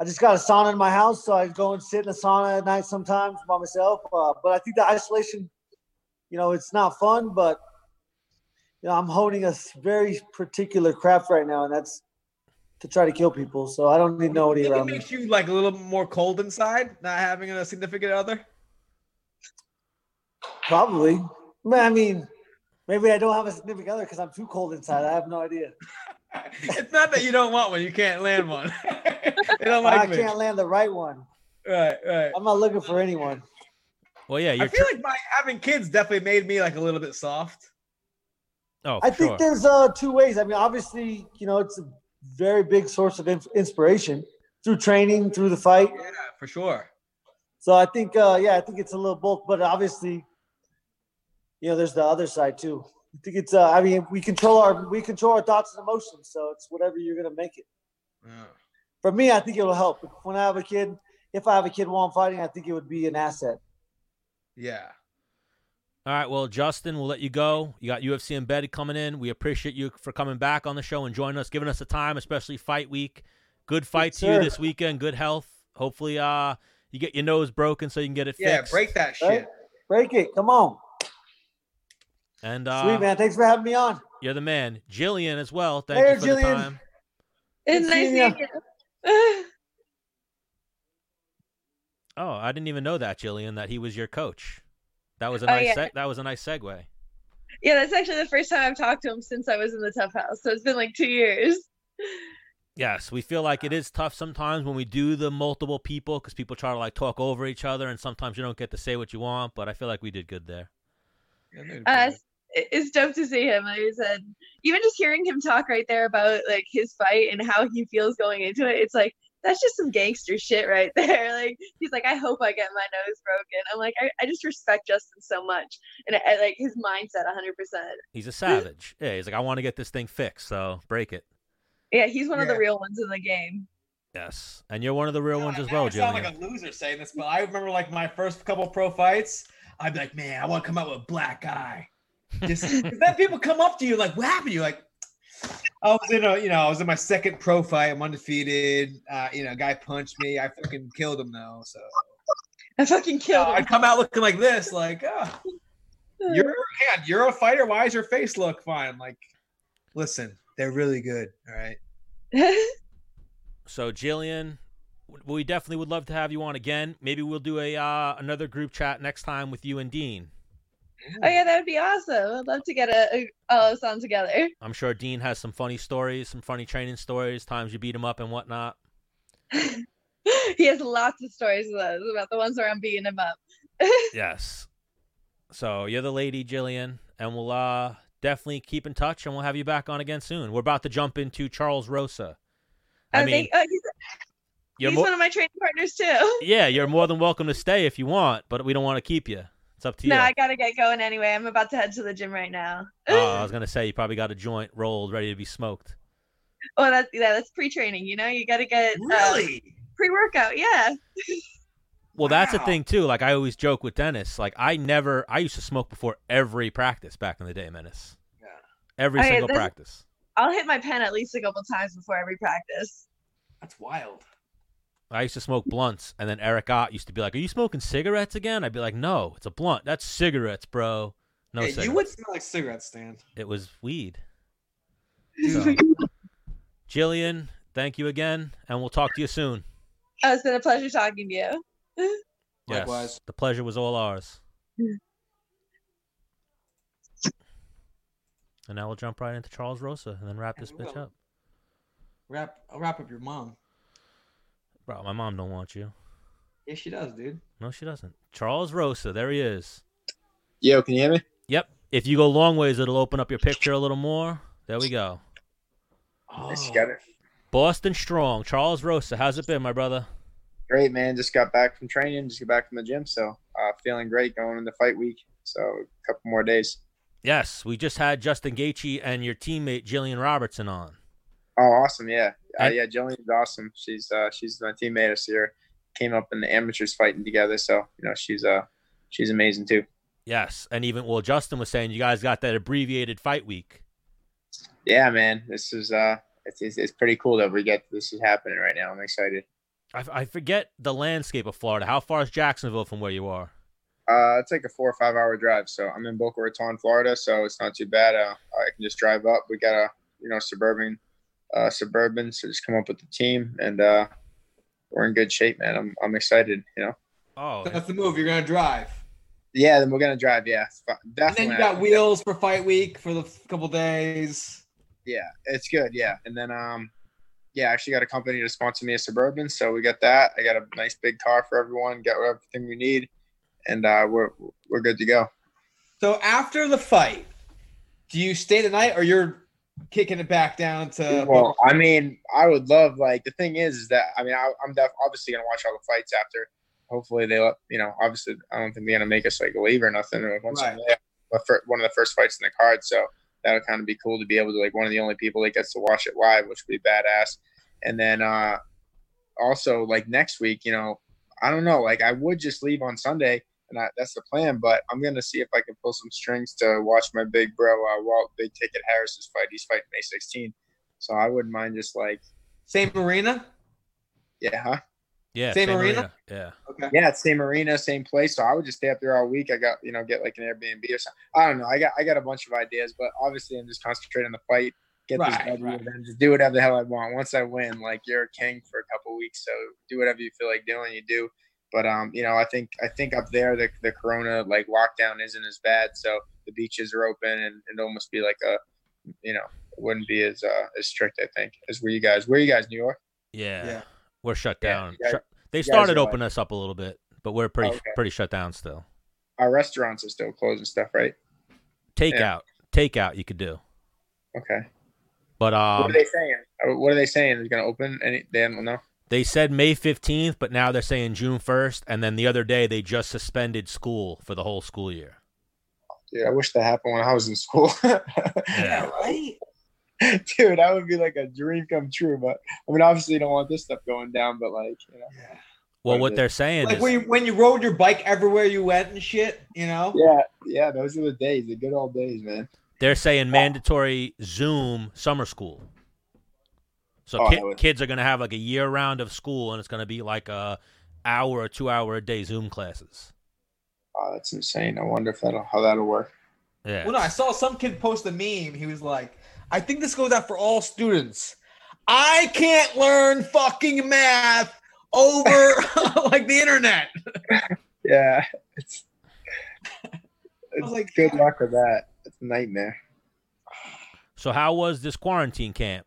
S5: I just got a sauna in my house, so I go and sit in the sauna at night sometimes by myself. Uh, but I think the isolation, you know, it's not fun, but you know, I'm honing a s- very particular craft right now, and that's to try to kill people. So I don't need nobody
S2: Think it
S5: around me.
S2: makes you like a little more cold inside, not having a significant other. <laughs>
S5: Probably. But, I mean, maybe I don't have a significant other because I'm too cold inside. I have no idea.
S2: it's not that you don't want one; you can't land one. <laughs> they don't <laughs>
S5: I
S2: like me.
S5: can't land the right one.
S2: Right, right.
S5: I'm not looking for anyone.
S1: Well, yeah,
S2: I
S1: you're.
S2: feel
S1: tr-
S2: like my having kids definitely made me like a little bit soft.
S1: oh,
S5: I
S1: sure.
S5: think there's uh two ways. I mean, obviously, you know, it's a very big source of inf- inspiration through training, through the fight.
S2: for sure.
S5: So I think, uh, yeah, I think it's a little both, but obviously, you know, there's the other side too. I think it's, uh, I mean, we control our, we control our thoughts and emotions. So it's whatever you're going to make it.
S2: Yeah.
S5: For me, I think it'll help. When I have a kid, if I have a kid while I'm fighting, I think it would be an asset.
S2: Yeah.
S1: All right, well, Justin, we'll let you go. You got UFC Embedded coming in. We appreciate you for coming back on the show and joining us, giving us the time, especially fight week. Good fight to you
S5: sir.
S1: this weekend. Good health. Hopefully, uh, you get your nose broken so you can get it
S2: Yeah,
S1: fixed.
S2: break that shit.
S5: Right? Break it. Come on.
S1: And uh,
S5: Sweet, man. Thanks for having me on.
S1: you're the man, Jillian, as well. Thank
S5: Hey,
S1: you for the
S5: Jillian.
S1: time.
S4: It's
S5: Good
S4: nice
S5: seeing ya.
S4: meeting you.
S1: Oh, I didn't even know that, Jillian, that he was your coach. That was a
S4: Oh,
S1: nice.
S4: yeah.
S1: se- that was a nice segue.
S4: <laughs> yeah, that's actually the first time I've talked to him since I was in the tough house. So it's been like two years.
S1: Yes, we feel like it is tough sometimes when we do the multiple people because people try to like talk over each other, and sometimes you don't get to say what you want. But I feel like we did good there.
S2: Yeah, dude,
S4: Uh, it- it's dope to see him. Like I said, even just hearing him talk right there about like his fight and how he feels going into it, it's like that's just some gangster shit right <laughs> there. Like he's like, I hope I get my nose broken. I'm like, I, I just respect Justin so much, and I, I like his mindset 100. percent
S1: He's a
S2: <laughs>
S1: savage. yeah, he's like, I want to get this thing fixed, so break it.
S4: Yeah, he's one of the
S2: Yeah.
S4: real ones in the game.
S1: Yes, and you're one of the real
S2: God,
S1: ones as
S2: now
S1: well,
S2: I sound
S1: Jillian.
S2: like a loser saying this, but I remember like my first couple pro fights. I'd be like, man, I want to come out with a black eye. Just
S1: <laughs>
S2: 'cause then people come up to you like, what happened? You're like, I was in a, you know, I was in my second pro fight. I'm undefeated. Uh, you know, a guy punched me. I fucking killed him though.
S1: <laughs>
S2: So
S4: I fucking killed
S2: I'd
S4: him.
S2: come out looking like this, like, oh, you're, hang on, you're a fighter. Why does your face look fine? I'm like, listen, they're really good. All right.
S4: <laughs>
S1: So Jillian, w- we definitely would love to have you on again. Maybe we'll do a uh, another group chat next time with you and Dean.
S4: oh yeah, that would be awesome. I'd love to get a, a all of us on together. <laughs>
S1: I'm sure Dean has some funny stories, some funny training stories, times you beat him up and whatnot.
S4: he has lots of stories of those about the ones where I'm beating him up.
S1: Yes. So you're the lady, Jillian, and we'll uh, definitely keep in touch, and we'll have you back on again soon. We're about to jump into Charles Rosa. I
S4: Oh,
S1: mean,
S4: thank- oh, he's
S1: you're
S4: he's
S1: more,
S4: one of my training partners too. <laughs>
S1: yeah, you're more than welcome to stay if you want, but we don't want to keep you. It's up to
S4: No,
S1: you.
S4: I gotta get going anyway. I'm about to head to the gym right now.
S1: Oh, I was gonna say you probably got a joint rolled, ready to be smoked.
S4: Oh, that's yeah, that's pre-training. You know, you gotta get uh,
S2: Really?
S4: pre-workout. Yeah.
S1: Well, that's the
S2: Wow.
S1: thing too. Like I always joke with Dennis, like I never, I used to smoke before every practice back in the day, Menace.
S2: Yeah.
S1: Every
S4: Okay,
S1: single
S4: this-
S1: practice.
S4: I'll hit my pen at least a couple times before every practice.
S2: That's wild.
S1: I used to smoke blunts, and then Eric Ott used to be like, "Are you smoking cigarettes again?" I'd be like, "No, it's a blunt. That's cigarettes, bro. No
S2: yeah,
S1: cigarettes.
S2: you would smell like cigarette stand.
S1: It was weed." So, Jillian, thank you again, and we'll talk to you soon.
S4: <laughs> Oh, it's been a pleasure talking to you.
S1: Yes,
S2: Likewise.
S1: the pleasure was all
S2: <laughs>
S1: ours. And now we'll jump right into Charles Rosa and then wrap this bitch up.
S2: Wrap, I'll wrap up your mom.
S1: Bro, my mom don't want you.
S2: Yeah, she does, dude.
S1: No, she doesn't. Charles Rosa, there he is.
S7: Yo, can you hear me?
S1: Yep. If you go long ways, it'll open up your picture a little more. There we go.
S2: Oh,
S7: Nice, you got it.
S1: Boston Strong, Charles Rosa. How's it been, my brother?
S7: Great, man. Just got back from training. Just got back from the gym, so uh, feeling great going into fight week. So a couple more days.
S1: Yes, we just had Justin Gaethje and your teammate Jillian Robertson on.
S7: Oh, awesome! Yeah, uh,
S1: And-
S7: yeah. Jillian's awesome. She's uh, she's my teammate this year. Came up in the amateurs fighting together, so you know she's uh she's amazing too.
S1: Yes, and even well, Justin was saying you guys got that abbreviated fight week.
S7: Yeah, man. This is uh it's it's, it's pretty cool that we get this is happening right now. I'm excited.
S1: I, I forget the landscape of Florida. How far is Jacksonville from where you are?
S7: Uh, it's like a four or five hour drive. So I'm in Boca Raton, Florida. So it's not too bad. Uh, I can just drive up. We got a you know suburban, uh, suburban. So just come up with the team, and uh, we're in good shape, man. I'm I'm excited. You know. <laughs>
S1: Oh,
S2: That's the move. You're gonna drive.
S7: Yeah, then we're gonna drive. Yeah, It's fi-
S2: And then
S7: definitely.
S2: you got wheels for fight week for the f- couple days.
S7: yeah, it's good. Yeah, and then um, yeah, I actually got a company to sponsor me a suburban. So we got that. I got a nice big car for everyone. Got everything we need, and uh, we're we're good to go.
S2: So after the fight, do you stay the night or you're kicking it back down to.
S7: well, I mean, I would love like the thing is, is that I mean, I, I'm def- obviously gonna watch all the fights after. Hopefully, they let you know. Obviously, I don't think they're gonna make us like leave or nothing. Like, Once
S2: Right.
S7: they have the fir- one of the first fights in the card, so that'll kind of be cool to be able to like one of the only people that gets to watch it live, which would be badass. And then uh also like next week, you know, I don't know. Like I would just leave on Sunday, and I, that's the plan. But I'm gonna see if I can pull some strings to watch my big bro uh, Walt Big Ticket Harris's fight. He's fighting May 16th, so I wouldn't mind just like
S2: same arena.
S7: yeah, huh?
S1: Yeah,
S2: Same arena?
S1: Yeah,
S2: Okay.
S7: yeah, it's same arena, same place. So I would just stay up there all week. I got you know get like an Airbnb or something. I don't know. I got I got a bunch of ideas, but obviously I'm just concentrating on the fight. Get this
S2: Right,
S7: W
S2: right.
S7: and then just do whatever the hell I want. Once I win, like you're a king for a couple weeks, so do whatever you feel like doing. You do, but um, you know, I think I think up there the the Corona like lockdown isn't as bad, so the beaches are open and it'd almost be like a, you know, it wouldn't be as uh as strict. I think as where you guys, where you guys, New York.
S1: yeah,
S2: Yeah.
S1: We're shut
S7: Yeah,
S1: down.
S7: you guys-
S1: Shut- they
S7: guys
S1: started
S7: are
S1: opening us up a little bit, but we're pretty
S7: Okay.
S1: pretty shut down still.
S7: Our restaurants are still closed and stuff, right?
S1: Takeout, takeout, you could do,
S7: Okay.
S1: but
S7: what
S1: um,
S7: are
S1: they-,
S7: they saying? Uh, What are they saying? Is it gonna open? Any? They don't know.
S1: said May fifteenth, but now they're saying June first, and then the other day they just suspended school for the whole school year.
S7: Dude, I wish that happened when I was in school. <laughs>
S1: Yeah.
S2: right.
S7: Dude, that would be like a dream come true. But I mean, obviously, you don't want this stuff going down. But like, you know.
S2: Yeah.
S1: Well,
S7: Right,
S1: what
S7: but-
S1: they're saying
S2: Like
S1: is,
S2: when you, when you rode your bike everywhere you went and shit, you know.
S7: Yeah, yeah, those are the days, the good old days, man.
S1: They're saying mandatory Zoom summer school. So
S7: Oh,
S1: ki-
S7: I would-
S1: kids are going to have like a year round of school, and it's going to be like a hour or two hour a day Zoom classes.
S7: Oh, that's insane. I wonder if that'll how that'll work.
S1: Yeah.
S2: Well, no, I saw some kid post a meme. He was like, I think this goes out for all students. I can't learn fucking math over
S1: <laughs>
S2: <laughs> like the internet.
S7: Yeah,
S2: <laughs>
S7: it's.
S2: was
S7: it's
S2: like,
S7: good luck with that. It's a nightmare.
S1: so how was this quarantine camp?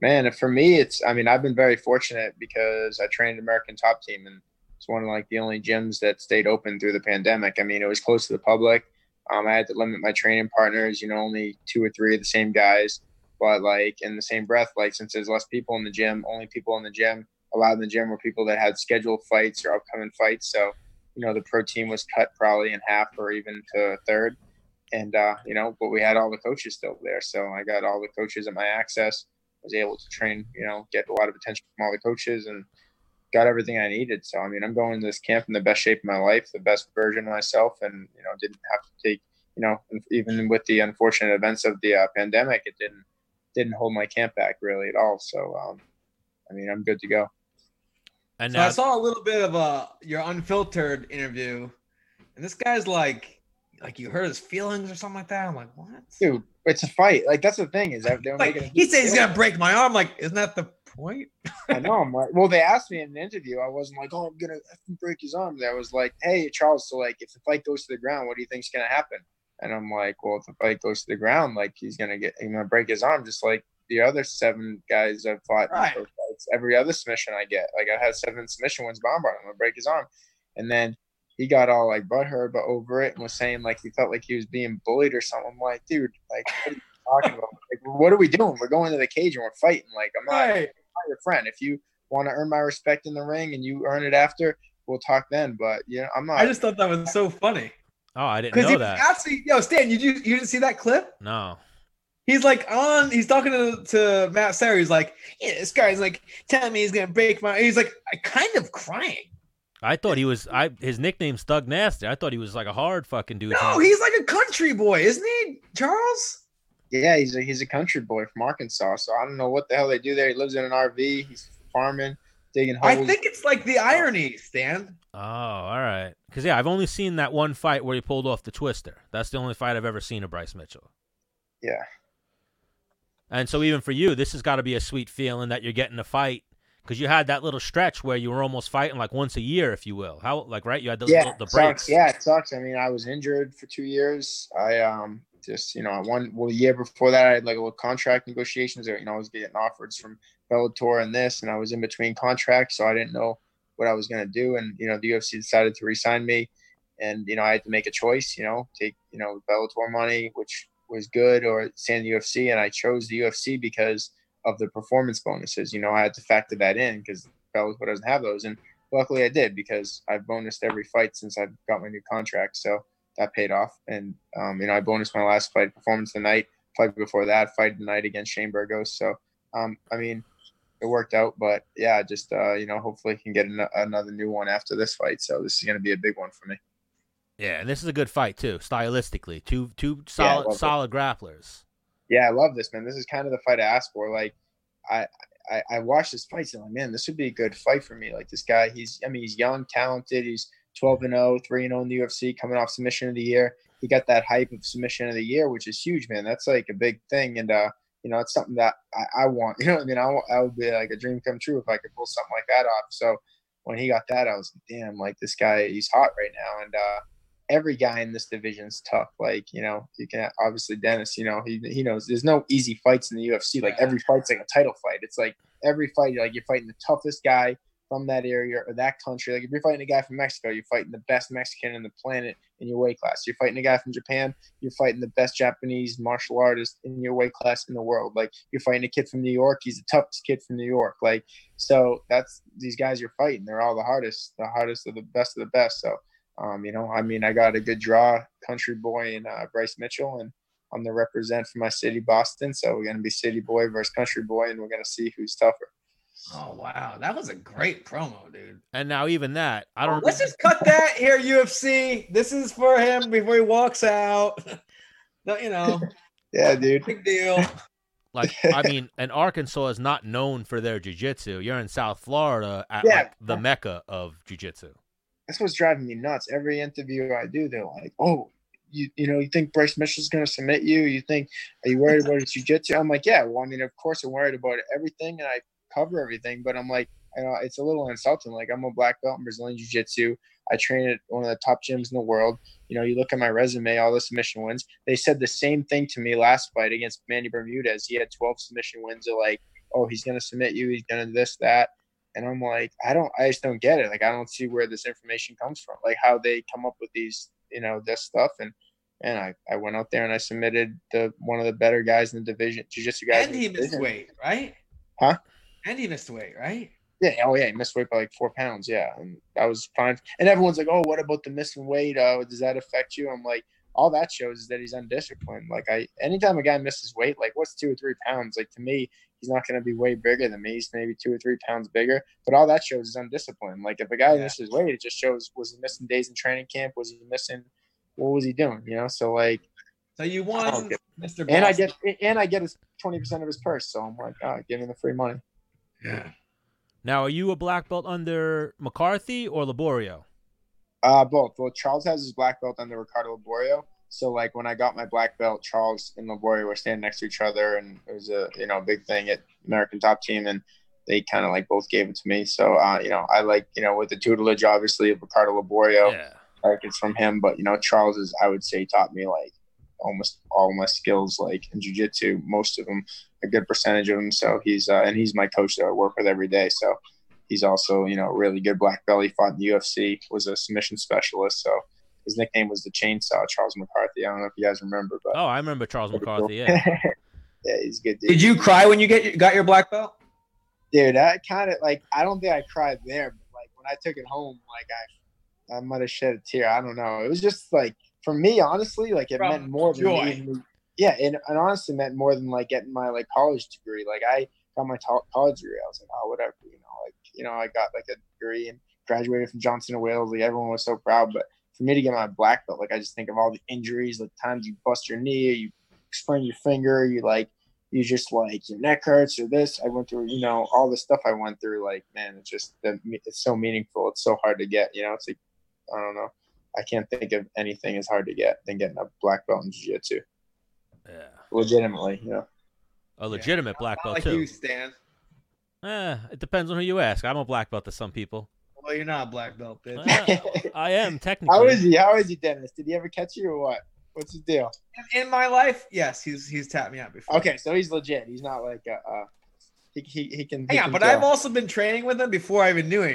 S7: Man, for me, it's. I mean, I've been very fortunate because I trained American Top Team, and it's one of like the only gyms that stayed open through the pandemic. I mean, it was close to the public. Um, I had to limit my training partners. You know, only two or three of the same guys. But like in the same breath, like since there's less people in the gym, only people in the gym allowed in the gym were people that had scheduled fights or upcoming fights. So, you know, the protein was cut probably in half or even to a third. And uh, you know, but we had all the coaches still there. So I got all the coaches at my access was able to train, you know, get a lot of attention from all the coaches and got everything I needed. So, I mean, I'm going to this camp in the best shape of my life, the best version of myself, and, you know, didn't have to take, you know, even with the unfortunate events of the uh, pandemic, it didn't, didn't hold my camp back really at all. So, um, I mean, I'm good to go.
S1: And
S2: So
S1: now,
S2: I saw a little bit of uh your unfiltered interview, and this guy's like, like you hurt his feelings or something like that. I'm like, what?
S7: Dude, it's a fight. Like, that's the thing is, that they're
S2: like
S7: making a
S2: he said he's gonna break my arm. Like, isn't that the point?
S7: I know. I'm like, well, they asked me in an interview. I wasn't like, oh, I'm gonna effing break his arm. I was like, hey, Charles. So like, if the fight goes to the ground, what do you think's gonna happen? And I'm like, well, if the fight goes to the ground, like he's gonna get, I'm gonna break his arm, just like the other seven guys I've fought. in
S2: Right.
S7: those fights. Every other submission I get, like I had seven submission wins, Bombard. I'm gonna break his arm, and then. He got all like butthurt, but over it, and was saying like he felt like he was being bullied or something. I'm like, dude, like, what are you talking about? Like, what are we doing? We're going to the cage and we're fighting. Like, I'm not not your friend. If you want to earn my respect in the ring and you earn it after, we'll talk then. But you know, I'm not.
S2: I just thought that was so funny
S1: oh, I didn't
S2: because he
S1: know that.
S2: was actually, yo, Stan, you you didn't see that clip?
S1: no.
S2: He's like on. He's talking to, to Matt Sarah. He's like, yeah, this guy's like telling me he's gonna break my. He's like, I kind of crying.
S1: I thought he was. I his nickname's Thug Nasty. I thought he was like a hard fucking dude.
S2: No, he's like a country boy, isn't he, Charles?
S7: yeah, he's a, he's a country boy from Arkansas, so I don't know what the hell they do there. He lives in an RV. He's farming, digging
S2: I
S7: holes.
S2: think it's like the irony, Stan.
S1: oh, all right. Because yeah, I've only seen that one fight where he pulled off the twister. That's the only fight I've ever seen of Bryce Mitchell.
S7: yeah,
S1: And so even for you, this has got to be a sweet feeling that you're getting a fight because you had that little stretch where you were almost fighting like once a year, if you will. How like right? You had those
S7: yeah,
S1: little, the
S7: it
S1: breaks.
S7: sucks. Yeah, it sucks. I mean, I was injured for two years. I um just you know I won. Well, the year before that, I had like a little contract negotiations. Or, you know, I was getting offers from Bellator and this, and I was in between contracts, so I didn't know what I was gonna do. And you know, the UFC decided to re-sign me, and you know, I had to make a choice. You know, take you know Bellator money, which was good or San UFC, and I chose the UFC because of the performance bonuses. You know, I had to factor that in because Bellator doesn't have those, and luckily I did because I've bonused every fight since I've got my new contract, so that paid off. And um, you know, I bonused my last fight, performance of the night, fight before that, fight of the night against Shane Burgos. So, um, I mean, it worked out. But yeah, just uh, you know, hopefully can get an- another new one after this fight. So this is gonna be a big one for me.
S1: Yeah, and this is a good fight too, stylistically. Two two solid
S7: love it.
S1: solid grapplers.
S7: yeah, I love this, man. This is kind of the fight I asked for. Like, I I, I watched this fight, and I'm like, man, this would be a good fight for me. Like this guy, he's I mean, he's young, talented. He's 12 and 0, 3 and 0 in the UFC, coming off submission of the year. He got that hype of submission of the year, which is huge, man. That's like a big thing, and uh, you know, it's something that I, I want. <laughs> You know, what I mean, I want, I would be like a dream come true if I could pull something like that off. So when he got that, I was like, damn, like this guy, he's hot right now, and uh every guy in this division's tough. Like, you know, you can obviously Dennis, you know, he, he knows there's no easy fights in the UFC. Like every fight's like a title fight. It's like every fight, like you're fighting the toughest guy from that area or that country. Like if you're fighting a guy from Mexico, you're fighting the best Mexican on the planet in your weight class. You're fighting a guy from Japan, you're fighting the best Japanese martial artist in your weight class in the world. Like you're fighting a kid from New York, he's the toughest kid from New York. Like so that's these guys you're fighting. They're all the hardest, the hardest of the best of the best. So um, you know, I mean, I got a good draw, country boy, and uh, Bryce Mitchell, and I'm the represent for my city, Boston. So we're gonna be city boy versus country boy, and we're gonna see who's tougher.
S2: Oh wow, that was a great promo, dude.
S1: And now even that,
S7: Oh,
S1: I don't.
S2: Let's just cut that here, UFC. This is for him before he walks out. <laughs> No, you know,
S7: Yeah, dude.
S2: big <laughs> deal.
S1: Like I mean, and Arkansas is not known for their jujitsu. You're in South Florida at
S7: Yeah.
S1: like the mecca of jujitsu.
S7: that's what's driving me nuts. Every interview I do, they're like, "Oh, you you know, you think Bryce Mitchell's going to submit you? You think are you worried about his jiu-jitsu?" I'm like, "Yeah, well, I mean, of course I'm worried about everything, and I cover everything, but I'm like, you know, it's a little insulting. Like I'm a black belt in Brazilian jiu-jitsu. I train at one of the top gyms in the world. You know, you look at my resume, all the submission wins. They said the same thing to me last fight against Manny Bermudez. He had 12 submission wins. They're like, "Oh, he's going to submit you. He's going to this that." And I'm like, I don't, I just don't get it. Like, I don't see where this information comes from, like how they come up with these, you know, this stuff. And, and I, I went out there and I submitted the, one of the better guys in the division, jiu-jitsu guys.
S2: And
S7: in the
S2: he missed
S7: division.
S2: weight, right?
S7: Huh?
S2: And he missed weight, right?
S7: Yeah. Oh yeah. He missed weight by like four pounds. Yeah. And that was fine. And everyone's like, oh, what about the missing weight? Uh, does that affect you? I'm like, all that shows is that he's undisciplined. Like I, anytime a guy misses weight, like what's two or three pounds? Like to me, he's not going to be way bigger than me. He's maybe two or three pounds bigger, but all that shows is undisciplined. Like if a guy
S2: Yeah.
S7: misses weight, it just shows, was he missing days in training camp? Was he missing, what was he doing? You know? So like,
S2: So you won,
S7: Okay.
S2: Mr.
S7: and I
S2: Boston.
S7: get, and I get his 20% of his purse. So I'm like, ah, give him the free money.
S2: Yeah.
S1: Now, are you a black belt under McCarthy or Laborio?
S7: Uh, both. Well, Charles has his black belt under Ricardo Laborio. So, like, when I got my black belt, Charles and Laborio were standing next to each other, and it was a you know big thing at American Top Team, and they kind of like both gave it to me. So, uh, you know, I like you know with the tutelage obviously of Ricardo Laborio,
S1: Yeah.
S7: like it's from him. But you know, Charles is I would say taught me like almost all my skills like in jujitsu, most of them, a good percentage of them. So he's uh, and he's my coach that I work with every day. So he's also you know a really good black belt. He fought in the UFC, was a submission specialist. So his nickname was the Chainsaw Charles McCarthy. I don't know if you guys remember, but
S1: Oh, I remember Charles
S7: Pretty cool.
S1: McCarthy.
S2: <laughs>
S1: Yeah.
S7: <laughs> yeah, he's a good. Dude.
S2: Did you cry when you get got your black belt?
S7: dude i kind of like i don't think i cried there but like when i took it home like i i might have shed a tear i don't know it was just like for me honestly like it
S2: From
S7: meant more than
S2: joy.
S7: even- yeah and, and honestly meant more than like getting my like college degree like i got my to- college degree i was like oh whatever you know like you know i got like a degree and graduated from johnson and wales like everyone was so proud but for me to get my black belt like i just think of all the injuries like times you bust your knee or you sprain your finger you like you just like your neck hurts or this. I went through, you know, all the stuff I went through. Like, man, it's just the- it's so meaningful. It's so hard to get. You know, it's like I don't know. I can't think of anything as hard to get than getting a black belt in jiu-jitsu.
S1: yeah.
S7: Legitimately, you know.
S1: A legitimate black
S2: Not
S1: belt
S2: like
S1: too.
S2: you, Stan.
S1: Eh, it depends on who you ask. I'm a black belt to some
S2: <laughs>
S1: people.
S2: Well, you're not a black belt,
S1: <laughs>
S2: bitch.
S1: Eh, I am technically.
S7: How is he? How is he, Dennis? Did he ever catch you or what? What's his deal?
S2: In my life, yes, he's he's tapped me out before.
S7: Okay, so he's legit. He's not like a. Uh, he, he, he can. he
S2: Hang on,
S7: can
S2: but
S7: tell.
S2: I've also been training with him before I even knew any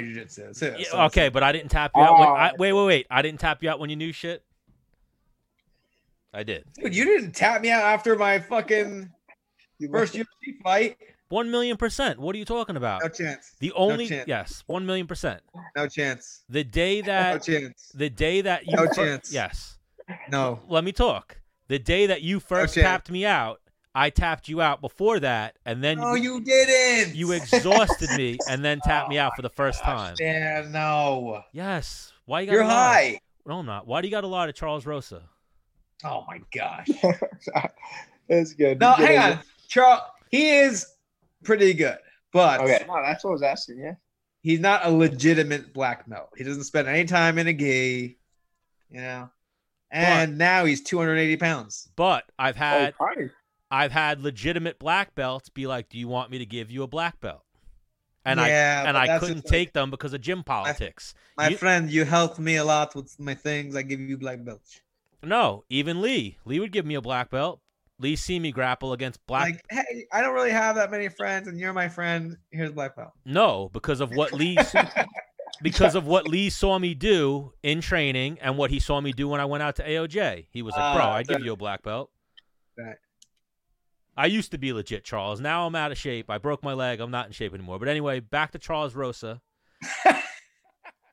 S1: Yeah,
S2: jiu-jitsu. too, so it's Uh,
S1: okay, but I didn't tap you out. When,
S7: Oh.
S1: I, wait, wait, wait! I didn't tap you out when you knew shit. I did.
S2: Dude, you didn't tap me out after my fucking first UFC fight.
S1: One million percent. What are you talking about?
S2: No chance.
S1: The only
S2: chance.
S1: yes, one million percent.
S2: No chance.
S1: The
S2: <laughs>
S1: day
S2: No
S1: that
S2: chance.
S1: the day that you <laughs>
S2: No
S1: fir-
S2: chance.
S1: yes,
S2: No.
S1: let me talk. The day that
S2: Oh,
S1: you first
S2: chance.
S1: tapped me out, I tapped you out before that, and then
S2: No, Oh, you Oh, didn't.
S1: you exhausted
S2: <laughs>
S1: me, and then tapped me out for the first time.
S2: Yeah, no.
S1: Yes. Why you got
S2: You're
S1: a lie?
S2: high.
S1: No, I'm not. Why do you got a lie to Charles Rosa?
S2: Oh my gosh.
S7: <laughs> that's good.
S2: No,
S7: Good
S2: hang
S7: idea.
S2: on. Charles, he is pretty good, but
S7: Okay, no, that's what I was asking. Yeah,
S2: he's not a legitimate black belt. He doesn't spend any time in a gi, you know. And now he's 280 pounds.
S1: But I've
S2: Uh,
S7: oh,
S1: had
S7: party.
S1: I've had legitimate black belts be like, "Do you want me to give you a black belt?" And
S2: yeah,
S1: I and
S2: but
S1: I
S2: that's the
S1: couldn't
S2: thing.
S1: take them because of gym politics.
S2: My
S1: you-
S2: friend, you helped me a lot with my things. I give you black belt.
S1: No, even Lee. Lee would give me a black belt. Lee see me grapple against black.
S2: Like, hey, I don't really have that many friends, and you're my friend. Here's black belt.
S1: no, because of what Lee
S2: <laughs>
S1: because of what Lee saw me do in training and what he saw me do when I went out to AOJ. He was like, "Bro,
S2: Ah,
S1: I'd give you a black belt."
S2: Right.
S1: I used to be legit, Charles. Now I'm out of shape. I broke my leg. I'm not in shape anymore. But anyway, back to Charles Rosa.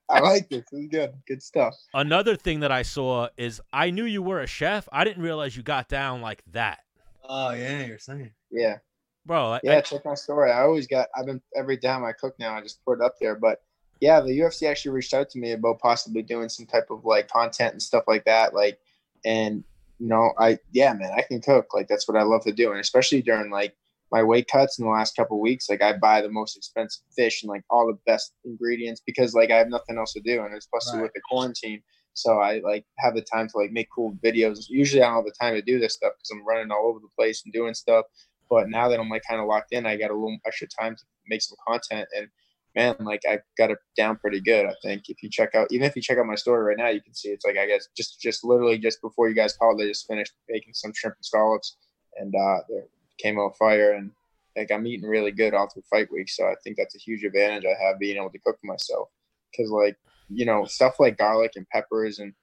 S7: I like this. This is good. Good stuff.
S1: Another thing that I saw is I knew you were a chef. I didn't realize you got down like that,
S2: Oh yeah, you're saying.
S7: Yeah,
S1: bro. I-
S7: yeah. check my story. I always got. I've been every time I cook now. I just put it up there. But yeah, the UFC actually reached out to me about possibly doing some type of like content and stuff like that. Like, and you know, I yeah, man, I can cook. Like that's what I love to do, and especially during like my weight cuts in the last couple weeks. Like I buy the most expensive fish and like all the best ingredients because like I have nothing else to do, and especially
S2: Right.
S7: with the quarantine. So I like have the time to like make cool videos. Usually I don't have the time to do this stuff because I'm running all over the place and doing stuff. But now that I'm like kind of locked in, I got a little extra time to make some content. And man, like I got it down pretty good. I think if you check out, even if you check out my story right now, you can see it's like I guess just just literally just before you guys called, I just finished making some shrimp and scallops, and uh, they came out fire. And like I'm eating really good all through fight week, so I think that's a huge advantage I have being able to cook for myself. Because like you know stuff like garlic and peppers and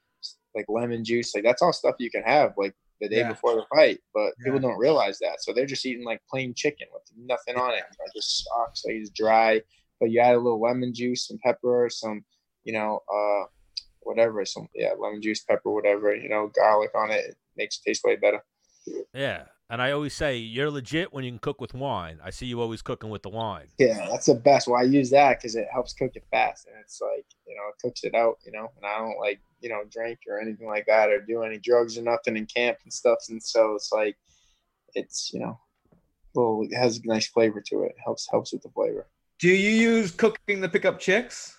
S7: like lemon juice, like that's all stuff you can have like the day
S2: Yeah.
S7: before the fight, but
S2: Yeah.
S7: people don't realize that, so they're just eating like plain chicken with nothing on it. Like just socks, like it's dry but you add a little lemon juice, some pepper, some, you know, uh, whatever, some yeah, lemon juice, pepper, whatever, you know, garlic on it. It makes it taste way better.
S1: Yeah, and I always say you're legit when you can cook with wine. I see you always cooking with the wine.
S7: Yeah, that's the best. Why I use that because it helps cook it fast, and it's like you know, it cooks it out, you know. And I don't like you know drink or anything like that, or do any drugs or nothing in camp and stuff. And so it's like, it's you know, well, it has a nice flavor to it. Helps helps with the flavor.
S2: Do you use cooking to pick up chicks?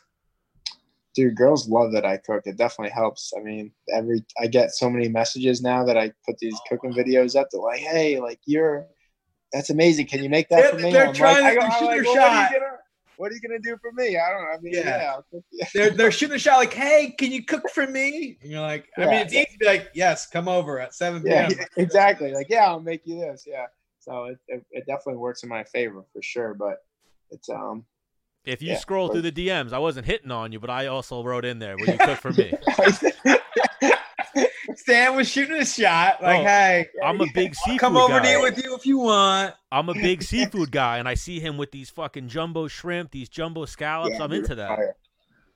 S7: dude girls love that i cook it definitely helps i mean every i get so many messages now that i put these cooking videos up they're like hey like you're that's amazing can you make that
S2: They're-
S7: for me
S2: they're
S7: I'm
S2: trying
S7: like-
S2: to
S7: I'm
S2: shoot
S7: like,
S2: your
S7: "Well, what are you
S2: shot."
S7: gonna- what are you gonna do for me i don't know i mean
S2: Yeah.
S7: yeah, I'll cook
S2: <laughs>
S7: you.
S2: They're they're shooting a shot like, "Hey, can you cook for me?" And you're like, I mean,
S7: Yeah.
S2: it's easy to be like, "Yes, come over at 7
S7: yeah,
S2: p.m."
S7: <laughs> exactly like yeah i'll make you this yeah so it, it, it definitely works in my favor for sure but it's um <laughs>
S1: If you
S7: Yeah,
S1: scroll
S7: of
S1: through the DMs, I wasn't hitting on you, but I also wrote in there where you cook for
S7: <laughs>
S1: me.
S2: Stan was shooting a shot like,
S1: Oh,
S2: "Hey,
S1: I'm a big seafood
S2: come over
S1: guy.
S2: to eat with you if you want."
S1: I'm a big seafood guy, and I see him with these fucking jumbo shrimp, these jumbo scallops.
S7: Yeah,
S1: I'm
S7: dude,
S1: into that.
S7: fire.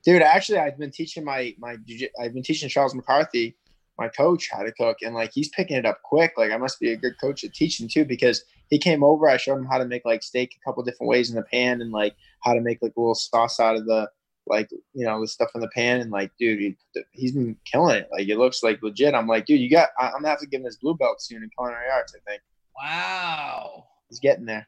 S7: Dude, actually, I've been teaching my my jiu- I've been teaching Charles McCarthy, my coach, how to cook, and like he's picking it up quick. Like I must be a good coach at teaching too, because he came over. I showed him how to make like steak a couple different ways in the pan, and like how to make like a little sauce out of the like you know the stuff in the pan. And like, dude, he, he's been killing it. Like it looks like legit. I'm like, dude, you got. I, I'm gonna have to give him his blue belt soon in culinary arts. I think
S2: Wow.
S7: he's getting there.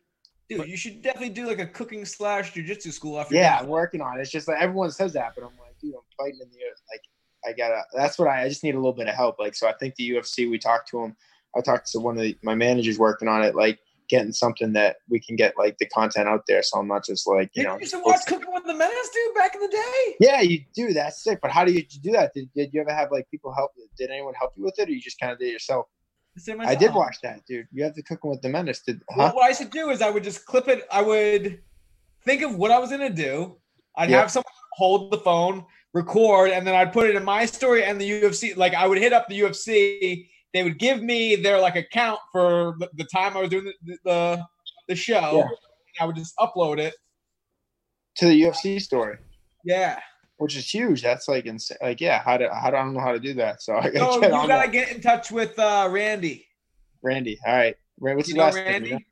S2: Dude, you should definitely do like a cooking slash jujitsu school after.
S7: Yeah, I'm
S2: this.
S7: working on it. It's just like everyone says that, but I'm like, dude, I'm fighting in the like I gotta. That's what I. I just need a little bit of help. Like, so I think the UFC. We talked to him. I talked to one of the, my managers working on it, like getting something that we can get like the content out there. So I'm not just like you
S2: Didn't
S7: know.
S2: you used to
S7: just
S2: watch Cooking with the Menace, dude, back in the day?
S7: yeah, you do. That's sick. But how do you do that? Did, did you ever have like people help? Did anyone help you with it, or you just kind of did it yourself?
S2: Say
S7: I did
S2: myself.
S7: watch that, dude. You have the cooking with the menace. Did
S2: Well,
S7: huh?
S2: what I should do is I would just clip it. I would think of what I was gonna do. I'd
S7: Yeah.
S2: have someone hold the phone, record, and then I'd put it in my story and the UFC. Like I would hit up the UFC. they would give me their like account for the, the time I was doing the the, the show.
S7: Yeah.
S2: And I would just upload it.
S7: to the UFC story,
S2: Yeah.
S7: which is huge. That's like insane. Like, yeah, how do how do I don't know how to do that? So <laughs> I gotta
S2: So
S7: get
S2: you
S7: on
S2: gotta
S7: that.
S2: get in touch with uh, Randy.
S7: Randy. All right, Randy. What's
S2: You
S7: the
S2: know
S7: last name? you know?
S2: Randy.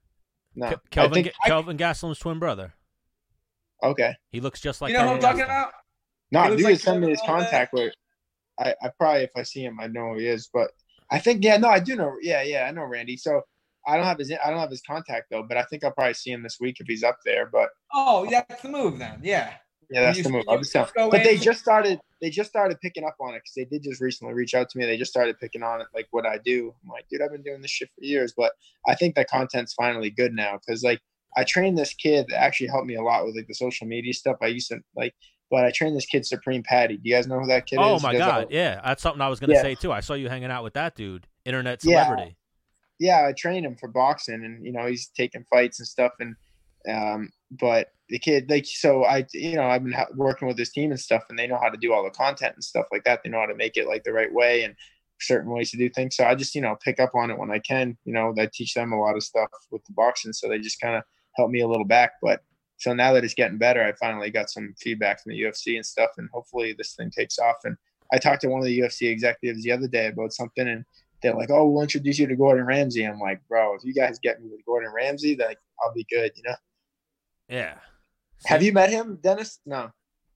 S7: No.
S1: Ke-
S7: I
S1: Kelvin
S7: think,
S1: Ga- Kelvin Gastelum's twin brother.
S7: okay.
S1: He looks just like
S2: you know who
S1: Kelvin
S2: I'm talking
S1: Gastelum.
S2: about?
S7: No,
S2: He
S7: if
S2: looks
S7: you
S2: like
S7: could send me his
S2: Kevin Sullivan.
S7: contact. Where I, I probably if I see him, I know who he is. But I think yeah, no, I do know. Yeah, yeah, I know Randy. So I don't have his I don't have his contact though. But I think I'll probably see him this week if he's up there. But
S2: Oh, that's the move then. Yeah.
S7: yeah, that's
S2: You-
S7: the move.
S2: you
S7: I'll just tell.
S2: go
S7: But they
S2: in-
S7: just started. They just started picking up on it because they did just recently reach out to me. They just started picking on it, like what I do. I'm like, dude, I've been doing this shit for years, but I think that content's finally good now because like I trained this kid that actually helped me a lot with like the social media stuff. I used to like, but I trained this kid Supreme Patty. Do you guys know who that kid
S1: oh
S7: is?
S1: my
S7: He does all-
S1: god, yeah, that's something I was gonna
S7: Yeah.
S1: say too. I saw you hanging out with that dude, internet
S7: Yeah.
S1: celebrity.
S7: yeah, I trained him for boxing, and you know he's taking fights and stuff. And um, but the kid, like, so I, you know, I've been ha- working with his team and stuff, and they know how to do all the content and stuff like that. They know how to make it like the right way and certain ways to do things. So I just, you know, pick up on it when I can. You know, I teach them a lot of stuff with the boxing, so they just kind of help me a little back. But so now that it's getting better, I finally got some feedback from the UFC and stuff, and hopefully this thing takes off. And I talked to one of the UFC executives the other day about something, and they're like, "Oh, we'll introduce you to Gordon Ramsay." I'm like, "Bro, if you guys get me with Gordon Ramsay, like, I'll be good." You know?
S1: Yeah.
S7: Have you met him, Dennis? No.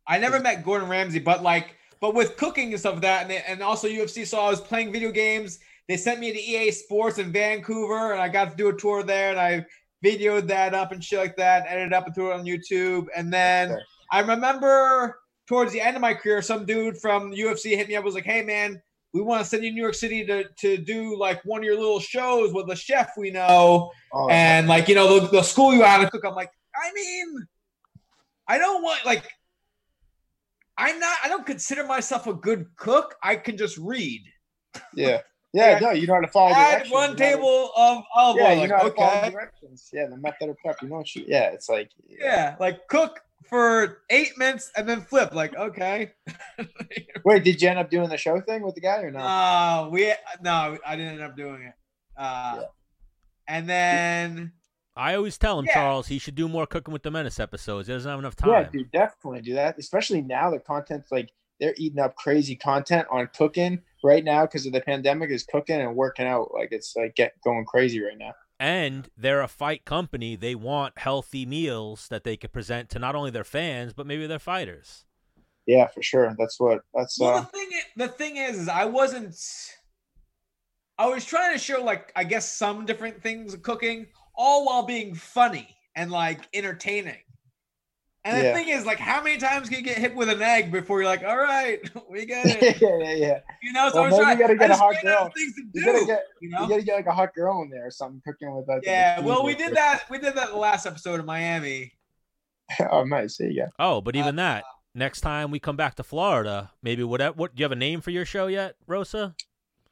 S2: I never met Gordon Ramsay, but like, but with cooking and stuff like that, and, and also UFC. So I was playing video games. They sent me to EA Sports in Vancouver, and I got to do a tour there, and I videoed that up and shit like that, edited up and threw it on YouTube. And then
S7: Okay.
S2: I remember towards the end of my career, some dude from UFC hit me up, was like, "Hey, man." We want to send you to New York City to, to do like one of your little shows with a chef we know
S7: Oh,
S2: and like you know they'll, they'll school you out and cook i'm like i mean i don't want like i'm not i don't consider myself a good cook i can just read
S7: yeah, yeah.
S2: Yeah.
S7: No, you know how to follow.
S2: add
S7: directions,
S2: one
S7: you know how to-
S2: table of olive
S7: Yeah,
S2: oil
S7: you
S2: like,
S7: know how to follow
S2: okay
S7: directions. Yeah, the method of prep. You know what you. Yeah, it's like.
S2: yeah like cook for eight minutes and then flip like okay
S7: Wait, did you end up doing the show thing with the guy or no?
S2: uh we no i didn't end up doing it uh
S7: Yeah.
S2: and then
S1: I always tell him,
S2: Yeah.
S1: Charles, he should do more Cooking with the Menace episodes. He doesn't have enough
S7: yeah,
S1: time.
S7: dude, definitely do that. Especially now, the content's like they're eating up crazy content on cooking right now because of the pandemic. Is cooking and working out like it's like get going crazy right now.
S1: and they're a fight company. They want healthy meals that they could present to not only their fans, but maybe their fighters.
S7: Yeah, for sure. That's what. That's
S2: Well,
S7: uh,
S2: the thing i- the thing is, is I wasn't. I was trying to show like I guess some different things of cooking, all while being funny and like entertaining. And the
S7: Yeah.
S2: thing is, like, how many times can you get hit with an egg before you're like, "All right, <laughs> we get
S7: <laughs> yeah,
S2: it,"
S7: yeah, yeah.
S2: you know? So
S7: Well,
S2: I was
S7: maybe you
S2: trying.
S7: gotta
S2: I
S7: get a
S2: just
S7: hot
S2: ran out
S7: girl.
S2: of things to
S7: You
S2: do.
S7: gotta
S2: You,
S7: get you
S2: know?
S7: gotta get like a hot girl in there or something cooking with like. the
S2: yeah.
S7: <laughs> cheese
S2: Well, we
S7: with
S2: did
S7: it.
S2: that. We did that the last episode of Miami.
S7: <laughs> oh, nice. There you go.
S1: Oh, but
S2: Uh,
S1: even that, next time we come back to Florida, maybe what? What do you have a name for your show yet, Rosa?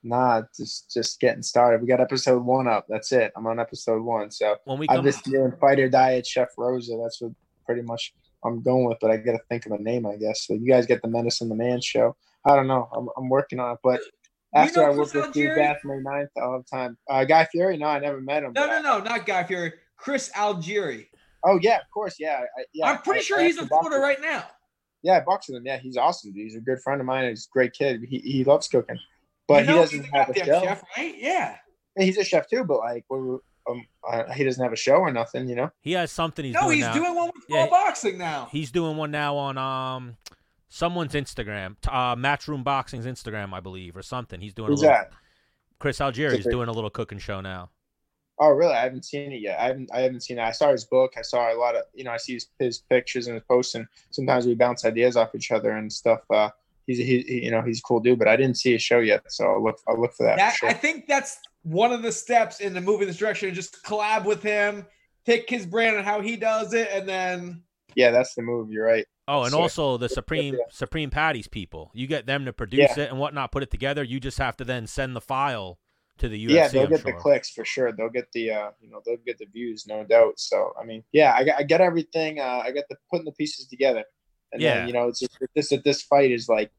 S7: Nah, just just getting started. We got episode one up. That's it. I'm on episode one, so
S1: When we
S7: I'm
S1: come,
S7: just doing fight or diet Chef Rosa. That's what pretty much I'm going with. But I gotta think of a name, I guess. So you guys get the Menace and the Man show. I don't know. I'm, I'm working on it, but
S2: You
S7: after
S2: know
S7: I work
S2: Chris
S7: with Steve
S2: Algieri?
S7: Bath May 9th, I'll have time. Uh, Guy Fury? No, I never met him.
S2: No,
S7: but
S2: no,
S7: I-
S2: no, not Guy Fieri. Chris Algieri.
S7: Oh yeah, of course. Yeah, I, yeah.
S2: I'm pretty
S7: I-
S2: sure
S7: I
S2: he's
S7: actually
S2: in
S7: boxed
S2: Florida
S7: with-
S2: right now.
S7: Yeah, I boxed with him. Yeah, he's awesome. Dude. He's a good friend of mine. He's a great kid. He, he loves cooking,
S2: You
S7: but he
S2: know he's
S7: doesn't have a
S2: goddamn
S7: show.
S2: chef, right? Yeah.
S7: Yeah, He's a chef too, but like, we were- um, uh, he doesn't have a show or nothing. You know?
S1: he has something he's
S2: no,
S1: doing
S2: he's
S1: now.
S2: doing one with
S1: Yeah,
S2: pro boxing now.
S1: He's doing one now on um someone's Instagram, t- uh, Matchroom Boxing's Instagram, I believe, or something. He's doing
S7: Who's
S1: a little.
S7: that?
S1: Chris Algieri's
S7: Different.
S1: doing a little cooking show now.
S7: Oh, really? I haven't seen it yet. I haven't. I haven't seen it. I saw his book. I saw a lot of. You know, I see his, his pictures and his posts, and sometimes we bounce ideas off each other and stuff. Uh, he's he, he- you know, he's a cool dude, but I didn't see his show yet, so I'll look. I'll look for that.
S2: That
S7: for sure.
S2: I think that's one of the steps in the move in this direction. Just collab with him, pick his brand and how he does it, and then
S7: yeah, that's the move. You're right.
S1: Oh, and
S7: Sure.
S1: also the Supreme
S7: yeah.
S1: Supreme Patties people. You get them to produce it and whatnot, put it together. You just have to then send the file to the UFC.
S7: yeah, they'll
S1: I'm
S7: get
S1: sure.
S7: the clicks for sure. They'll get the uh, you know they'll get the views, no doubt. So I mean, yeah, I got, I get everything. Uh, I got the putting the pieces together, and
S1: Yeah.
S7: then you know it's just, it's just that this fight is like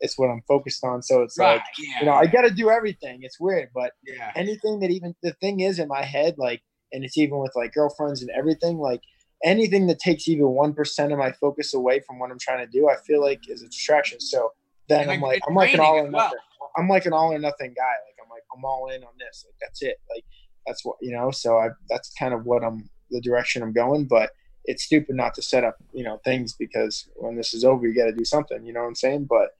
S7: it's what I'm focused on. So it's
S2: Right.
S7: like
S2: Yeah.
S7: you know I got to do everything. It's weird, but
S2: yeah.
S7: anything that even the thing is in my head like and it's even with like girlfriends and everything like anything that takes even 1% of my focus away from what i'm trying to do i feel like is a distraction so then
S2: And
S7: i'm
S2: like-
S7: like
S2: it's
S7: i'm like an
S2: draining
S7: all
S2: as
S7: or
S2: well.
S7: nothing i'm like an all or nothing guy like i'm like i'm all in on this like that's it like that's what you know so i that's kind of what i'm the direction i'm going but it's stupid not to set up you know things because when this is over you got to do something you know what i'm saying but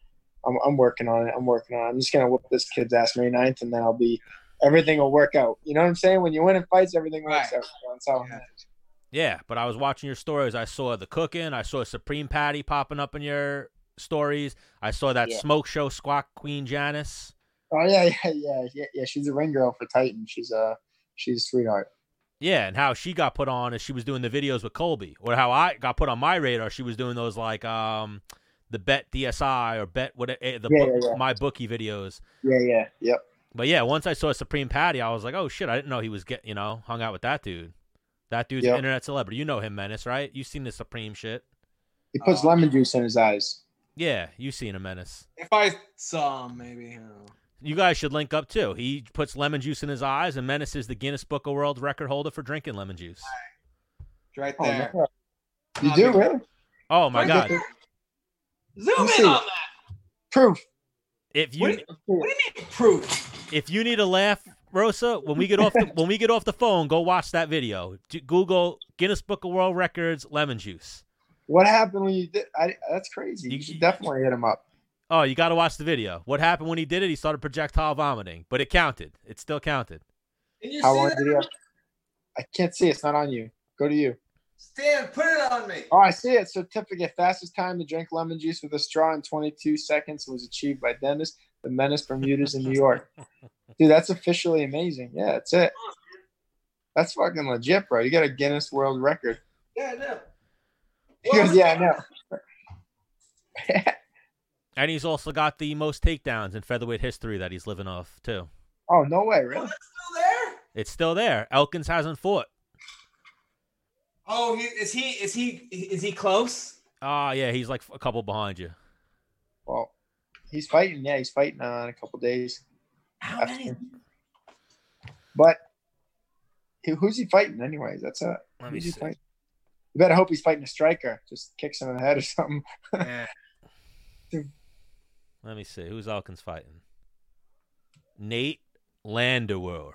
S7: I'm, I'm working on it i'm working on it i'm just gonna whoop this kid's ass may 9th and then i'll be everything will work out. You know what I'm saying? When you win in fights, everything works
S2: Right.
S7: out. That's how it
S2: Yeah.
S7: happens.
S1: Yeah, but I was watching your stories. I saw the cooking. I saw Supreme Patty popping up in your stories. I saw that
S7: Yeah.
S1: smoke show squawk Queen Janice.
S7: Oh yeah, yeah, yeah, yeah, yeah. She's a ring girl for Titan. She's a she's a sweetheart.
S1: Yeah, and how she got put on as she was doing the videos with Colby, or how I got put on my radar. She was doing those like um the bet DSI or bet what eh, the
S7: Yeah,
S1: book,
S7: yeah, yeah.
S1: my bookie videos.
S7: Yeah, yeah, yep.
S1: But yeah, once I saw Supreme Patty, I was like, oh shit, I didn't know he was get you know hung out with that dude. That dude's an
S7: Yep.
S1: internet celebrity. You know him, Menace, right? You've seen the Supreme shit.
S7: He puts
S2: Oh.
S7: lemon juice in his eyes.
S1: Yeah, you've seen a Menace.
S2: If I saw him, maybe. I don't know.
S1: You guys should link up too. He puts lemon juice in his eyes, and Menace is the Guinness Book of World Record holder for drinking lemon juice.
S2: It's right
S7: Oh,
S2: there.
S7: no. You
S2: I'll
S7: do
S2: be-
S7: really?
S1: Oh my god!
S2: Zoom in
S7: Let me see.
S2: on that.
S7: Proof.
S1: If you
S2: What, what do you mean proof?
S1: if you need a laugh, Rosa, when we get off the, when we get off the phone, go watch that video. Do- Google Guinness Book of World Records lemon juice.
S7: What happened when you did? I, that's crazy. You,
S1: You-
S7: should definitely hit him up.
S1: Oh, you got to watch the video. What happened when he did it? He started projectile vomiting, but it counted. It still counted.
S2: Can you
S7: How
S2: see
S7: long
S2: that?
S7: did he have? I can't see. It's not on you. Go to you.
S2: Stan, put it on me.
S7: Oh, I see it. Certificate. Fastest time to drink lemon juice with a straw in 22 seconds was achieved by Dennis the Menace Bermudas in
S1: <laughs>
S7: New York. Dude, that's officially amazing. Yeah, that's it. That's fucking legit, bro. You got a Guinness World Record. <laughs>
S2: Yeah, I know.
S7: He goes, yeah, I know.
S1: And he's also got the most takedowns in featherweight history that he's living off too.
S7: Oh, no way, really?
S2: Still there?
S1: It's still there. Elkins hasn't fought.
S2: Oh, he, is he is he is he close?
S1: Ah, yeah, he's like a couple behind you.
S7: Well, he's fighting. Yeah, he's fighting uh, in a couple days.
S2: How many?
S7: But who- who's he fighting, anyways? That's it.
S1: Let me
S7: Who's he
S1: see.
S7: fighting? You better hope he's fighting a striker. Just kicks him in the head or something.
S2: Yeah.
S1: Let me see. Who's Elkins fighting? Nate Landauer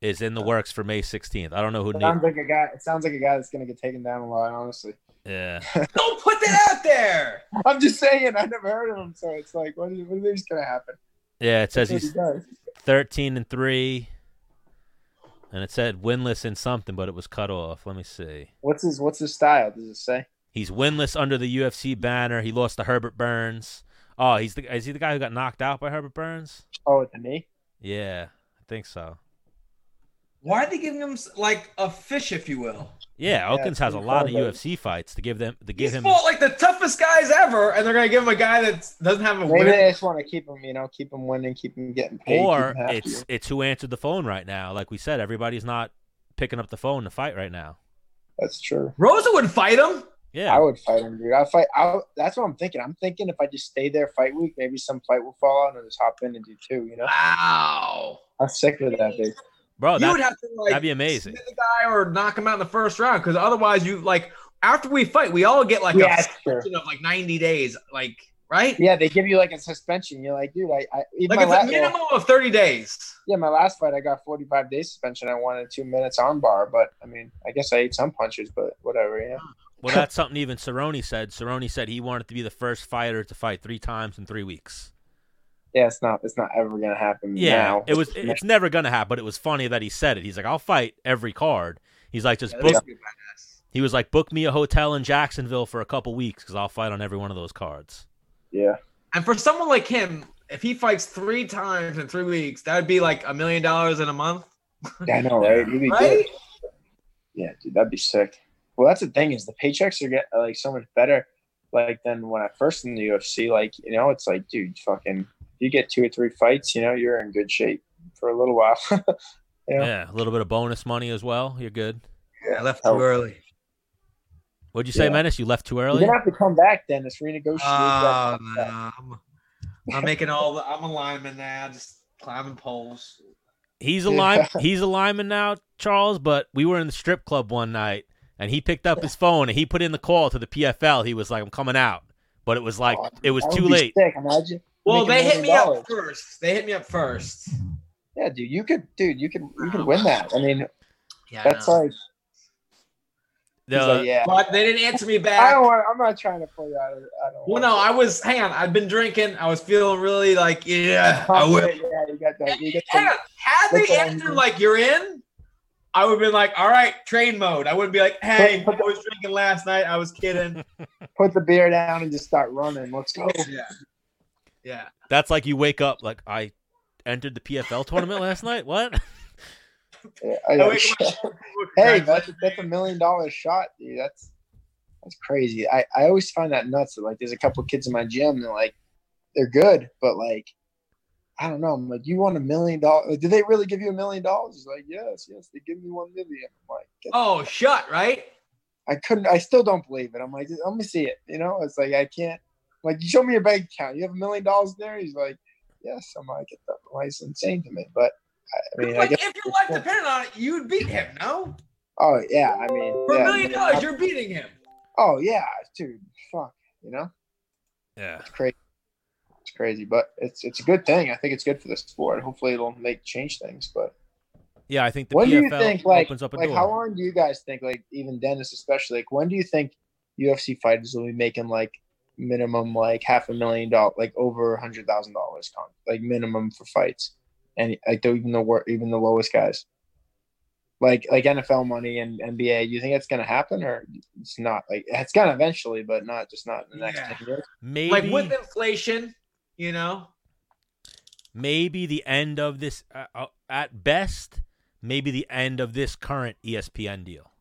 S1: is in the works for May 16th. I don't know who
S7: It
S1: Nate.
S7: sounds like a guy. It sounds like a guy that's gonna get taken down a lot. Honestly,
S1: Yeah.
S2: Don't put that out there.
S7: I'm just saying. I never heard of him, so it's like, what is, what is gonna happen?
S1: Yeah, it says
S7: That's
S1: he's
S7: what he does.
S1: 13 and 3. And it said winless in something, but it was cut off. Let me see.
S7: What's his What's his style? Does it say?
S1: He's winless under the UFC banner. He lost to Herbert Burns. Oh, he's the is he the guy who got knocked out by Herbert Burns?
S7: Oh, at the knee.
S1: Yeah, I think so.
S2: Why are they giving him s- like a fish, if you will?
S1: Yeah, Elkins has a
S7: pretty
S1: lot
S7: cool,
S1: of
S7: though.
S1: UFC fights to give them to give
S2: He's
S1: him.
S2: fought like the toughest guys ever, and they're gonna give him a guy that doesn't have a
S7: Maybe
S2: win.
S7: they just want to keep him, you know, keep him winning, keep him getting paid. keep
S1: Or
S7: him happy.
S1: it's it's who answered the phone right now. Like we said, everybody's not picking up the phone to fight right now.
S7: that's true.
S2: Rosa would fight him.
S1: Yeah,
S7: I would fight him, dude. I fight. I, that's what I'm thinking. I'm thinking if I just stay there fight week, maybe some fight will fall out and I'll just hop in and do two. You know,
S2: Wow.
S7: I'm sick of that, dude.
S1: bro,
S2: you
S1: Oh, that,
S2: would have to like
S1: that'd be amazing.
S2: submit the guy or knock him out in the first round because otherwise you like after we fight we all get like
S7: Yeah,
S2: a
S7: that's true.
S2: suspension of like 90 days like right
S7: Yeah, they give you like a suspension. You're like, dude, I, I even
S2: like
S7: my
S2: it's
S7: la-
S2: a minimum of 30 days
S7: Yeah, my last fight, I got 45 day suspension. I wanted two minutes on bar, but I mean, I guess I ate some punches, but whatever. Yeah,
S1: Well, that's something even Cerrone said. Cerrone said he wanted to be the first fighter to fight three times in three weeks.
S7: yeah, it's not, it's not ever gonna happen.
S1: Yeah,
S7: now.
S1: it was. It's never gonna happen. But it was funny that he said it. He's like, I'll fight every card. He's like, just
S2: Yeah,
S1: book.
S2: that's pretty badass.
S1: He was like, book me a hotel in Jacksonville for a couple weeks because I'll fight on every one of those cards.
S7: yeah,
S2: and for someone like him if he fights three times in three weeks that would be like a million dollars in a month
S7: Yeah, I know, right? You'd be
S2: right
S7: good. Yeah, dude, that'd be sick. Well, that's the thing is the paychecks are get are, like so much better, like than when I first in the UFC. Like you know, it's like, dude, fucking, you get two or three fights, you know, you're in good shape for a little while. <laughs> Yeah.
S1: Yeah, a little bit of bonus money as well. You're good.
S2: i left
S7: Oh.
S2: too early
S1: What'd you say,
S7: Yeah.
S1: Menace? You left too
S7: You're
S1: early.
S7: gonna have to come back, Dennis. Renegotiate.
S2: oh
S7: that contract.
S2: no I'm making all the. I'm a lineman now, just climbing poles.
S1: He's a line. He's a lineman now, Charles. But we were in the strip club one night, and he picked up his phone and he put in the call to the PFL. He was like, "I'm coming out," but it was like
S7: Oh,
S1: it was
S7: That would
S1: too
S7: be
S1: late.
S7: Sick. Imagine.
S2: Well,
S7: Make a
S2: they hit
S7: million
S2: me up
S7: dollars.
S2: first. They hit me up first.
S7: Yeah, dude, you could, dude, you could, you could win that. I mean,
S2: Yeah, I
S7: that's
S2: know.
S7: like, he's
S1: The-
S7: like, yeah.
S2: But they didn't answer me
S7: I
S2: back.
S7: don't want. I'm not trying to pull you out of. I don't.
S2: Well,
S7: want
S2: no,
S7: to.
S2: I was. Hang on, I've been drinking. I was feeling really like, yeah, I will.
S7: Yeah, you got that. You got
S2: Hang on,
S7: that.
S2: had they
S7: That's what I'm
S2: answered
S7: doing.
S2: like you're in, I would have been like, all right, train mode. I wouldn't be like, hey,
S7: But-
S2: I was drinking last night. I was kidding.
S7: Put the beer down and just start running. Let's go.
S2: yeah, yeah.
S1: That's like you wake up like I entered the PFL tournament last night. What?
S7: <laughs>
S1: <laughs>
S7: Yeah, I-
S2: I wake up-
S7: <laughs> hey, that's, that's a million dollar shot, dude. That's that's crazy. I, I always find that nuts. That, like, there's a couple kids in my gym that like they're good, but like I don't know. I'm like, you want a million dollars? Like, did they really give you a million dollars? He's like, yes, yes, they give me one million. I'm like, get-
S2: Oh, shut right.
S7: I couldn't. I still don't believe it. I'm like, let me see it. You know, it's like I can't. I'm like, you show me your bank account. You have a million dollars in there. He's like, yes. I'm like, get that license insane to me. But I, I mean, I
S2: like,
S7: guess.
S2: if your life depended on it, you would beat him. No,
S7: Oh yeah, I mean,
S2: for
S7: yeah,
S2: a million
S7: I-
S2: dollars, you're beating him.
S7: Oh yeah, dude, fuck, you know,
S1: Yeah.
S7: it's crazy, it's crazy, but it's it's a good thing. I think it's good for the sport. Hopefully, it'll make change things. But
S1: Yeah, I think the
S7: when do you
S1: PFL
S7: think, like,
S1: opens up a
S7: like
S1: door.
S7: how long do you guys think, like, even Dennis especially, like, when do you think UFC fighters will be making like minimum like half a million dollar, like over a hundred thousand dollars, con like minimum for fights, and like though even the wor- even the lowest guys. Like like NFL money and NBA, you think that's gonna happen or it's not? Like it's gonna eventually, but not just not in the next
S2: Yeah.
S7: ten years.
S1: maybe
S2: Like with inflation, you know.
S1: maybe the end of this uh, uh, at best maybe the end of this current E espn deal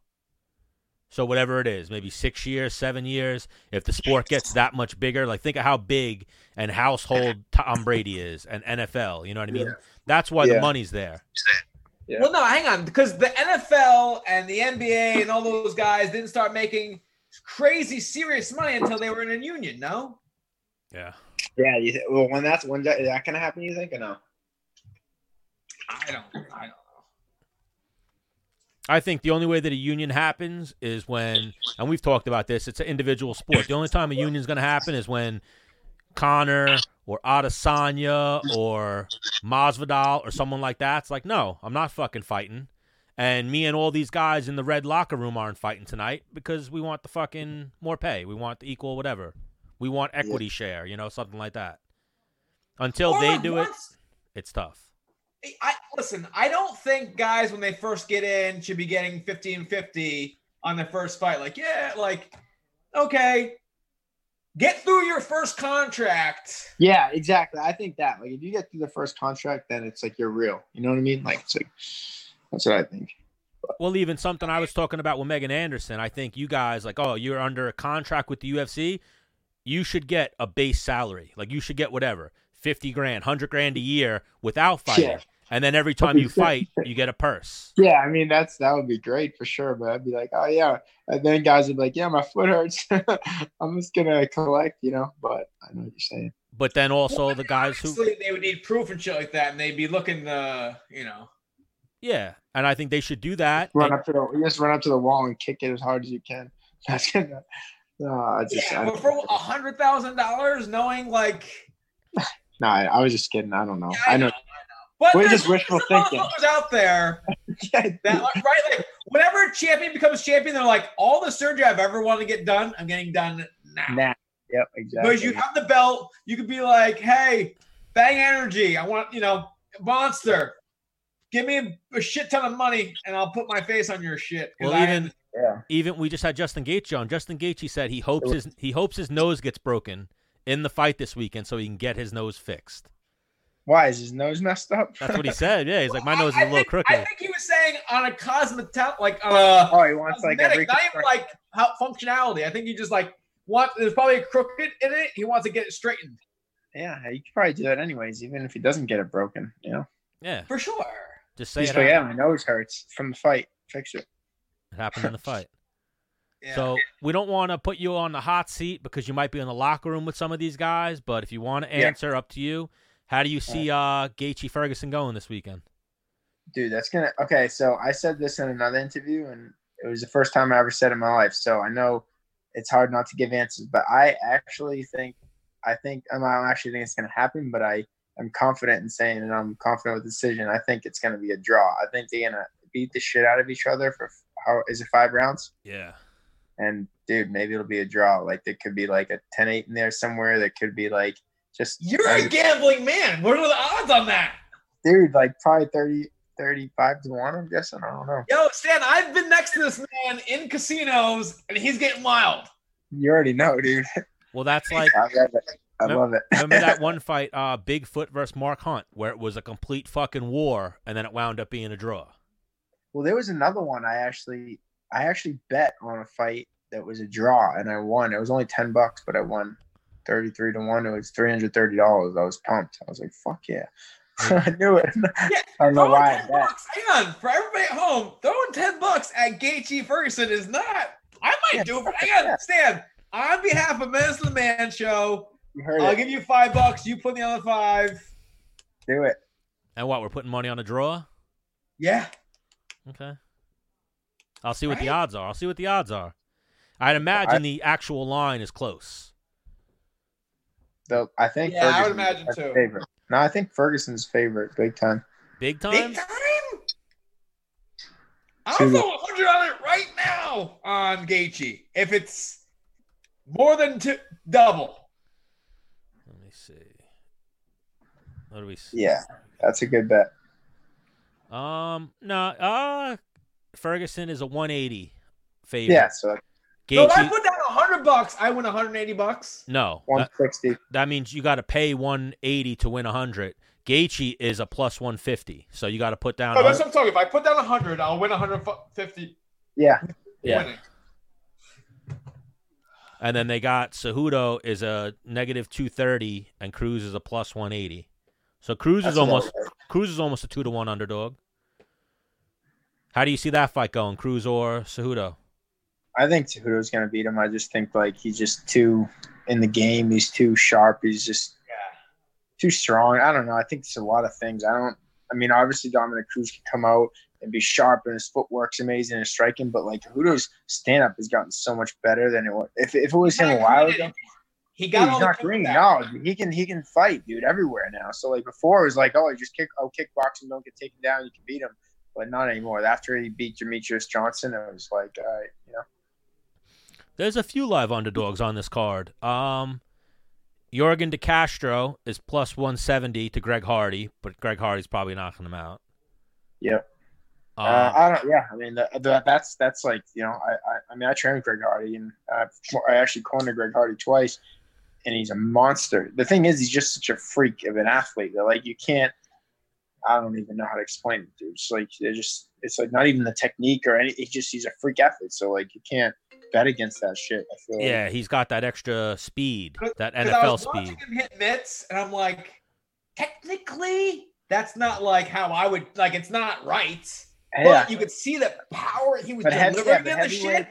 S1: so whatever it is maybe six years seven years if the sport gets that much bigger like think of how big and household tom brady is and nfl you know what i mean that's why the
S7: Yeah.
S1: money's there
S7: Yeah.
S2: Well, no, hang on, because the NFL and the NBA and all those guys didn't start making crazy serious money until they were in a union. No,
S1: yeah
S7: Yeah, you th- well, when that's when that, is that gonna happen? You think or no?
S2: I don't. I don't.
S1: I think the only way that a union happens is when, and we've talked about this, it's an individual sport. The only time a union's going to happen is when Connor or Adesanya or Masvidal or someone like that's like, no, I'm not fucking fighting. And me and all these guys in the red locker room aren't fighting tonight because we want the fucking more pay. We want the equal whatever. We want equity share, you know, something like that. Until
S2: Or
S1: they
S2: like
S1: do
S2: once-
S1: it, it's tough.
S2: I listen. I don't think guys when they first get in should be getting 15-50 on their first fight. Like, yeah, like, okay, get through your first contract.
S7: Yeah, exactly. I think that like if you get through the first contract, then it's like you're real. You know what I mean? Like it's like that's what I think.
S1: Well, even something I was talking about with Megan Anderson, I think you guys like, oh, you're under a contract with the UFC, you should get a base salary. Like you should get whatever, fifty grand, hundred grand a year without fighting,
S7: Yeah.
S1: and then every time you fight, you get a purse.
S7: Yeah, I mean that's that would be great for sure. But I'd be like, oh yeah, and then guys would be like, yeah, my foot hurts. <laughs> I'm just gonna collect, you know. But I know what you're saying.
S1: But then also the guys who,
S2: Obviously, they would need proof and shit like that, and they'd be looking the, you know.
S1: yeah, and I think they should do that.
S7: Run
S1: and-
S7: up to the you just run up to the wall and kick it as hard as you can. <laughs> That's gonna. No, I just.
S2: Yeah,
S7: I,
S2: but for a hundred thousand dollars, knowing like.
S7: no, I, I was just kidding. I don't know.
S2: Yeah,
S7: I know.
S2: But
S7: We're
S2: there's
S7: just wishful
S2: some
S7: thinking.
S2: motherfuckers out there that are- right, like whenever a champion becomes champion, they're like, all the surgery I've ever wanted to get done, I'm getting done now.
S7: Nah. Yep. Exactly.
S2: Because you have the belt, you could be like, hey, bang energy. I want, you know, monster. Give me a, a shit ton of money and I'll put my face on your shit. 'Cause
S1: Well,
S2: I
S1: even
S7: Yeah.
S1: even we just had Justin Gaethje on. Justin Gaethje said he hopes his he hopes his nose gets broken in the fight this weekend so he can get his nose fixed.
S7: Why is his nose messed up?
S1: That's what he said. Yeah, he's like my
S2: I-
S1: nose is a
S2: I
S1: little
S2: think- I
S1: crooked.
S2: think he was saying on a cosmetic, like, uh,
S7: Oh, he wants like a
S2: cosmetic, not even
S7: reconstruction.
S2: like how, functionality. I think he just like want. There's probably a crooked in it. He wants to get it straightened
S7: Yeah, you could probably do that anyways, even if he doesn't get it broken. You know,
S1: Yeah,
S2: for sure.
S1: just say
S7: he's
S1: it.
S7: like,
S1: out.
S7: yeah, my nose hurts from the fight. Fix it.
S1: It happened in the fight.
S2: Yeah.
S1: So we don't want to put you on the hot seat because you might be in the locker room with some of these guys. But if you want to
S7: Yeah.
S1: answer, up to you. How do you see uh, Gaethje Ferguson going this weekend?
S7: dude that's gonna okay so i said this in another interview and it was the first time i ever said it in my life so i know it's hard not to give answers but i actually think i think i'm I don't actually think it's gonna happen but i am confident in saying and i'm confident with the decision i think it's gonna be a draw i think they're gonna beat the shit out of each other for f- how is it five rounds
S1: Yeah,
S7: and dude maybe it'll be a draw like there could be like a 10-8 in there somewhere that could be like just
S2: You're a gambling man. What are the odds on that?
S7: dude like probably 30 35 to 1 i'm guessing i don't know
S2: Yo, Stan, I've been next to this man in casinos, and he's getting wild.
S7: you already know dude
S1: well that's like
S7: <laughs> I love it. I
S1: Remem-
S7: love it. <laughs>
S1: remember that one fight, uh, Bigfoot versus Mark Hunt, where it was a complete fucking war, and then it wound up being a draw.
S7: well, there was another one. I actually, I actually bet on a fight that was a draw, and I won. It was only ten bucks, but I won thirty-three to one. It was three hundred thirty dollars. I was pumped. I was like, "Fuck yeah!" <laughs> I knew it. I don't know
S2: Throwing
S7: why. I
S2: 10
S7: bet.
S2: bucks. Hang on, for everybody at home, throwing ten bucks at Gaethje Ferguson is not. I might
S7: Yeah,
S2: do it, but
S7: fuck
S2: hang
S7: yeah.
S2: on, Stan. On behalf of Menace to the Man Show,
S7: You heard
S2: I'll
S7: it.
S2: give you five bucks. You put in the other five.
S7: Do it.
S1: And what we're putting money on a draw?
S2: Yeah,
S1: Okay. I'll see what the
S2: Right?
S1: odds are. I'll see what the odds are. I'd imagine the actual line is close.
S7: Though I think.
S2: Yeah, I would
S7: Ferguson's
S2: imagine
S7: my
S2: too.
S7: Favorite. No, I think Ferguson's favorite, big time.
S1: Big
S2: big
S1: time?
S2: time. I'll
S7: Two.
S2: throw a hundred on it right now on Gaethje if it's more than two, double.
S1: Let me see. What do we see?
S7: Yeah, that's a good bet.
S1: Um, no, uh, Ferguson is a 180 favorite.
S7: Yeah, so
S2: So if I
S1: Gaethje-
S2: put down a hundred bucks, I win 180 bucks.
S1: no,
S7: one
S1: that,
S7: sixty.
S1: that means you got to pay 180 to win 100. Gaethje is a plus 150, so you got to put down.
S2: Oh, that's
S1: 100
S2: what I'm talking. If I put down 100, I'll win 150.
S7: Yeah,
S1: Yeah.
S2: Winning.
S1: and then they got Cejudo is a negative 230, and Cruz is a plus 180. So Cruz
S7: that's
S1: is almost
S7: about right.
S1: Cruz is almost a two to one underdog. How do you see that fight going, Cruz or Cejudo?
S7: I think Cejudo's going to beat him. I just think like he's just too in the game. He's too sharp. He's just too strong. I don't know. I think it's a lot of things. I don't. I mean, obviously Dominic Cruz can come out and be sharp, and his footwork's amazing and striking. But like Cejudo's stand up has gotten so much better than it was. If, if it was him a while ago,
S2: He
S7: dude,
S2: got all
S7: he's
S2: the
S7: not
S2: kickbacks.
S7: green. No, he can he can fight, dude, everywhere now. So like before, it was like, oh, you just kick, oh, kickboxing, don't get taken down, you can beat him. But not anymore. After he beat Demetrius Johnson, it was like, all right, you know.
S1: There's a few live underdogs on this card. Um, Jorgen De Castro is plus 170 to Greg Hardy, but Greg Hardy's probably knocking him out.
S7: Yep.
S1: Uh,
S7: Uh, I don't. Yeah, I mean the, the, that's that's like you know I, I I mean I trained with Greg Hardy and I've, I actually cornered Greg Hardy twice, and he's a monster. The thing is, he's just such a freak of an athlete that like you can't. I don't even know how to explain it, dude. It's like they're just it's like not even the technique or any. He just he's a freak athlete, so like you can't bet against that shit. I feel like.
S1: yeah, he's got that extra speed, that
S2: 'Cause I
S1: NFL
S2: was watching
S1: speed.
S2: him hit mitts, and I'm like, technically, that's not like how I would like. It's not right.
S7: yeah.
S2: But you could see that power he was
S7: But heavy-
S2: delivering
S7: yeah,
S2: in
S7: but
S2: the
S7: heavyweight-
S2: shit.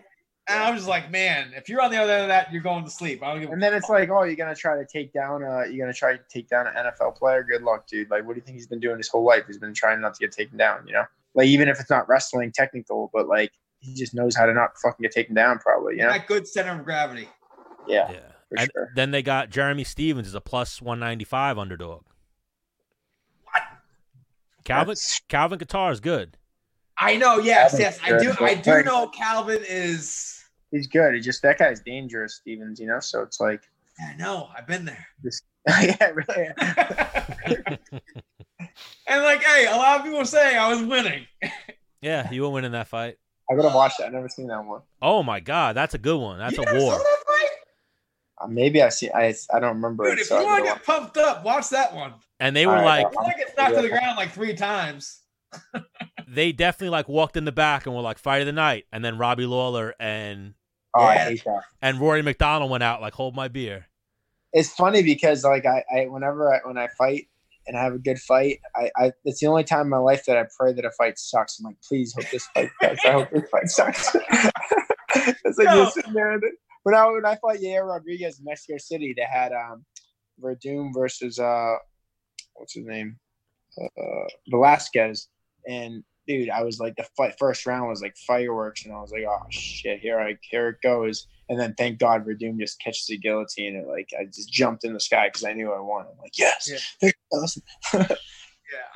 S2: And I was just like, man, if you're on the other end of that, you're going to sleep. I don't give a
S7: And then it's like, oh, you're gonna try to take down uh you're gonna try to take down an NFL player. Good luck, dude. Like, what do you think he's been doing his whole life? He's been trying not to get taken down, you know? Like even if it's not wrestling technical, but like he just knows how to not fucking get taken down probably, you know?
S2: that good center of gravity.
S7: Yeah.
S1: Yeah.
S7: for
S1: And
S7: sure.
S1: then they got Jeremy Stevens is a plus 195 underdog. Calvin
S7: That's-
S1: Calvin Qatar is good.
S2: I know. Yes, yes,
S7: Calvin's
S2: I do.
S7: good,
S2: I
S7: but
S2: do
S7: like-
S2: know Calvin is.
S7: He's good. He just that guy's dangerous, Stevens, you know? So it's like <laughs>
S2: I know. I've
S1: <laughs>
S2: been there.
S7: Yeah, really.
S2: and like, hey, a lot of people were saying I was winning.
S1: Yeah, you will win in that fight.
S7: I gotta watch that. I've never seen that one.
S1: Oh my god, that's a good one. That's
S2: You
S1: a
S2: never
S1: war.
S2: saw that fight?
S7: Uh, maybe I see I I don't remember
S2: Dude,
S7: it.
S2: if
S7: So
S2: you
S7: I
S2: want
S7: gotta
S2: to
S7: watch.
S2: get pumped up, watch that one.
S1: And they were
S7: All right,
S1: like
S7: I'll-
S2: I think it's knocked to the ground like three times.
S1: they definitely like walked in the back and were like fight of the night and then Robbie Lawler and
S7: Oh, I
S2: Yeah.
S7: hate that.
S1: and Rory McDonald went out like hold my beer.
S7: it's funny because like I, I whenever I, when I fight and I have a good fight, I, I it's the only time in my life that I pray that a fight sucks. I'm like, please hope this fight sucks. I hope this fight sucks. <laughs> it's like
S2: No.
S7: you're sitting there. and- When I when I fought Yair Rodriguez in Mexico City, they had um Verdum versus uh what's his name uh, Velasquez, and dude, I was like the fight, first round was like fireworks, and I was like, oh shit, here I here it goes. And then thank God Verdum just catches the guillotine, and like I just jumped in the sky because I knew I won. I'm like, yes,
S2: Yeah.
S7: there goes.
S2: Yeah,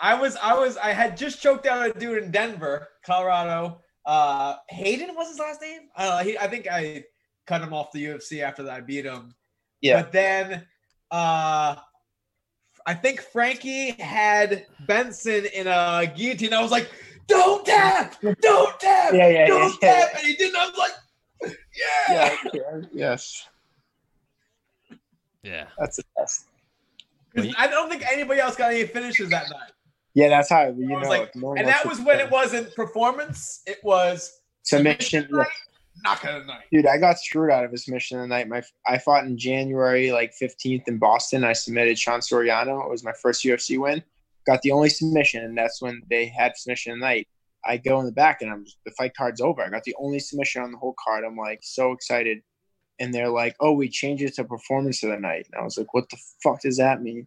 S2: I was, I was, I had just choked out a dude in Denver, Colorado. Uh, Hayden was his last name. I don't know. He, I think I cut him off the UFC after that. I beat him.
S7: Yeah.
S2: But then, uh, I think Frankie had Benson in a guillotine. I was like, "Don't tap! Don't tap!
S7: Yeah, yeah, yeah,
S2: don't
S7: yeah.
S2: tap!" And he didn't. I was like, <laughs> "Yeah."
S7: yeah, yeah, yes, <laughs>
S1: Yeah.
S7: that's the best.
S2: 'Cause I don't think anybody else got any finishes that night.
S7: Yeah, that's how you know.
S2: was like-
S7: if no one
S2: And
S7: wants
S2: that
S7: to-
S2: was when it wasn't performance; it was
S7: submission. yeah.
S2: knockout of the night.
S7: Dude, I got screwed out of his mission the night. My I fought in January like 15th in Boston. I submitted Sean Soriano. It was my first UFC win. Got the only submission, and that's when they had submission of the night. I go in the back, and I'm the fight card's over. I got the only submission on the whole card. I'm like so excited, and they're like, "Oh, we changed it to performance of the night." And I was like, "What the fuck does that mean?"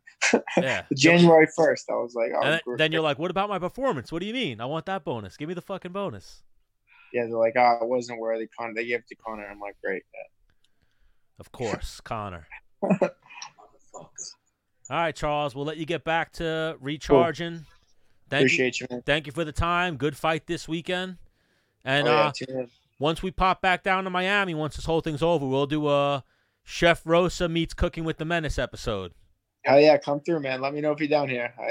S1: Yeah.
S7: January 1st, I was like, "Oh,
S1: And then-
S7: great."
S1: then you're like, what about my performance? What do you mean? I want that bonus. Give me the fucking bonus.
S7: yeah." They're like, "Oh, it wasn't worthy." Connor, they gave it to Connor. I'm like, "Great."
S1: Of
S7: <laughs>
S1: course, Connor. All right, Charles. We'll let you get back to recharging. Thank you.
S7: Appreciate you, man.
S1: Thank you for the time. Good fight this weekend. And
S7: Oh, yeah,
S1: uh,
S7: tune in.
S1: once we pop back down to Miami, once this whole thing's over, we'll do a Chef Rosa meets Cooking with the Menace episode,
S7: Hell yeah, come through, man. Let me know if you're down here. I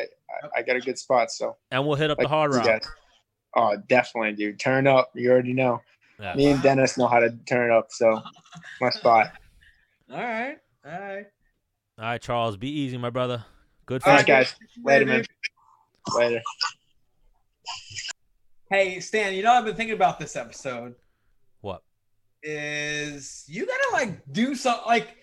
S7: I, I got a good spot, so
S1: and we'll hit up the
S7: like
S1: Hard
S7: you
S1: Rock.
S7: guys. Oh, definitely, dude. Turn up. You already know.
S1: Yeah.
S7: Me and Dennis know how to turn it up, so my spot.
S1: <laughs>
S2: All right, all right.
S1: All right, Charles. Be easy, my brother. Good
S7: All right,
S1: fight.
S7: guys. Later, man. Later.
S2: Hey, Stan, you know I've been thinking about this episode.
S1: What?
S2: Is you gotta like do something like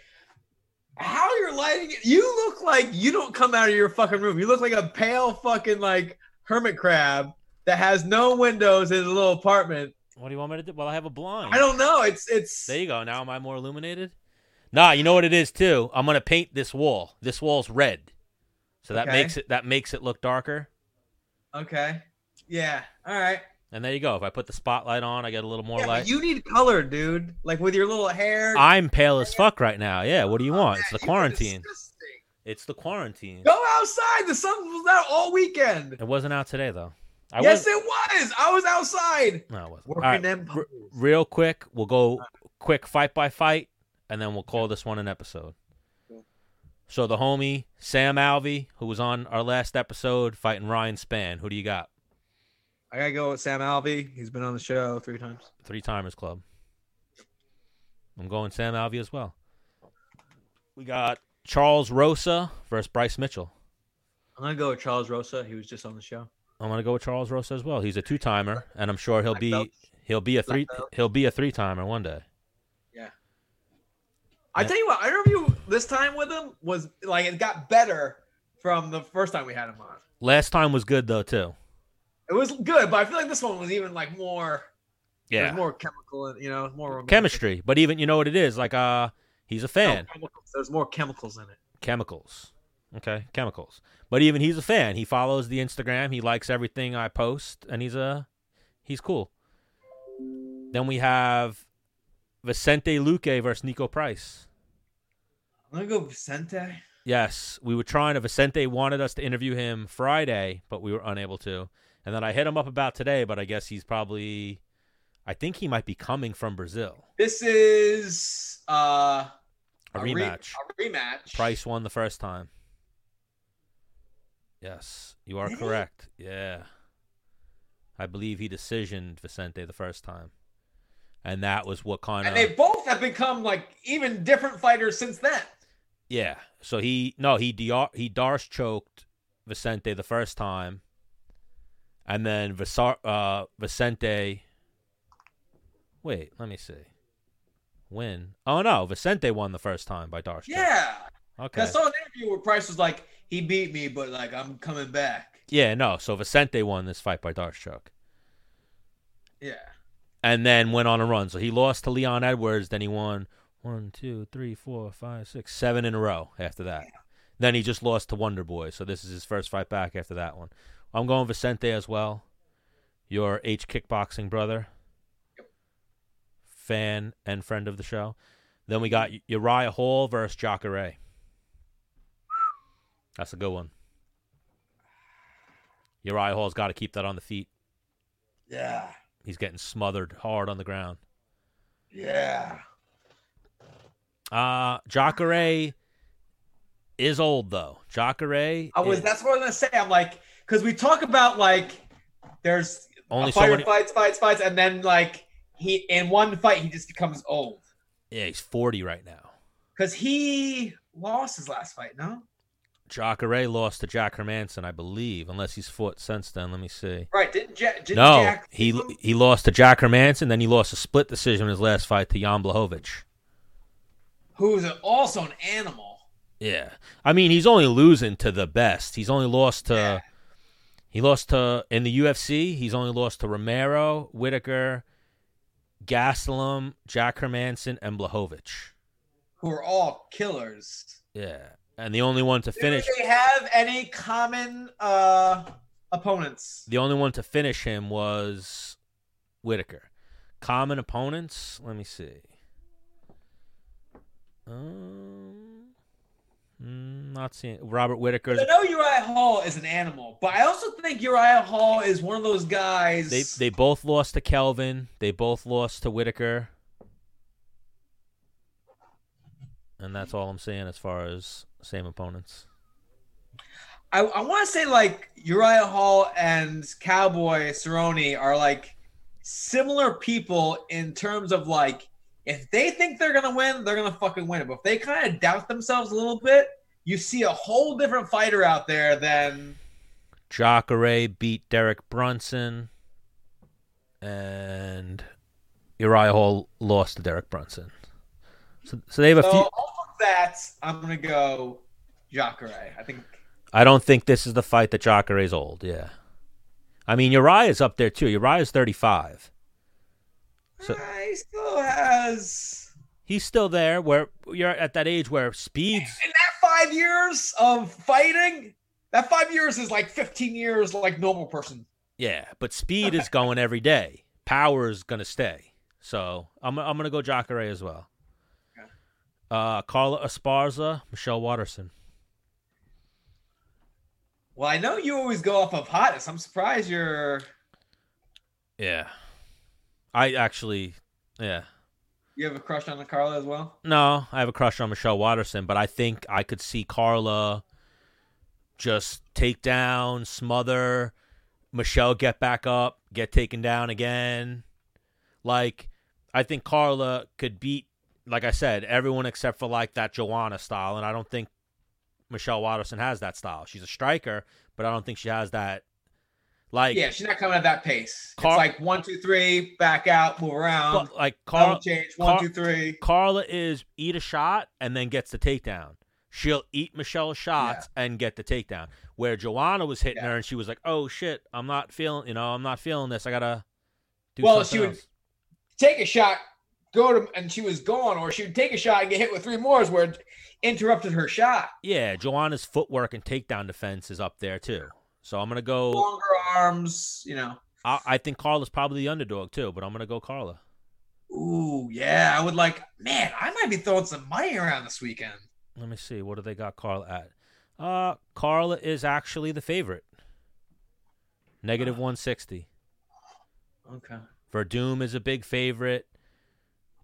S2: how you're lighting it. You look like you don't come out of your fucking room. You look like a pale fucking like hermit crab that has no windows in his little apartment.
S1: What do you want me to do? Well, I have a blind.
S2: I don't know. It's it's
S1: There you go. Now am I more illuminated? Nah, you know what it is too. I'm gonna paint this wall. This wall's red, so that
S2: Okay.
S1: makes it that makes it look darker.
S2: okay. Yeah. All right.
S1: And there you go. If I put the spotlight on, I get a little more
S2: Yeah, but
S1: light.
S2: you need color, dude. Like with your little hair.
S1: I'm pale as fuck right now. Yeah. What do you want? It's the
S2: Oh, You are
S1: quarantine.
S2: disgusting.
S1: It's the quarantine.
S2: Go outside. The sun was out all weekend.
S1: It wasn't out today though. I was.
S2: yes, it was. I was outside.
S1: No, it wasn't. All
S2: Working
S1: right.
S2: them
S1: Re-
S2: puzzles.
S1: real quick, we'll go quick fight by fight, and then we'll call this one an episode. So the homie Sam Alvey, who was on our last episode, fighting Ryan Span. Who do you got?
S2: I gotta go with Sam Alvey. He's been on the show three times.
S1: Three timers club. I'm going Sam Alvey as well. We got Charles Rosa versus Bryce Mitchell.
S2: I'm gonna go with Charles Rosa. He was just on the show.
S1: I'm gonna go with Charles Rosa as well. He's a two timer, and I'm sure he'll
S2: Black
S1: be
S2: belt.
S1: he'll be a three
S2: Black belt.
S1: he'll be a three timer one day.
S2: I
S1: Yeah.
S2: tell you what, our interview this time with him was like it got better from the first time we had him on.
S1: Last time was good though too.
S2: It was good, but I feel like this one was even like more, yeah,
S1: Yeah,
S2: more chemical and you know more
S1: chemistry. But even you know what it is like. Uh, he's a fan.
S2: Oh. There's more chemicals in it.
S1: chemicals. Okay, chemicals. But even he's a fan. He follows the Instagram. He likes everything I post, and he's a he's cool. Then we have Vicente Luque versus Nico Price.
S2: I'm gonna go Vicente.
S1: Yes, we were trying to. Vicente wanted us to interview him Friday, but we were unable to. And then I hit him up about today, but I guess he's probably, I think he might be coming from Brazil.
S2: This is uh,
S1: A
S2: re-
S1: rematch.
S2: a rematch.
S1: Price won the first time. Yes, you are
S2: Did he?
S1: correct. Yeah. I believe he decisioned Vicente the first time. And that was what kind
S2: And they
S1: of
S2: both have become like even different fighters since then.
S1: Yeah. So he no, he DR, he Darce choked Vicente the first time. And then Visar, uh, Vicente Wait, let me see. Win. Oh no, Vicente won the first time by Darce. choke.
S2: Yeah.
S1: Okay.
S2: 'Cause I saw an interview where Price was like, he beat me, but like I'm coming back.
S1: Yeah, no. So Vicente won this fight by Darce choke.
S2: Yeah.
S1: and then went on a run. So he lost to Leon Edwards. Then he won one, two, three, four, five, six, seven in a row after that. Then he just lost to Wonder Boy. So this is his first fight back after that one. I'm going Vicente as well. Your H kickboxing brother, fan and friend of the show. Then we got Uriah Hall versus Jacare. That's a good one. Uriah Hall's got to keep that on the feet.
S2: Yeah.
S1: He's getting smothered hard on the ground.
S2: Yeah.
S1: Uh Jacare is old though. Jacare
S2: I was.
S1: is
S2: That's what I was gonna say. I'm like, because we talk about like, there's
S1: only
S2: a fighter
S1: so many.
S2: fights, fights, fights, and then like he in one fight he just becomes old
S1: Yeah, he's forty right now.
S2: because he lost his last fight. No,
S1: Jacare lost to Jack Hermanson, I believe, unless he's fought since then. Let me see.
S2: right? Didn't Jack? Didn't
S1: no,
S2: Jack
S1: he he lost to Jack Hermanson, then he lost a split decision in his last fight to Jan Blahovic.
S2: who's also an animal.
S1: Yeah, I mean he's only losing to the best. He's only lost to
S2: Yeah.
S1: he lost to in the UFC. He's only lost to Romero, Whitaker, Gastelum, Jack Hermanson, and Blahovic.
S2: who are all killers.
S1: Yeah, and the only one to finish
S2: Do they have any common uh opponents?
S1: the only one to finish him was Whitaker. Common opponents. Let me see. Um, mm, not seeing Robert Whitaker.
S2: I know Uriah Hall is an animal, but I also think Uriah Hall is one of those guys.
S1: They they both lost to Kelvin. They both lost to Whitaker. And that's all I'm saying as far as same opponents.
S2: I, I want to say like Uriah Hall and Cowboy Cerrone are like similar people in terms of like if they think they're gonna win, they're gonna fucking win. But if they kind of doubt themselves a little bit, you see a whole different fighter out there than
S1: Jacare beat Derek Brunson, and Uriah Hall lost to Derek Brunson. So, so they have a
S2: so
S1: few.
S2: off of that. I'm gonna go Jacare. I think
S1: I don't think this is the fight that Jacare's old. Yeah, I mean Uriah's up there too. Uriah's thirty-five. So-
S2: eh, he still has
S1: He's still there. Where you're at that age where speeds.
S2: in that five years of fighting. That five years is like 15 years, like normal person.
S1: Yeah, but speed is going every day. Power is gonna stay. So I'm I'm gonna go Jacare as well.
S2: Okay.
S1: Uh, Carla Esparza, Michelle Watterson.
S2: Well, I know you always go off of hottest. I'm surprised you're
S1: Yeah. I actually, yeah.
S2: you have a crush on Carla as well.
S1: No, I have a crush on Michelle Watterson, but I think I could see Carla just take down, smother, Michelle get back up, get taken down again. Like, I think Carla could beat, like I said, everyone except for like that Joanna style. And I don't think Michelle Watterson has that style. She's a striker, but I don't think she has that. Like,
S2: Yeah, she's not coming at that pace.
S1: Car-
S2: it's like one, two, three, back out, move around.
S1: but, like
S2: Carl,
S1: Carla.
S2: do change. One,
S1: Car-
S2: two, three.
S1: Carla is eat a shot and then gets the takedown. She'll eat Michelle's shots and get the takedown. Where Joanna was hitting
S2: Yeah.
S1: her and she was like, "Oh shit, I'm not feeling, you know, I'm not feeling this. I gotta do
S2: Well,
S1: something
S2: she would-
S1: else."
S2: take a shot, go to, and she was gone, or she would take a shot and get hit with three mores where it interrupted her shot.
S1: Yeah, Joanna's footwork and takedown defense is up there too. So I'm gonna go.
S2: Longer arms, you know.
S1: I, I think Carla's probably the underdog too, but I'm gonna go Carla.
S2: Ooh, yeah. I would like, man, I might be throwing some money around this weekend.
S1: Let me see. What do they got Carla at? Uh, Carla is actually the favorite. Negative 160.
S2: Okay.
S1: Verdum is a big favorite.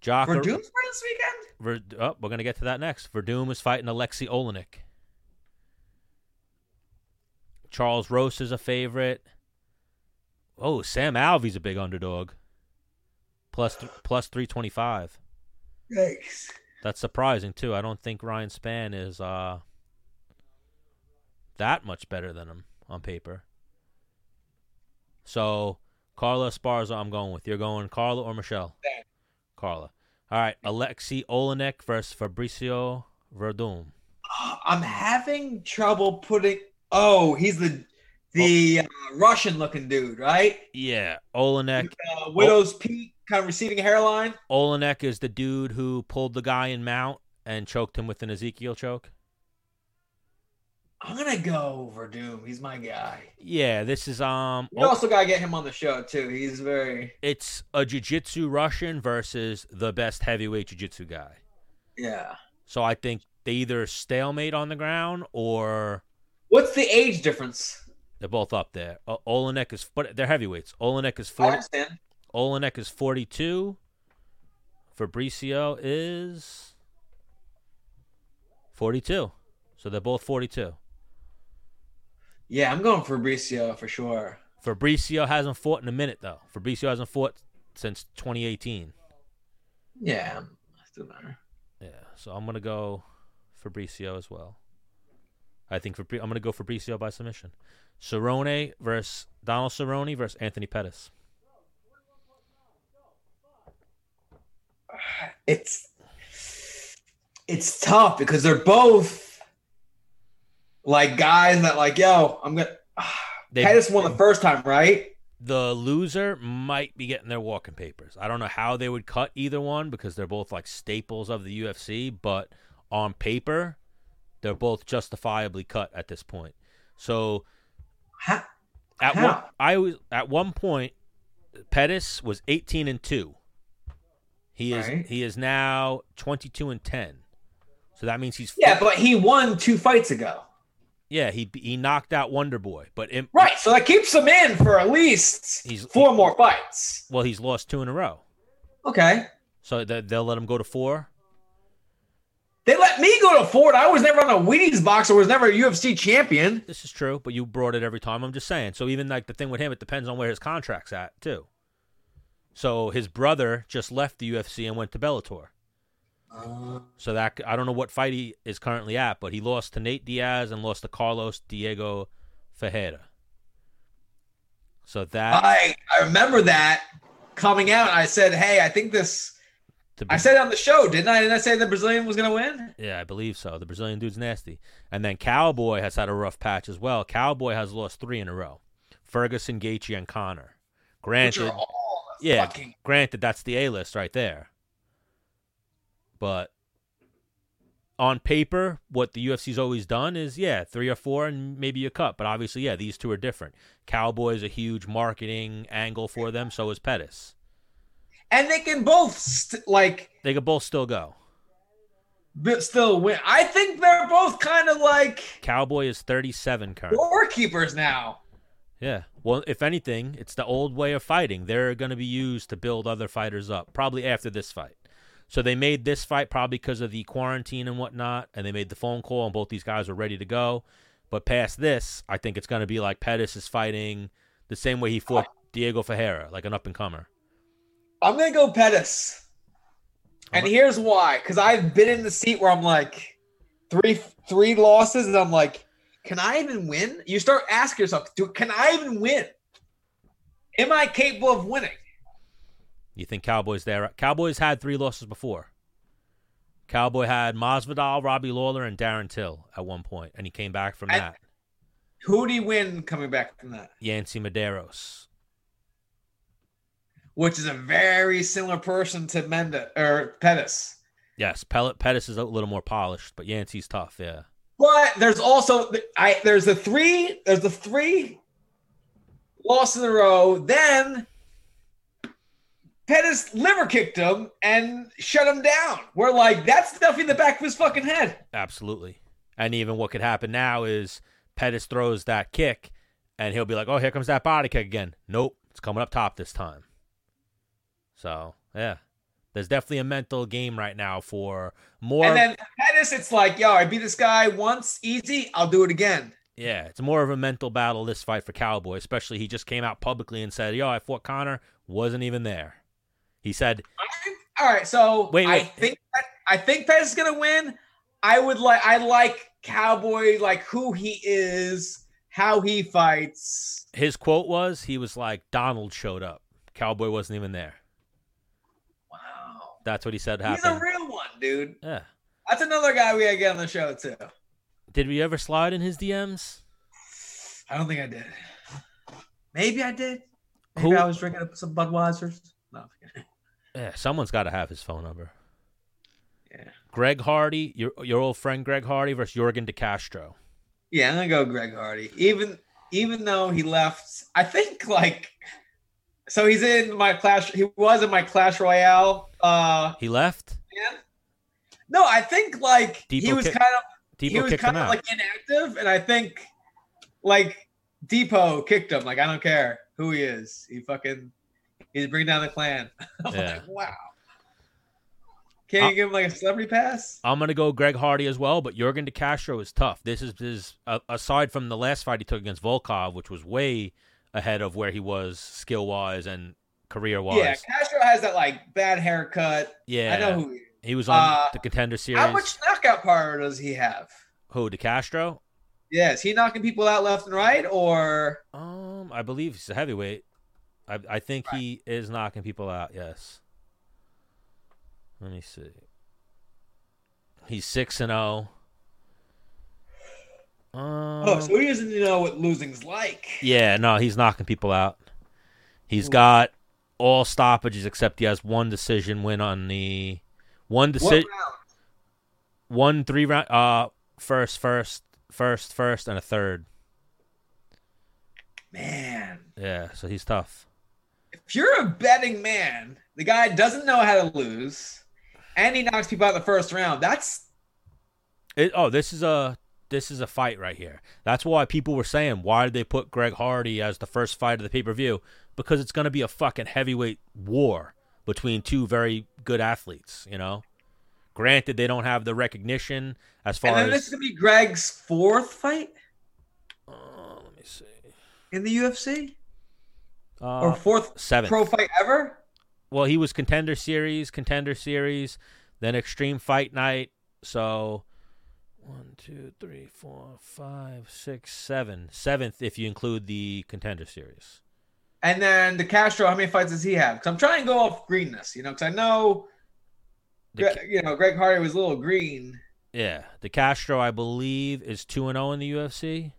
S1: Jocker,
S2: For Doomsday this weekend?
S1: Ver, oh, we're gonna get to that next. Verdum is fighting Alexi Olenek. Charles Rose is a favorite. Oh, Sam Alvey's a big underdog. Plus th- plus three twenty five.
S2: <gasps> Yikes.
S1: That's surprising too. I don't think Ryan Span is uh that much better than him on paper. So Carla Esparza, I'm going with. You're going Carla or Michelle?
S2: Yeah.
S1: Carla. All right, Alexi Olenek versus Fabricio Verdum.
S2: I'm having trouble putting. Oh, he's the the uh, Russian looking dude, right?
S1: Yeah, Olenek.
S2: Uh, Widow's Peak, kind of receding hairline.
S1: Olenek is the dude who pulled the guy in mount and choked him with an Ezekiel choke.
S2: I'm gonna go over Doom. He's my guy.
S1: Yeah, this is um.
S2: We also gotta get him on the show too. He's very
S1: It's a jiu-jitsu Russian versus the best heavyweight jiu-jitsu guy.
S2: yeah.
S1: So I think they either stalemate on the ground or
S2: What's the age difference?
S1: they're both up there. O- Olenek is but they're heavyweights. Olenek is
S2: I
S1: forty.
S2: understand.
S1: Olenek is 42. Fabricio is 42. So they're both 42.
S2: Yeah, I'm going Fabricio for sure.
S1: Fabricio hasn't fought in a minute though. Fabricio hasn't fought since 2018.
S2: Yeah, I'm- it doesn't matter.
S1: Yeah. So I'm gonna go Fabricio as well. I think Fabri- I'm gonna go Fabricio by submission. Cerrone versus Donald Cerrone versus Anthony Pettis.
S2: It's it's tough because they're both like guys that like, yo, I'm gonna.
S1: They-
S2: Pettis won the first time, right?
S1: the loser might be getting their walking papers. I don't know how they would cut either one because they're both like staples of the UFC, but on paper, they're both justifiably cut at this point. So
S2: Ha-
S1: at one,
S2: How?
S1: I was at one point, Pettis was eighteen and two. He is
S2: Right.
S1: he is now twenty two and ten. So that means he's
S2: Yeah, but he won two fights ago.
S1: yeah he he knocked out Wonder Boy, but in,
S2: Right, so that keeps him in for at least
S1: He's-
S2: four more fights.
S1: well he's lost two in a row,
S2: Okay.
S1: so they, they'll let him go to four.
S2: They let me go to Ford. I was never on a Wheaties box or was never a UFC champion.
S1: This is true, but you brought it every time. I'm just saying. So even like the thing with him, it depends on where his contract's at too. So his brother just left the UFC and went to Bellator. So that I don't know what fight he is currently at, but he lost to Nate Diaz and lost to Carlos Diego Fajeda. So that
S2: I, I remember that coming out. I said, hey, I think this.
S1: to be,
S2: I said it on the show, didn't I? Didn't I say the Brazilian was going to win?
S1: yeah, I believe so. The Brazilian dude's nasty. And then Cowboy has had a rough patch as well. Cowboy has lost three in a row: Ferguson, Gaethje, and Connor.
S2: Which
S1: Granted,
S2: are all
S1: Yeah.
S2: fucking.
S1: granted that's the A list right there. But on paper, what the UFC's always done is yeah, three or four and maybe a cut. But obviously, yeah, these two are different. Cowboy's a huge marketing angle for them, so is Pettis.
S2: And they can both, st- like,
S1: They could both still go.
S2: b- still win. I think they're both kind of like
S1: Cowboy is thirty seven current.
S2: doorkeepers now.
S1: Yeah. Well, if anything, it's the old way of fighting. They're going to be used to build other fighters up, probably after this fight. So they made this fight probably because of the quarantine and whatnot, and they made the phone call, and both these guys were ready to go. But past this, I think it's going to be like Pettis is fighting the same way he fought Diego Ferreira, like an up and comer.
S2: I'm gonna go Pettis, and
S1: I'm-
S2: here's why: because I've been in the seat where I'm like, three three losses, and I'm like, can I even win? You start asking yourself, do can I even win? Am I capable of winning?
S1: You think Cowboys there? Cowboys had three losses before. Cowboy had Masvidal, Robbie Lawler, and Darren Till at one point, and he came back from
S2: I-
S1: that.
S2: Who do you win coming back from that?
S1: Yancy Medeiros.
S2: Which is a very similar person to Menda or Pettis,
S1: Yes, Pellet Pettis is a little more polished, but Yancey's tough. Yeah,
S2: but there's also I there's the three there's the three losses in a row. Then Pettis liver kicked him and shut him down. We're like, that's stuff in the back of his fucking head.
S1: absolutely. And even what could happen now is Pettis throws that kick, and he'll be like, "Oh, here comes that body kick again." Nope, it's coming up top this time. So yeah, there's definitely a mental game right now for more.
S2: and then Pettis, it's like, yo, I beat this guy once, easy, I'll do it again.
S1: yeah, it's more of a mental battle this fight for Cowboy, especially he just came out publicly and said, "Yo, I fought Connor, wasn't even there." He said,
S2: All right, so
S1: Wait,
S2: I
S1: wait.
S2: think I think Pettis is gonna win. I would like I like Cowboy, like who he is, how he fights.
S1: his quote was, "He was like Donald showed up, Cowboy wasn't even there."
S2: Wow.
S1: That's what he said
S2: He's a
S1: happened.
S2: real one, dude.
S1: yeah.
S2: That's another guy we gotta get on the show too.
S1: Did we ever slide in his DMs?
S2: I don't think I did. Maybe I did. Maybe
S1: Who-
S2: I was drinking some Budweisers. No, I'm kidding.
S1: Yeah, someone's got to have his phone number.
S2: Yeah.
S1: Greg Hardy, your your old friend Greg Hardy versus Jorgen DeCastro.
S2: Yeah, I'm gonna go Greg Hardy. Even even though he left, I think like so he's in my Clash. He was in my Clash Royale. Uh,
S1: He left.
S2: man. No, I think like he
S1: Depot
S2: was
S1: kick-
S2: kind of he
S1: Depot
S2: was
S1: kicked
S2: kind
S1: him
S2: of
S1: out.
S2: like inactive, and I think like Depot kicked him. Like I don't care who he is. He fucking he's bringing down the clan. <laughs> I'm
S1: Yeah. Uh,
S2: like, wow. Can
S1: I-
S2: you give him like a celebrity pass?
S1: I'm gonna go Greg Hardy as well, but Jorgen DeCastro is tough. This is this uh, aside from the last fight he took against Volkov, which was way ahead of where he was skill wise and career wise.
S2: Yeah, Castro has that like bad haircut. I know who he is.
S1: he was on
S2: Uh,
S1: the contender series.
S2: How much knockout power does he have?
S1: Who DeCastro?
S2: Yeah, is he knocking people out left and right, or
S1: Um, I believe he's a heavyweight. I I think he is knocking people out. Yes. Let me see. He's six and zero. Um,
S2: oh, so he doesn't even know what losing's like.
S1: Yeah, no, he's knocking people out. He's got all stoppages except he has one decision win on the one
S2: What
S1: decision,
S2: round?
S1: one three round, uh, first, first, first, first, and a third.
S2: Man,
S1: Yeah, so he's tough.
S2: if you're a betting man, the guy doesn't know how to lose, and he knocks people out in the first round. That's
S1: It, oh, this is a this is a fight right here. That's why people were saying why did they put Greg Hardy as the first fight of the pay per view because it's gonna be a fucking heavyweight war between two very good athletes. You know, granted they don't have the recognition as far
S2: and then
S1: as
S2: this is gonna be Greg's fourth fight
S1: Uh, let me see.
S2: in the UFC
S1: Uh,
S2: or fourth
S1: seventh.
S2: pro fight ever.
S1: well, he was contender series, contender series, then extreme fight night. So one, two, three, four, five, six, seven. Seventh if you include the contender series.
S2: And then the Castro, how many fights does he have? Because I'm trying to go off greenness, you know, because I know,
S1: The,
S2: Gre- you know, Greg Hardy was a little green.
S1: yeah, the Castro I believe is two and zero in the UFC,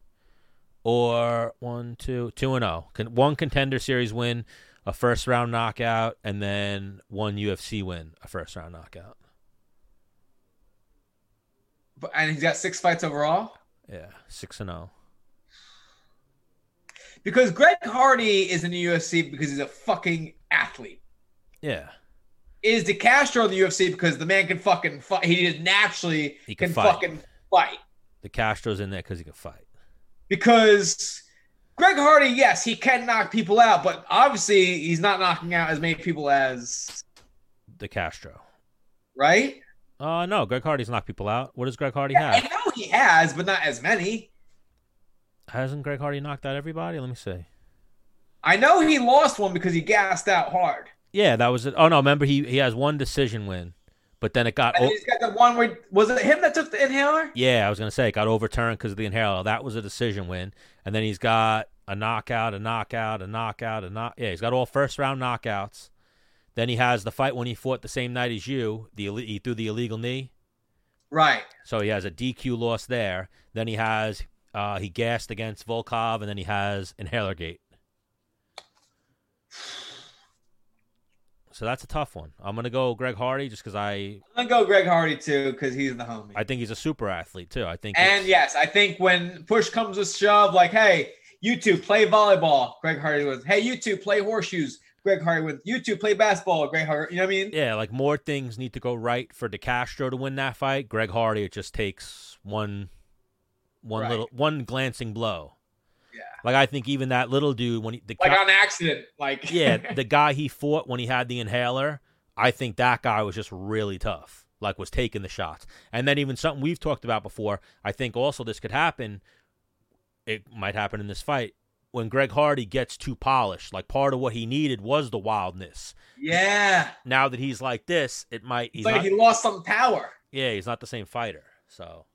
S1: or one, two, two and zero. Con- one contender series win, a first round knockout, and then one UFC win, a first round knockout.
S2: But and he's got six fights overall.
S1: Yeah, six and oh. zero.
S2: Because Greg Hardy is in the UFC because he's a fucking athlete.
S1: Yeah.
S2: Is DeCastro in the UFC because the man can fucking fight? He just naturally
S1: He can
S2: can,
S1: fight.
S2: fucking fight.
S1: The Castro's in there because he can fight.
S2: Because Greg Hardy, yes, he can knock people out, but obviously he's not knocking out as many people as
S1: The Castro.
S2: right.
S1: Uh no, Greg Hardy's knocked people out. What does Greg Hardy
S2: I
S1: have?
S2: know he has, but not as many.
S1: Hasn't Greg Hardy knocked out everybody? Let me see.
S2: I know he lost one because he gassed out hard.
S1: Yeah, that was it. Oh no, remember he he has one decision win, but then it got.
S2: And
S1: O-
S2: he's got the one where was it him that took the inhaler?
S1: yeah, I was gonna say it got overturned because of the inhaler. That was a decision win, and then he's got a knockout, a knockout, a knockout, a knock. Yeah, he's got all first round knockouts. Then he has the fight when he fought the same night as you. The ille- he threw the illegal knee.
S2: Right.
S1: So he has a DQ loss there. Then he has uh, he gassed against Volkov, and then he has Inhalergate. So that's a tough one. I'm gonna go Greg Hardy just because I
S2: I'm gonna go Greg Hardy too because he's the homie.
S1: I think he's a super athlete too. I think
S2: And
S1: it's-
S2: yes, I think when push comes to shove, like, hey, you two play volleyball, Greg Hardy wins. Hey, you two play horseshoes, Greg Hardy wins. You two play basketball, Greg Hardy. You know what I mean?
S1: yeah, like more things need to go right for DeCastro to win that fight. Greg Hardy, it just takes one one
S2: Right.
S1: little one glancing blow.
S2: Yeah.
S1: Like I think even that little dude when he the
S2: Like
S1: guy-
S2: on accident, like
S1: yeah, the guy he fought when he had the inhaler, I think that guy was just really tough, like was taking the shots. And then even something we've talked about before, I think also this could happen. It might happen in this fight when Greg Hardy gets too polished. Like part of what he needed was the wildness.
S2: <laughs> yeah.
S1: Now that he's like this, it might he's
S2: It's like
S1: not,
S2: he lost some power.
S1: yeah, he's not the same fighter. So,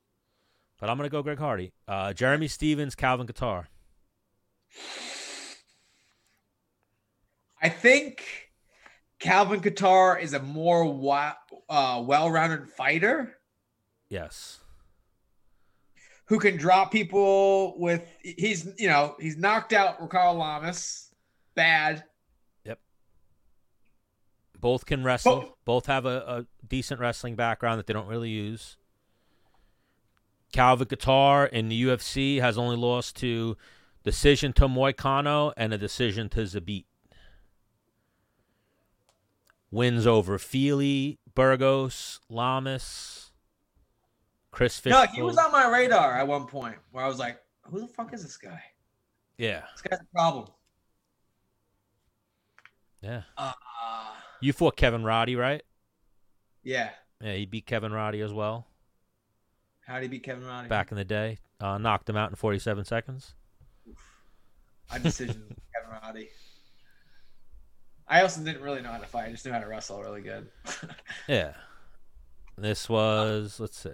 S1: but I'm gonna go Greg Hardy, uh, Jeremy Stevens, Calvin Qatar.
S2: I think Calvin Qatar is a more wi- uh, well-rounded fighter
S1: Yes,
S2: who can drop people with he's you know he's knocked out Ricardo Lamas bad.
S1: Both can wrestle.
S2: Oh.
S1: Both have a, a decent wrestling background that they don't really use. Calvin Guitar in the UFC has only lost to decision to Moicano and a decision to Zabit. Wins over Feely, Burgos, Lamas, Chris Fisher.
S2: No, he was on my radar at one point where I was like, who the fuck is this guy?
S1: yeah,
S2: This guy's a problem.
S1: yeah.
S2: Uh,
S1: You fought Kevin Roddy, right?
S2: yeah.
S1: Yeah, he beat Kevin Roddy as well
S2: How did he beat Kevin Roddy?
S1: back in the day. Uh, knocked him out in 47 seconds.
S2: I decision
S1: <laughs>
S2: Kevin Roddy. I also didn't really know how to fight. I just knew how to wrestle really good. <laughs>
S1: Yeah. This was, let's see.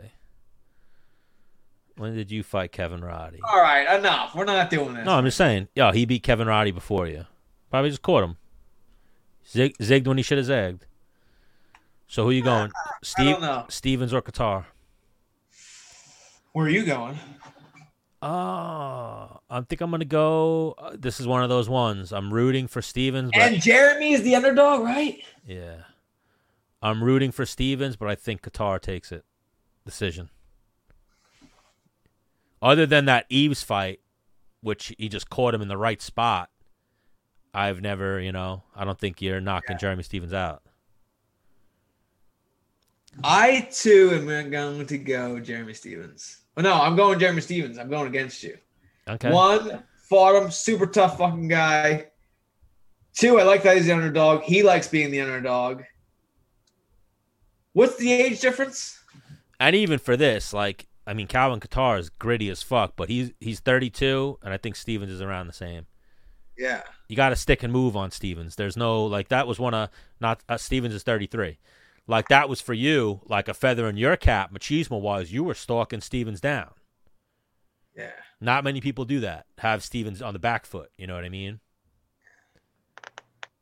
S1: When did you fight Kevin Roddy?
S2: All right, enough. We're not doing this.
S1: No, I'm just saying. Yo, he beat Kevin Roddy before you. Probably just caught him. Zig- zigged when he should have zagged. So who you going? Steve
S2: don't know.
S1: Stevens or Qatar?
S2: Where are you going?
S1: Oh, I think I'm gonna go. uh, This is one of those ones. I'm rooting for Stevens, but
S2: And Jeremy is the underdog, right?
S1: yeah, I'm rooting for Stevens, but I think Qatar takes it. Decision. Other than that Eves fight, which he just caught him in the right spot, I've never, you know, I don't think you're knocking Jeremy Stevens out.
S2: I too am going to go Jeremy Stevens. Well, no, I'm going Jeremy Stevens. I'm going against you.
S1: Okay.
S2: One, fought him, super tough fucking guy. Two, I like that he's the underdog. He likes being the underdog. What's the age difference?
S1: And even for this, like, I mean, Calvin Qatar is gritty as fuck, but he's he's 32, and I think Stevens is around the same.
S2: Yeah.
S1: You got to stick and move on Stevens. There's no like that was one of not uh, Stevens is 33. Like that was for you, like a feather in your cap, machismo wise. You were stalking Stevens down.
S2: Yeah.
S1: Not many people do that. Have Stevens on the back foot. You know what I mean?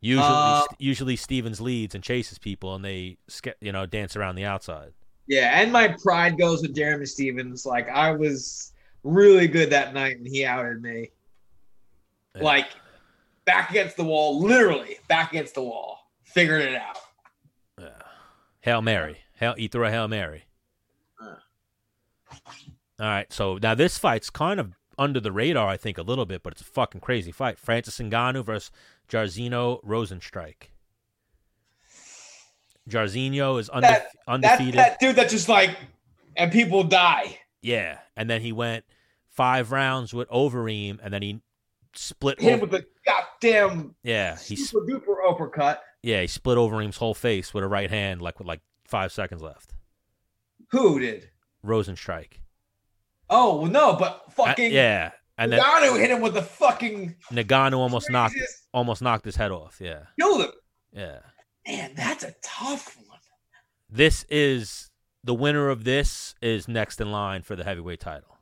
S1: Usually,
S2: Uh,
S1: usually Stevens leads and chases people, and they sca- you know dance around the outside.
S2: Yeah. And my pride goes with Jeremy Stevens. Like, I was really good that night and he outed me.
S1: Yeah.
S2: Like, back against the wall, literally back against the wall. Figured it out.
S1: Hail Mary. Hail, he threw a Hail Mary.
S2: Uh.
S1: All right, so now this fight's kind of under the radar, I think, a little bit, but it's a fucking crazy fight. Francis Ngannou versus Jarzino Rosenstrike. Jarzino is undefe-
S2: That- That,
S1: undefeated.
S2: that dude that just like, and people die.
S1: Yeah, and then he went five rounds with Overeem, and then he split.
S2: Hit him
S1: Over-
S2: with a goddamn
S1: yeah, he sp-
S2: super duper uppercut.
S1: yeah he split Overeem's whole face with a right hand, like with like five seconds left.
S2: Who did?
S1: Rosenstrike.
S2: Oh well, no, but
S1: Uh,
S2: fucking
S1: yeah, and then
S2: Ngannou hit him with the fucking
S1: Nagano almost knocked
S2: craziest-
S1: almost knocked his head off. Yeah,
S2: killed him.
S1: yeah.
S2: Man, that's a tough one.
S1: This is the winner of this is next in line for the heavyweight title.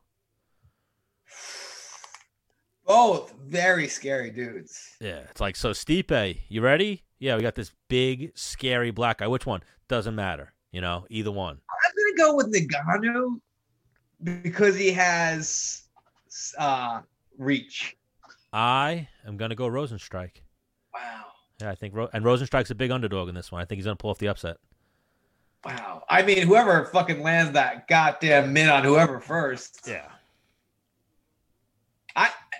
S2: Both very scary dudes.
S1: Yeah, it's like so. Stipe, you ready? Yeah, we got this big, scary black guy. Which one? Doesn't matter. You know, either one.
S2: I'm gonna go with Nagano because he has uh reach.
S1: I am gonna go Rosenstrike.
S2: Wow.
S1: Yeah, I think Ro- and Rosenstrike's a big underdog in this one. I think he's gonna pull off the upset.
S2: Wow. I mean, whoever fucking lands that goddamn min on whoever first.
S1: Yeah.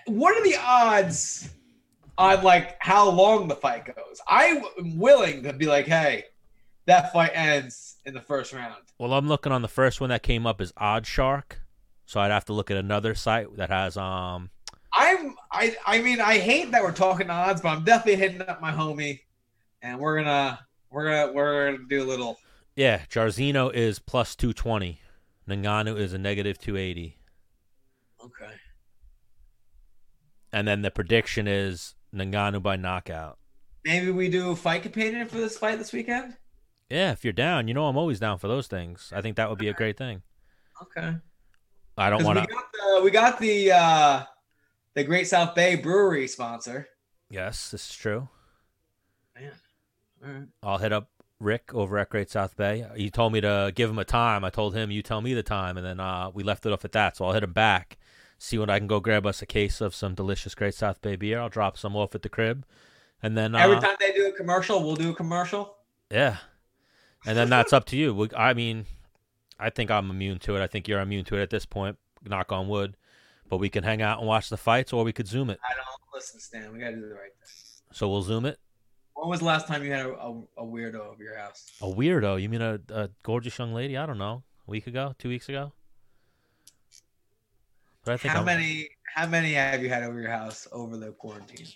S2: What are the odds on like how long the fight goes? I'm willing to be like, hey, that fight ends in the first round.
S1: Well, I'm looking on the first one that came up is Odd Shark, so I'd have to look at another site that has um
S2: I'm I I mean I hate that we're talking odds, but I'm definitely hitting up my homie, and we're gonna we're gonna we're gonna do a little.
S1: Yeah, Jarzino is plus 220. Nagano is a negative 280.
S2: Okay.
S1: And then the prediction is Nagano by knockout.
S2: Maybe we do fight companion for this fight this weekend.
S1: Yeah, if you're down, you know I'm always down for those things. I think that would be a great thing.
S2: Okay.
S1: I don't
S2: 'Cause
S1: want
S2: we
S1: to.
S2: got the we got the uh, the Great South Bay Brewery sponsor.
S1: Yes, this is true.
S2: Man. All right.
S1: I'll hit up Rick over at Great South Bay. He told me to give him a time. I told him, you tell me the time. And then uh, we left it off at that. So I'll hit him back, see when I can go grab us a case of some delicious Great South Bay beer. I'll drop some off at the crib. And then. Uh,
S2: Every time they do a commercial, we'll do a commercial.
S1: Yeah. And then that's up to you. We- I mean, I think I'm immune to it. I think you're immune to it at this point, knock on wood. But we can hang out and watch the fights or we could Zoom it.
S2: I don't listen, Stan. We gotta do the right thing.
S1: So we'll Zoom it.
S2: When was the last time you had a, a, a weirdo over your house?
S1: A weirdo. You mean a, a gorgeous young lady? I don't know. A week ago? Two weeks ago? But I think
S2: how
S1: I'm-
S2: many? How many have you had over your house over the quarantine?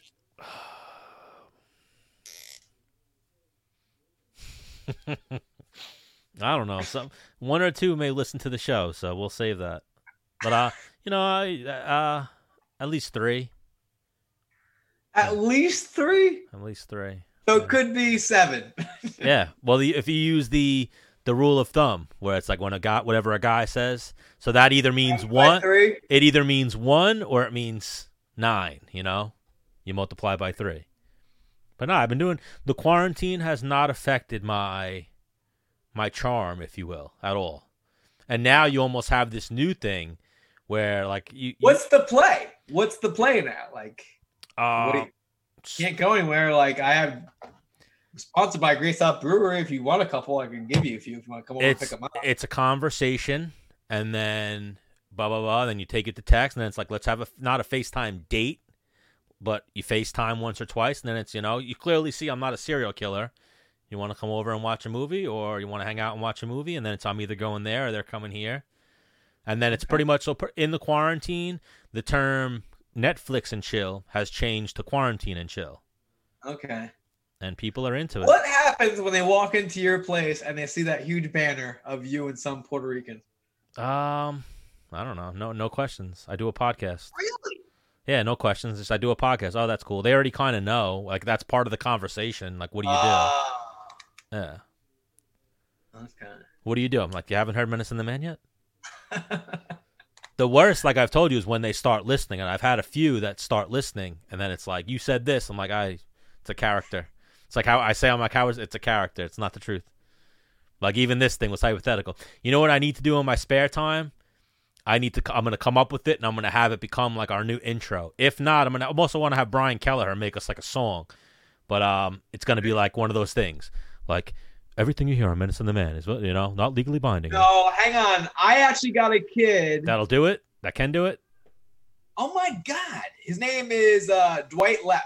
S1: I don't know. Some one or two may listen to the show, so we'll save that. But uh, you know, I uh, at least three,
S2: At least three.
S1: at least three.
S2: So it could be seven. <laughs>
S1: Yeah. Well, the, if you use the the rule of thumb, where it's like when a guy, whatever a guy says, so that either means one,
S2: Three.
S1: it either means one or it means nine. You know, you multiply by three. But no, I've been doing the quarantine has not affected my my charm, if you will, at all. And now you almost have this new thing where like you, you-
S2: What's the play? What's the play now? Like
S1: uh,
S2: what do you, can't go anywhere. Like I have sponsored by Great South Brewery. If you want a couple, I can give you a few. If you want to come over and pick
S1: it's
S2: them up.
S1: Uh, it's a conversation and then blah blah blah then you take it to text and then it's like let's have a not a facetime date but you facetime once or twice and then it's you know you clearly see i'm not a serial killer you want to come over and watch a movie or you want to hang out and watch a movie and then it's i'm either going there or they're coming here and then it's pretty much so per- in the quarantine the term netflix and chill has changed to quarantine and chill
S2: Okay.
S1: and people are into it
S2: What happens when they walk into your place and they see that huge banner of you and some Puerto Rican?
S1: um i don't know no no questions i do a podcast
S2: Really?
S1: Yeah, no questions. Just I do a podcast. Oh, that's cool. They already kind of know. Like that's part of the conversation. Like, what do you
S2: Uh. Ah.
S1: do? Yeah. What do you do? I'm like, you haven't heard Menace in the Man yet.
S2: okay.
S1: The worst, like I've told you, is when they start listening, and I've had a few that start listening, and then it's like, you said this. I'm like, I, it's a character. It's like how I say I'm like, how is it's a character? It's not the truth. Like even this thing was hypothetical. You know what I need to do in my spare time? I need to. I'm gonna come up with it, and I'm gonna have it become like our new intro. If not, I'm gonna. I also want to have Brian Kelleher make us like a song, but um, it's gonna be like one of those things, like everything you hear on Menace and the Man is what you know, not legally binding.
S2: No, hang on. I actually got a kid.
S1: That'll do it. That can do it.
S2: Oh my god. His name is uh, Dwight Lepp.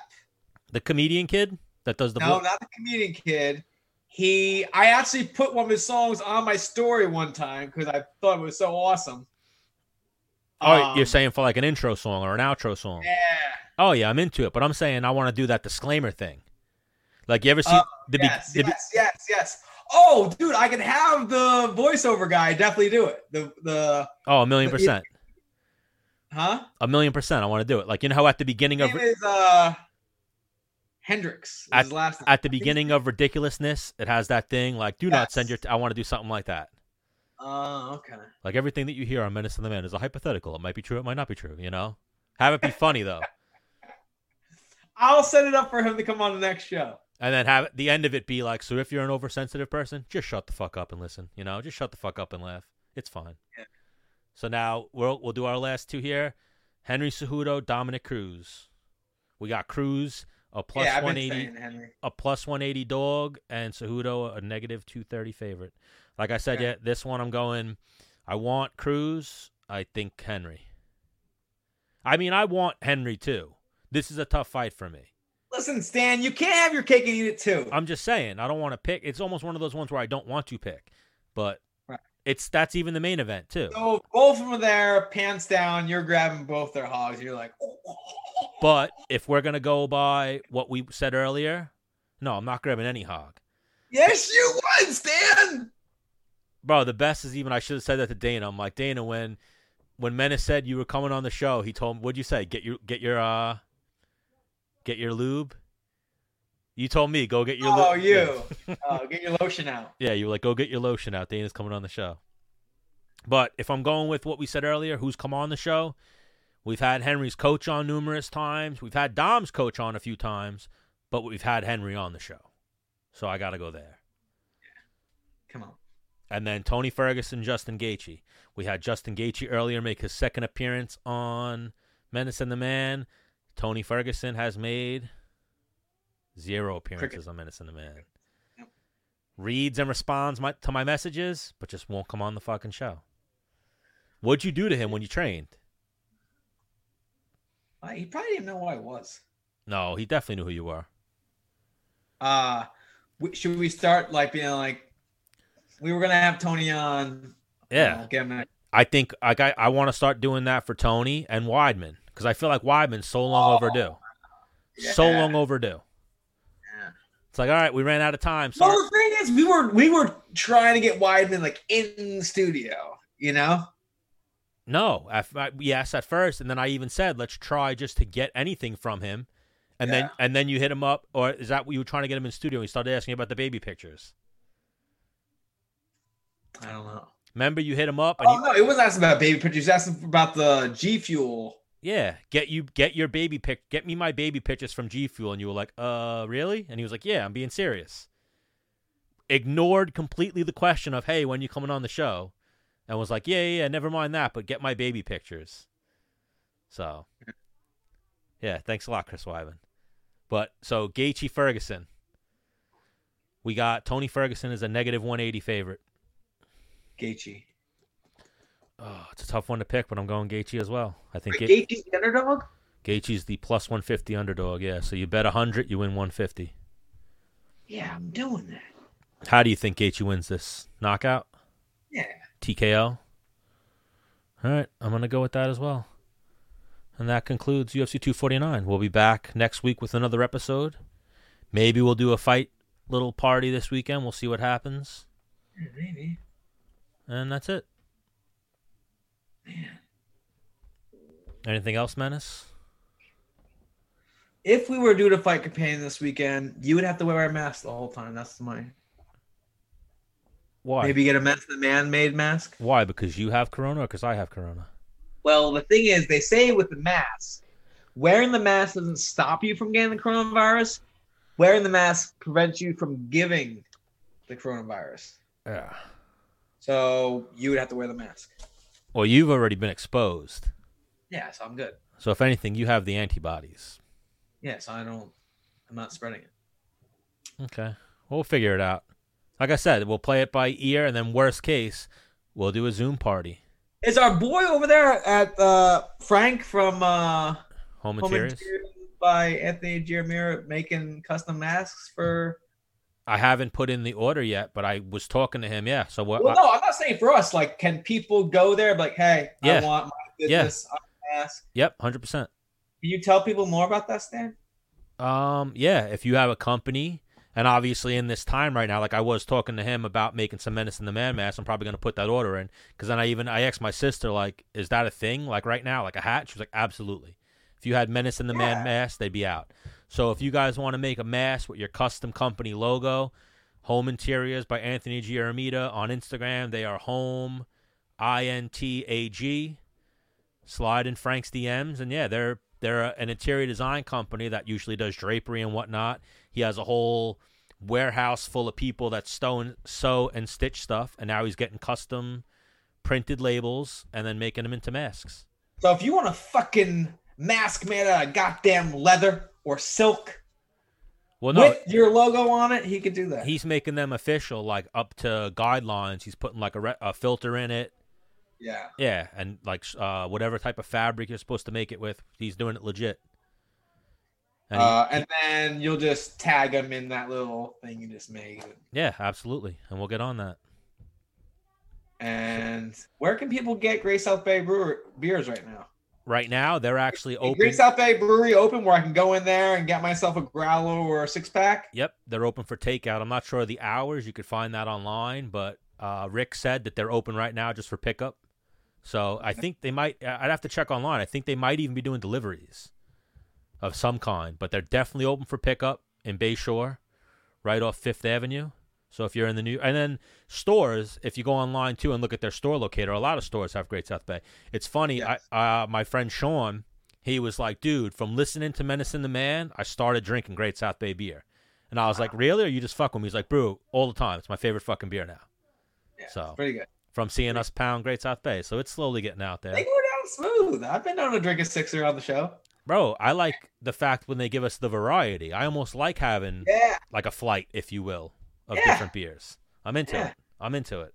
S1: The comedian kid that does the
S2: No,
S1: vo-
S2: not the comedian kid. He I actually put one of his songs on my story one time because I thought it was so awesome.
S1: Oh,
S2: Um,
S1: you're saying for like an intro song or an outro song?
S2: Yeah.
S1: Oh yeah, I'm into it, but I'm saying I want to do that disclaimer thing. Like you ever see
S2: Oh,
S1: the, be-
S2: Yes,
S1: the be-
S2: yes, yes, yes. Oh, dude, I can have the voiceover guy definitely do it. The the
S1: oh a million
S2: the-
S1: percent,
S2: huh?
S1: a million percent. I want to do it. Like you know how at the beginning
S2: His
S1: of
S2: name is uh Hendrix. Is his last name.
S1: at the beginning of ridiculousness, it has that thing like do not send your. T- I want to do something like that.
S2: Oh, okay.
S1: Like everything that you hear on Menace and the Man is a hypothetical. It might be true. It might not be true. You know, have it be funny though,
S2: I'll set it up for him to come on the next show.
S1: and then have the end of it be like. So if you're an oversensitive person, just shut the fuck up and listen. You know, just shut the fuck up and laugh. It's fine.
S2: Yeah.
S1: So now we'll we'll do our last two here. Henry Cejudo, Dominic Cruz. We got Cruz a plus
S2: yeah, I've been
S1: 180
S2: saying Henry.
S1: a plus 180 dog and Cejudo a negative 230 favorite. Like I said,
S2: Okay.
S1: yeah, this one I'm going. I want Cruz. I think Henry. I mean, I want Henry too. This is a tough fight for me.
S2: Listen, Stan, you can't have your cake and eat it too.
S1: I'm just saying, I don't want to pick. It's almost one of those ones where I don't want to pick, but
S2: Right.
S1: it's that's even the main event too.
S2: So both of them are there, pants down. You're grabbing both their hogs. You're like, <laughs>
S1: But if we're gonna go by what we said earlier, no, I'm not grabbing any hog.
S2: yes, you won, Stan.
S1: bro, the best is even I should have said that to Dana. I'm like, Dana, when when Menace said you were coming on the show, he told me what'd you say? Get your get your uh get your lube? You told me go get your
S2: oh,
S1: lube.
S2: you. <laughs> oh, get your lotion out.
S1: Yeah, you were like, go get your lotion out. Dana's coming on the show. But if I'm going with what we said earlier, who's come on the show? We've had Henry's coach on numerous times. We've had Dom's coach on a few times, but we've had Henry on the show. So I got to go there.
S2: Come on.
S1: And then Tony Ferguson, Justin Gaethje. We had Justin Gaethje earlier make his second appearance on Menace and the Man. Tony Ferguson has made zero appearances
S2: Cricket.
S1: on Menace and the Man.
S2: Yep.
S1: Reads and responds my, to my messages, but just won't come on the fucking show. What'd you do to him when you trained?
S2: Uh, he probably didn't know who I was.
S1: No, he definitely knew who you were.
S2: Uh, we, should we start like being like, we were gonna have Tony on? you
S1: Yeah.
S2: know, get him a-
S1: I think like I, I want to start doing that for Tony and Weidman because I feel like Weidman's so long
S2: Oh,
S1: overdue. So
S2: yeah.
S1: long overdue.
S2: Yeah.
S1: It's like all right, we ran out of time. Sorry.
S2: Well, the thing is, we were we were trying to get Weidman like in the studio, you know.
S1: No, at, f- I- yes at first, and then I even said let's try just to get anything from him, and then and then you hit him up, or is that what you were trying to get him in studio? He started asking about the baby pictures.
S2: I don't know.
S1: Remember, you hit him up, and
S2: Oh
S1: you,
S2: no, it was asking about baby pictures. Asking about the G Fuel.
S1: yeah, get you get your baby pic, get me my baby pictures from G Fuel, and you were like, uh, really? And he was like, yeah, I'm being serious. Ignored completely the question of hey, when you coming on the show, and was like, yeah, yeah, yeah never mind that, but get my baby pictures. So, yeah, thanks a lot, Chris Wyman. But so Gaethje Ferguson, we got Tony Ferguson is a negative 180 favorite.
S2: Gaethje.
S1: Oh, it's a tough one to pick, but I'm going Gaethje as well. I think
S2: Wait,
S1: Ga-
S2: Gaethje's the underdog.
S1: Gaethje's the plus 150 underdog. Yeah, so you bet 100, you win 150.
S2: Yeah, I'm doing that.
S1: How do you think Gaethje wins this knockout?
S2: Yeah.
S1: TKO. All right, I'm gonna go with that as well. And that concludes UFC 249. We'll be back next week with another episode. Maybe we'll do a fight little party this weekend. We'll see what happens.
S2: Yeah, Maybe.
S1: And that's it.
S2: Man.
S1: Anything else, Menace?
S2: If we were due to fight Campaign this weekend, you would have to wear a mask the whole time. That's my
S1: Why?
S2: maybe get a mask, the man-made mask.
S1: Why? Because you have corona or because I have corona?
S2: Well, the thing is, they say with the mask, wearing the mask doesn't stop you from getting the coronavirus. Wearing the mask prevents you from giving the coronavirus.
S1: Yeah.
S2: So you would have to wear the mask.
S1: Well, you've already been exposed.
S2: Yeah, so I'm good.
S1: So if anything, you have the antibodies.
S2: Yeah, so I don't. I'm not spreading it.
S1: Okay. We'll figure it out. Like I said, we'll play it by ear, and then worst case, we'll do a Zoom party.
S2: Is our boy over there at uh, Frank from uh,
S1: Home
S2: Home
S1: interiors.
S2: Interiors by Anthony Jeremiah making custom masks for?
S1: I haven't put in the order yet, but I was talking to him. Yeah. So what?
S2: Well,
S1: I-
S2: no, I'm not saying for us. Like, can people go there? and be Like, hey,
S1: Yeah.
S2: I want my
S1: Yeah.
S2: business on a mask.
S1: yep, hundred percent.
S2: Can you tell people more about that, Stan?
S1: Um, yeah. If you have a company, and obviously in this time right now, like I was talking to him about making some menace in the man mask, I'm probably gonna put that order in because then I even I asked my sister like, is that a thing? Like right now, like a hat? She was like, absolutely. If you had menace in the man
S2: Yeah.
S1: mask, they'd be out. So if you guys want to make a mask with your custom company logo, Home Interiors by Anthony Giaramita on Instagram, they are home I N T A G. Slide in Frank's DMs, and yeah, they're they're an interior design company that usually does drapery and whatnot. He has a whole warehouse full of people that sew and, sew and stitch stuff, and now he's getting custom printed labels and then making them into masks.
S2: So if you want a fucking mask made out of goddamn leather or silk
S1: Well, no,
S2: with your logo on it, he could do that.
S1: he's making them official, like up to guidelines. He's putting like a, re- a filter in it,
S2: yeah.
S1: yeah, and like uh, whatever type of fabric you're supposed to make it with, he's doing it legit. And he-
S2: Uh, and then you'll just tag him in that little thing you just made.
S1: yeah, absolutely, and we'll get on that.
S2: And where can people get Gray South Bay Brewer beers right now?
S1: Right now, they're actually
S2: Is
S1: open.
S2: Gray South Bay Brewery open where I can go in there and get myself a growler or a six pack?
S1: Yep, they're open for takeout. I'm not sure of the hours. You could find that online, but uh, Rick said that they're open right now just for pickup. So I think they might. I- I'd have to check online. I think they might even be doing deliveries of some kind, but they're definitely open for pickup in Bayshore, right off Fifth Avenue. So if you're in the new and then stores, if you go online too and look at their store locator, a lot of stores have Great South Bay. It's funny.
S2: Yes.
S1: I, uh, my friend Sean, he was like, "Dude, from listening to Menace and the Man, I started drinking Great South Bay beer." And I was like, really? Or you just fuck with me? He's like, bro, all the time. It's my favorite fucking beer now.
S2: Yeah, it's
S1: So
S2: pretty good.
S1: from seeing us pound Great South Bay, so it's slowly getting out there.
S2: They go down smooth. I've been known to drink a sixer on the show.
S1: Bro, I like the fact when they give us the variety. I almost like having
S2: Yeah,
S1: like a flight, if you will, of
S2: Yeah.
S1: different beers. I'm into
S2: Yeah.
S1: it. I'm into it.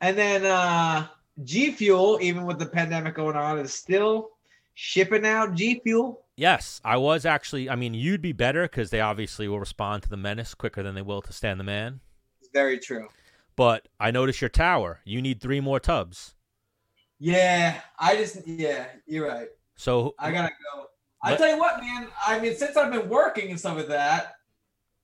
S2: and then uh, G Fuel, even with the pandemic going on, is still shipping out G Fuel.
S1: Yes, I was actually. I mean, you'd be better because they obviously will respond to the menace quicker than they will to stand the man.
S2: It's very true.
S1: But I noticed your tower. You need three more tubs.
S2: Yeah, I just yeah, you're right.
S1: So
S2: I gotta go. I
S1: Let-
S2: tell you what, man. I mean, since I've been working and stuff of that,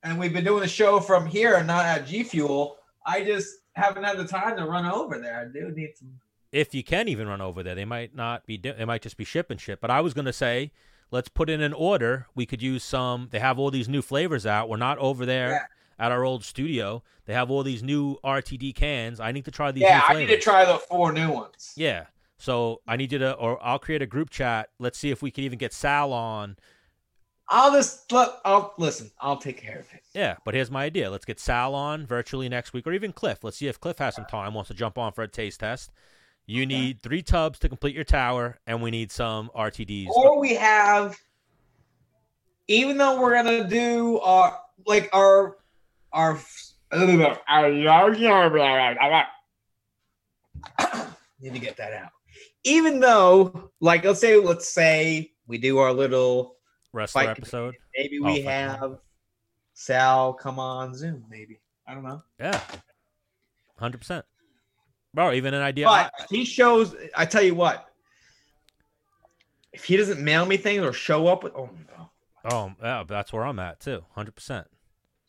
S2: and we've been doing the show from here and not at G Fuel, I just haven't had the time to run over there. I do need some.
S1: if you can even run over there, they might not be. They might just be shipping shit. But I was gonna say, let's put in an order. We could use some. They have all these new flavors out. We're not over there at our old studio. They have all these new RTD cans. I need to try these.
S2: Yeah,
S1: new
S2: I need to
S1: flavors.
S2: try the four new ones.
S1: Yeah. So I need you to, or I'll create a group chat. Let's see if we can even get Sal on.
S2: I'll just look. I'll listen. I'll take care of it.
S1: Yeah, but here's my idea. Let's get Sal on virtually next week, or even Cliff. Let's see if Cliff has some time, wants to jump on for a taste test. You need three tubs to complete your tower, and we need some RTDs.
S2: Or we have, even though we're gonna do our like our our need to get that out. Even though, like, let's say, let's say we do our little.
S1: Wrestler
S2: like-
S1: episode.
S2: Maybe
S1: Oh,
S2: we
S1: fuck.
S2: have Sal come on Zoom. Maybe I don't know.
S1: Yeah. 100%. Bro, even an idea.
S2: But he shows. I tell you what. If he doesn't mail me things or show up with, oh my god,
S1: oh, yeah, that's where I'm at, too. 100%.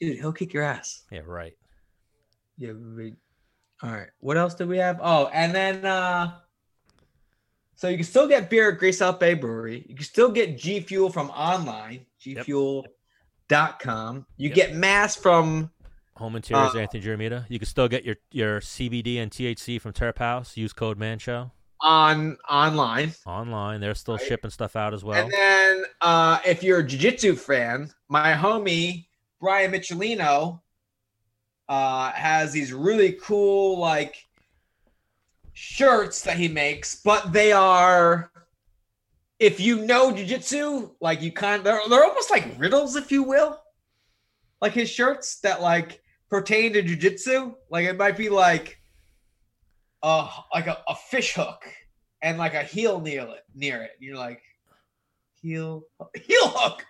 S2: dude, he'll kick your ass.
S1: Yeah, right.
S2: Yeah. We, all right. What else do we have? Oh, and then uh so you can still get beer at Gray South Bay Brewery. You can still get G Fuel from online, gfuel.com. You
S1: Yep.
S2: get mass from
S1: Home Interiors,
S2: Uh,
S1: Anthony Jeremita. You can still get your, your CBD and THC from Terp House. Use code Man Show
S2: on online.
S1: online. They're still
S2: Right.
S1: shipping stuff out as well.
S2: And then uh if you're a jiu-jitsu fan, my homie Brian Michelino uh has these really cool like shirts that he makes, but they are if you know jiu-jitsu, like you kind of they're, they're almost like riddles if you will. Like his shirts that like pertain to jiu-jitsu, like it might be like uh like a, a fish hook and like a heel near it near it. You're like heel heel hook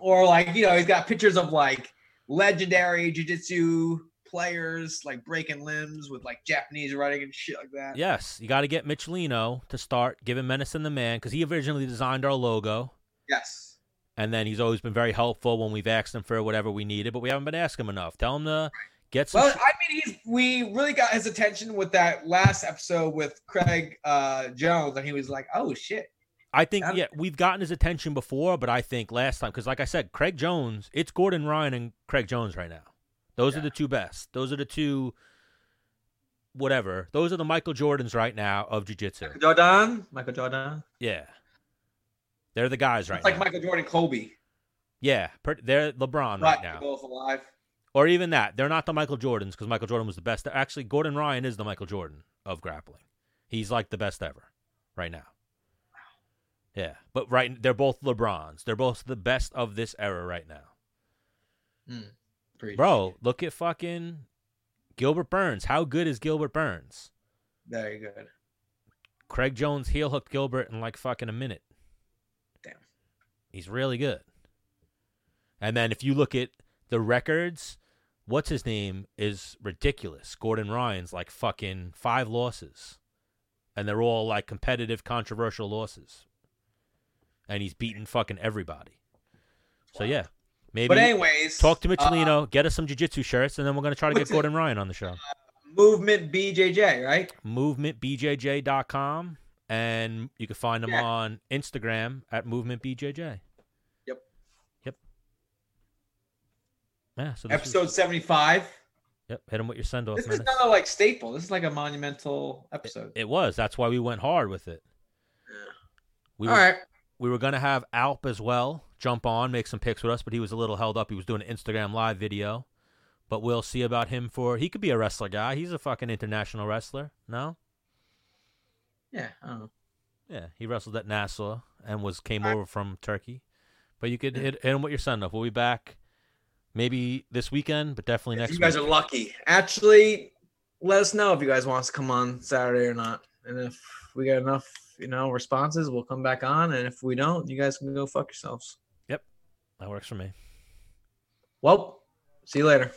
S2: or like you know he's got pictures of like legendary jiu-jitsu players like breaking limbs with like japanese writing and shit like that
S1: Yes, you got to get Michelino to start giving Menace and the Man because he originally designed our logo,
S2: yes
S1: and then he's always been very helpful when we've asked him for whatever we needed, but we haven't been asking him enough. Tell him to get some.
S2: well
S1: shi-
S2: i mean he's we really got his attention with that last episode with craig uh jones and he was like oh shit
S1: I think
S2: I'm-
S1: yeah, we've gotten his attention before, but I think last time because like I said, Craig Jones, it's Gordon Ryan and Craig Jones right now. Those are the two best. Those are the two. Whatever. Those are the Michael Jordans right now of jiu-jitsu.
S2: <laughs> jordan michael jordan
S1: Yeah, they're the guys right
S2: it's like
S1: now.
S2: michael jordan kobe
S1: yeah, per- they're LeBron
S2: right
S1: right
S2: they're
S1: now.
S2: both alive
S1: or even that they're not the michael jordans because michael jordan was the best actually gordon ryan is the michael jordan of grappling he's like the best ever right now yeah but right they're both lebrons they're both the best of this era right now
S2: Preach.
S1: bro look at fucking gilbert burns how good is gilbert burns
S2: very good
S1: craig jones heel hooked gilbert in like fucking a minute
S2: Damn.
S1: he's really good and then if you look at the records, what's his name is ridiculous. Gordon Ryan's like fucking five losses, and they're all like competitive, controversial losses, and he's beaten fucking everybody. So yeah, maybe
S2: but anyways
S1: talk to
S2: uh,
S1: Michelino, get us some jiu-jitsu shirts, and then we're gonna try to get
S2: what's it-
S1: Gordon Ryan on the show.
S2: movement bjj right
S1: MovementBJJ.com, and you can find him
S2: Yeah.
S1: on Instagram at MovementBJJ.
S2: Yep.
S1: Yep. Yeah. So this was-
S2: episode 75
S1: Yep, hit him with your send off.
S2: This is uh, not a like staple. This is like a monumental episode.
S1: It was. That's why we went hard with it. We
S2: All
S1: were,
S2: right.
S1: we were gonna have Alp as well jump on, make some pics with us, but he was a little held up. He was doing an Instagram live video, but we'll see about him for he could be a wrestler guy. He's a fucking international wrestler. No,
S2: Yeah, I don't know.
S1: yeah, he wrestled at Nassau and was came
S7: I-
S1: over from Turkey. But you could hit, hit him with your send off. We'll be back maybe this weekend, but definitely next.
S2: you guys
S1: week.
S2: are lucky. Actually, let us know if you guys want us to come on Saturday or not. And if we get enough, you know, responses, we'll come back on. And if we don't, you guys can go fuck yourselves.
S1: that works for me.
S2: Well, see you later.